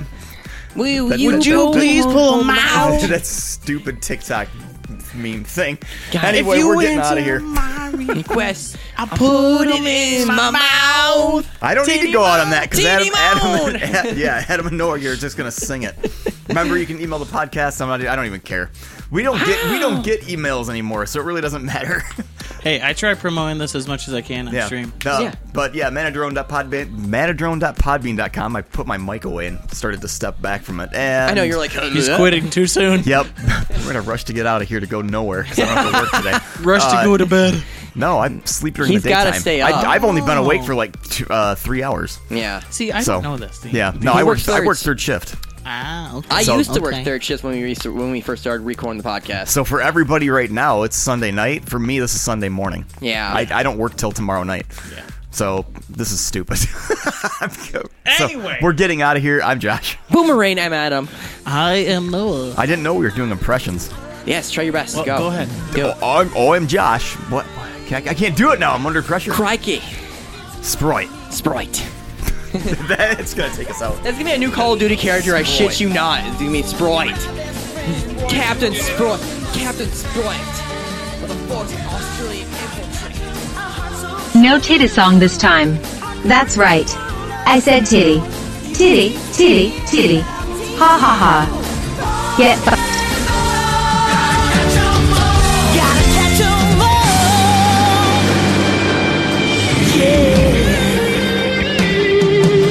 Speaker 2: Will
Speaker 3: That
Speaker 2: you,
Speaker 3: would-
Speaker 2: go
Speaker 3: [laughs]
Speaker 4: please pull 'em out?
Speaker 3: That's stupid TikTok meme thing.
Speaker 2: God.
Speaker 3: [laughs] anyway,
Speaker 4: If you
Speaker 3: we're getting
Speaker 4: into
Speaker 3: out of here.
Speaker 4: my re- [laughs]
Speaker 2: Request.
Speaker 4: I put it in my mouth.
Speaker 3: I don't need to
Speaker 2: Titty
Speaker 3: go out on
Speaker 2: moan,
Speaker 3: that because Adam,
Speaker 2: titty
Speaker 3: Adam,
Speaker 2: moan.
Speaker 3: [laughs] Ad- yeah, Adam and Noah, you're just gonna sing it. Remember, you can email the podcast. I'm not. e, I don't even care. We don't get we don't get emails anymore, so it really doesn't matter. [laughs]
Speaker 4: Hey, I try promoting this as much as I can on
Speaker 3: yeah.
Speaker 4: stream.
Speaker 3: Uh,
Speaker 2: Yeah.
Speaker 3: But yeah, manadrone.podbean, manadrone.podbean.com. I put my mic away and started to step back from it.
Speaker 2: [laughs]
Speaker 3: And
Speaker 2: I know you're like
Speaker 4: He's
Speaker 2: "Ugh."
Speaker 4: quitting too soon.
Speaker 3: Yep. [laughs] We're in a rush to get out of here to go nowhere 'cause I don't have to work
Speaker 2: [laughs]
Speaker 3: today.
Speaker 4: Rush
Speaker 3: Uh,
Speaker 4: to go to bed.
Speaker 3: No, I sleep during
Speaker 2: He's
Speaker 3: the daytime.
Speaker 2: gotta stay up.
Speaker 3: I, I've only been awake
Speaker 4: Oh.
Speaker 3: for like two, uh, three hours.
Speaker 2: Yeah.
Speaker 4: See, I
Speaker 3: so
Speaker 4: don't know this. Thing.
Speaker 3: Yeah. No,
Speaker 2: He
Speaker 3: I
Speaker 2: works
Speaker 3: worked. I worked
Speaker 2: thirds.
Speaker 3: third shift.
Speaker 4: Ah, okay.
Speaker 2: I
Speaker 3: So-
Speaker 2: used to
Speaker 4: Okay.
Speaker 2: work third shifts when we re- when we first started recording the podcast.
Speaker 3: So for everybody right now, it's Sunday night. For me, this is Sunday morning.
Speaker 2: Yeah.
Speaker 3: I, I don't work till tomorrow night.
Speaker 4: Yeah.
Speaker 3: So this is stupid. [laughs] I'm go-
Speaker 4: Anyway.
Speaker 3: so we're getting out of here. I'm Josh.
Speaker 2: Boomerang, I'm Adam.
Speaker 4: I am Noah.
Speaker 3: I didn't know we were doing impressions.
Speaker 2: Yes, try your best.
Speaker 4: Well,
Speaker 2: go.
Speaker 4: go ahead.
Speaker 2: Do it.
Speaker 3: Oh, I'm, oh, I'm Josh. What? I, I can't do it now. I'm under pressure.
Speaker 2: Crikey.
Speaker 3: Sprite.
Speaker 2: Sprite.
Speaker 3: [laughs] That's gonna take us out.
Speaker 2: That's gonna be a new Call of Duty character, I shit you not. It's gonna be Sprite. Captain Sprite. Captain Sprite. For the force of Australian infantry.
Speaker 1: No titty song this time. That's right. I said titty. Titty, titty, titty. Ha ha ha. Get fucked.
Speaker 6: Gotta catch 'em all.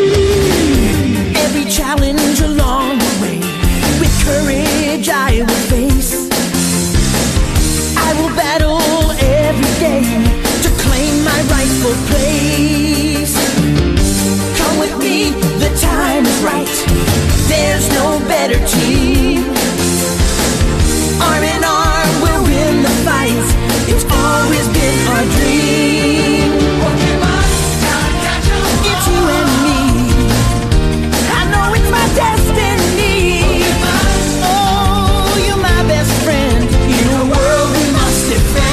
Speaker 6: Yeah. Every challenge along the way, with courage I will face. I will battle every day to claim my rightful place. Come with me, the time is right. There's no better team. Arm in arm, we'll win the fight. It's always been our dream. It's you and me. I know it's my destiny. Oh, you're my best friend. In a world we must defend.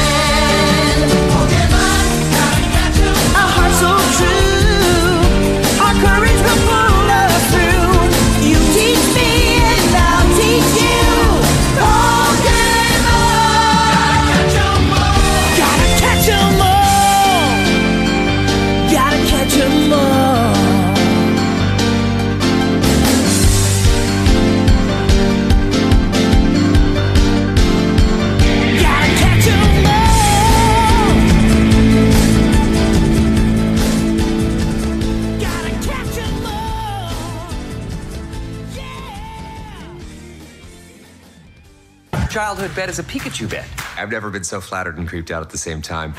Speaker 6: Our hearts so true. Our courage will pull us through. You teach me and I'll teach you. Oh, Pokemon. Gotta catch 'em all. Gotta catch 'em all. Gotta catch 'em all. Gotta catch 'em all. Yeah.
Speaker 7: childhood bet is a Pikachu bet.
Speaker 8: I've never been so flattered and creeped out at the same time.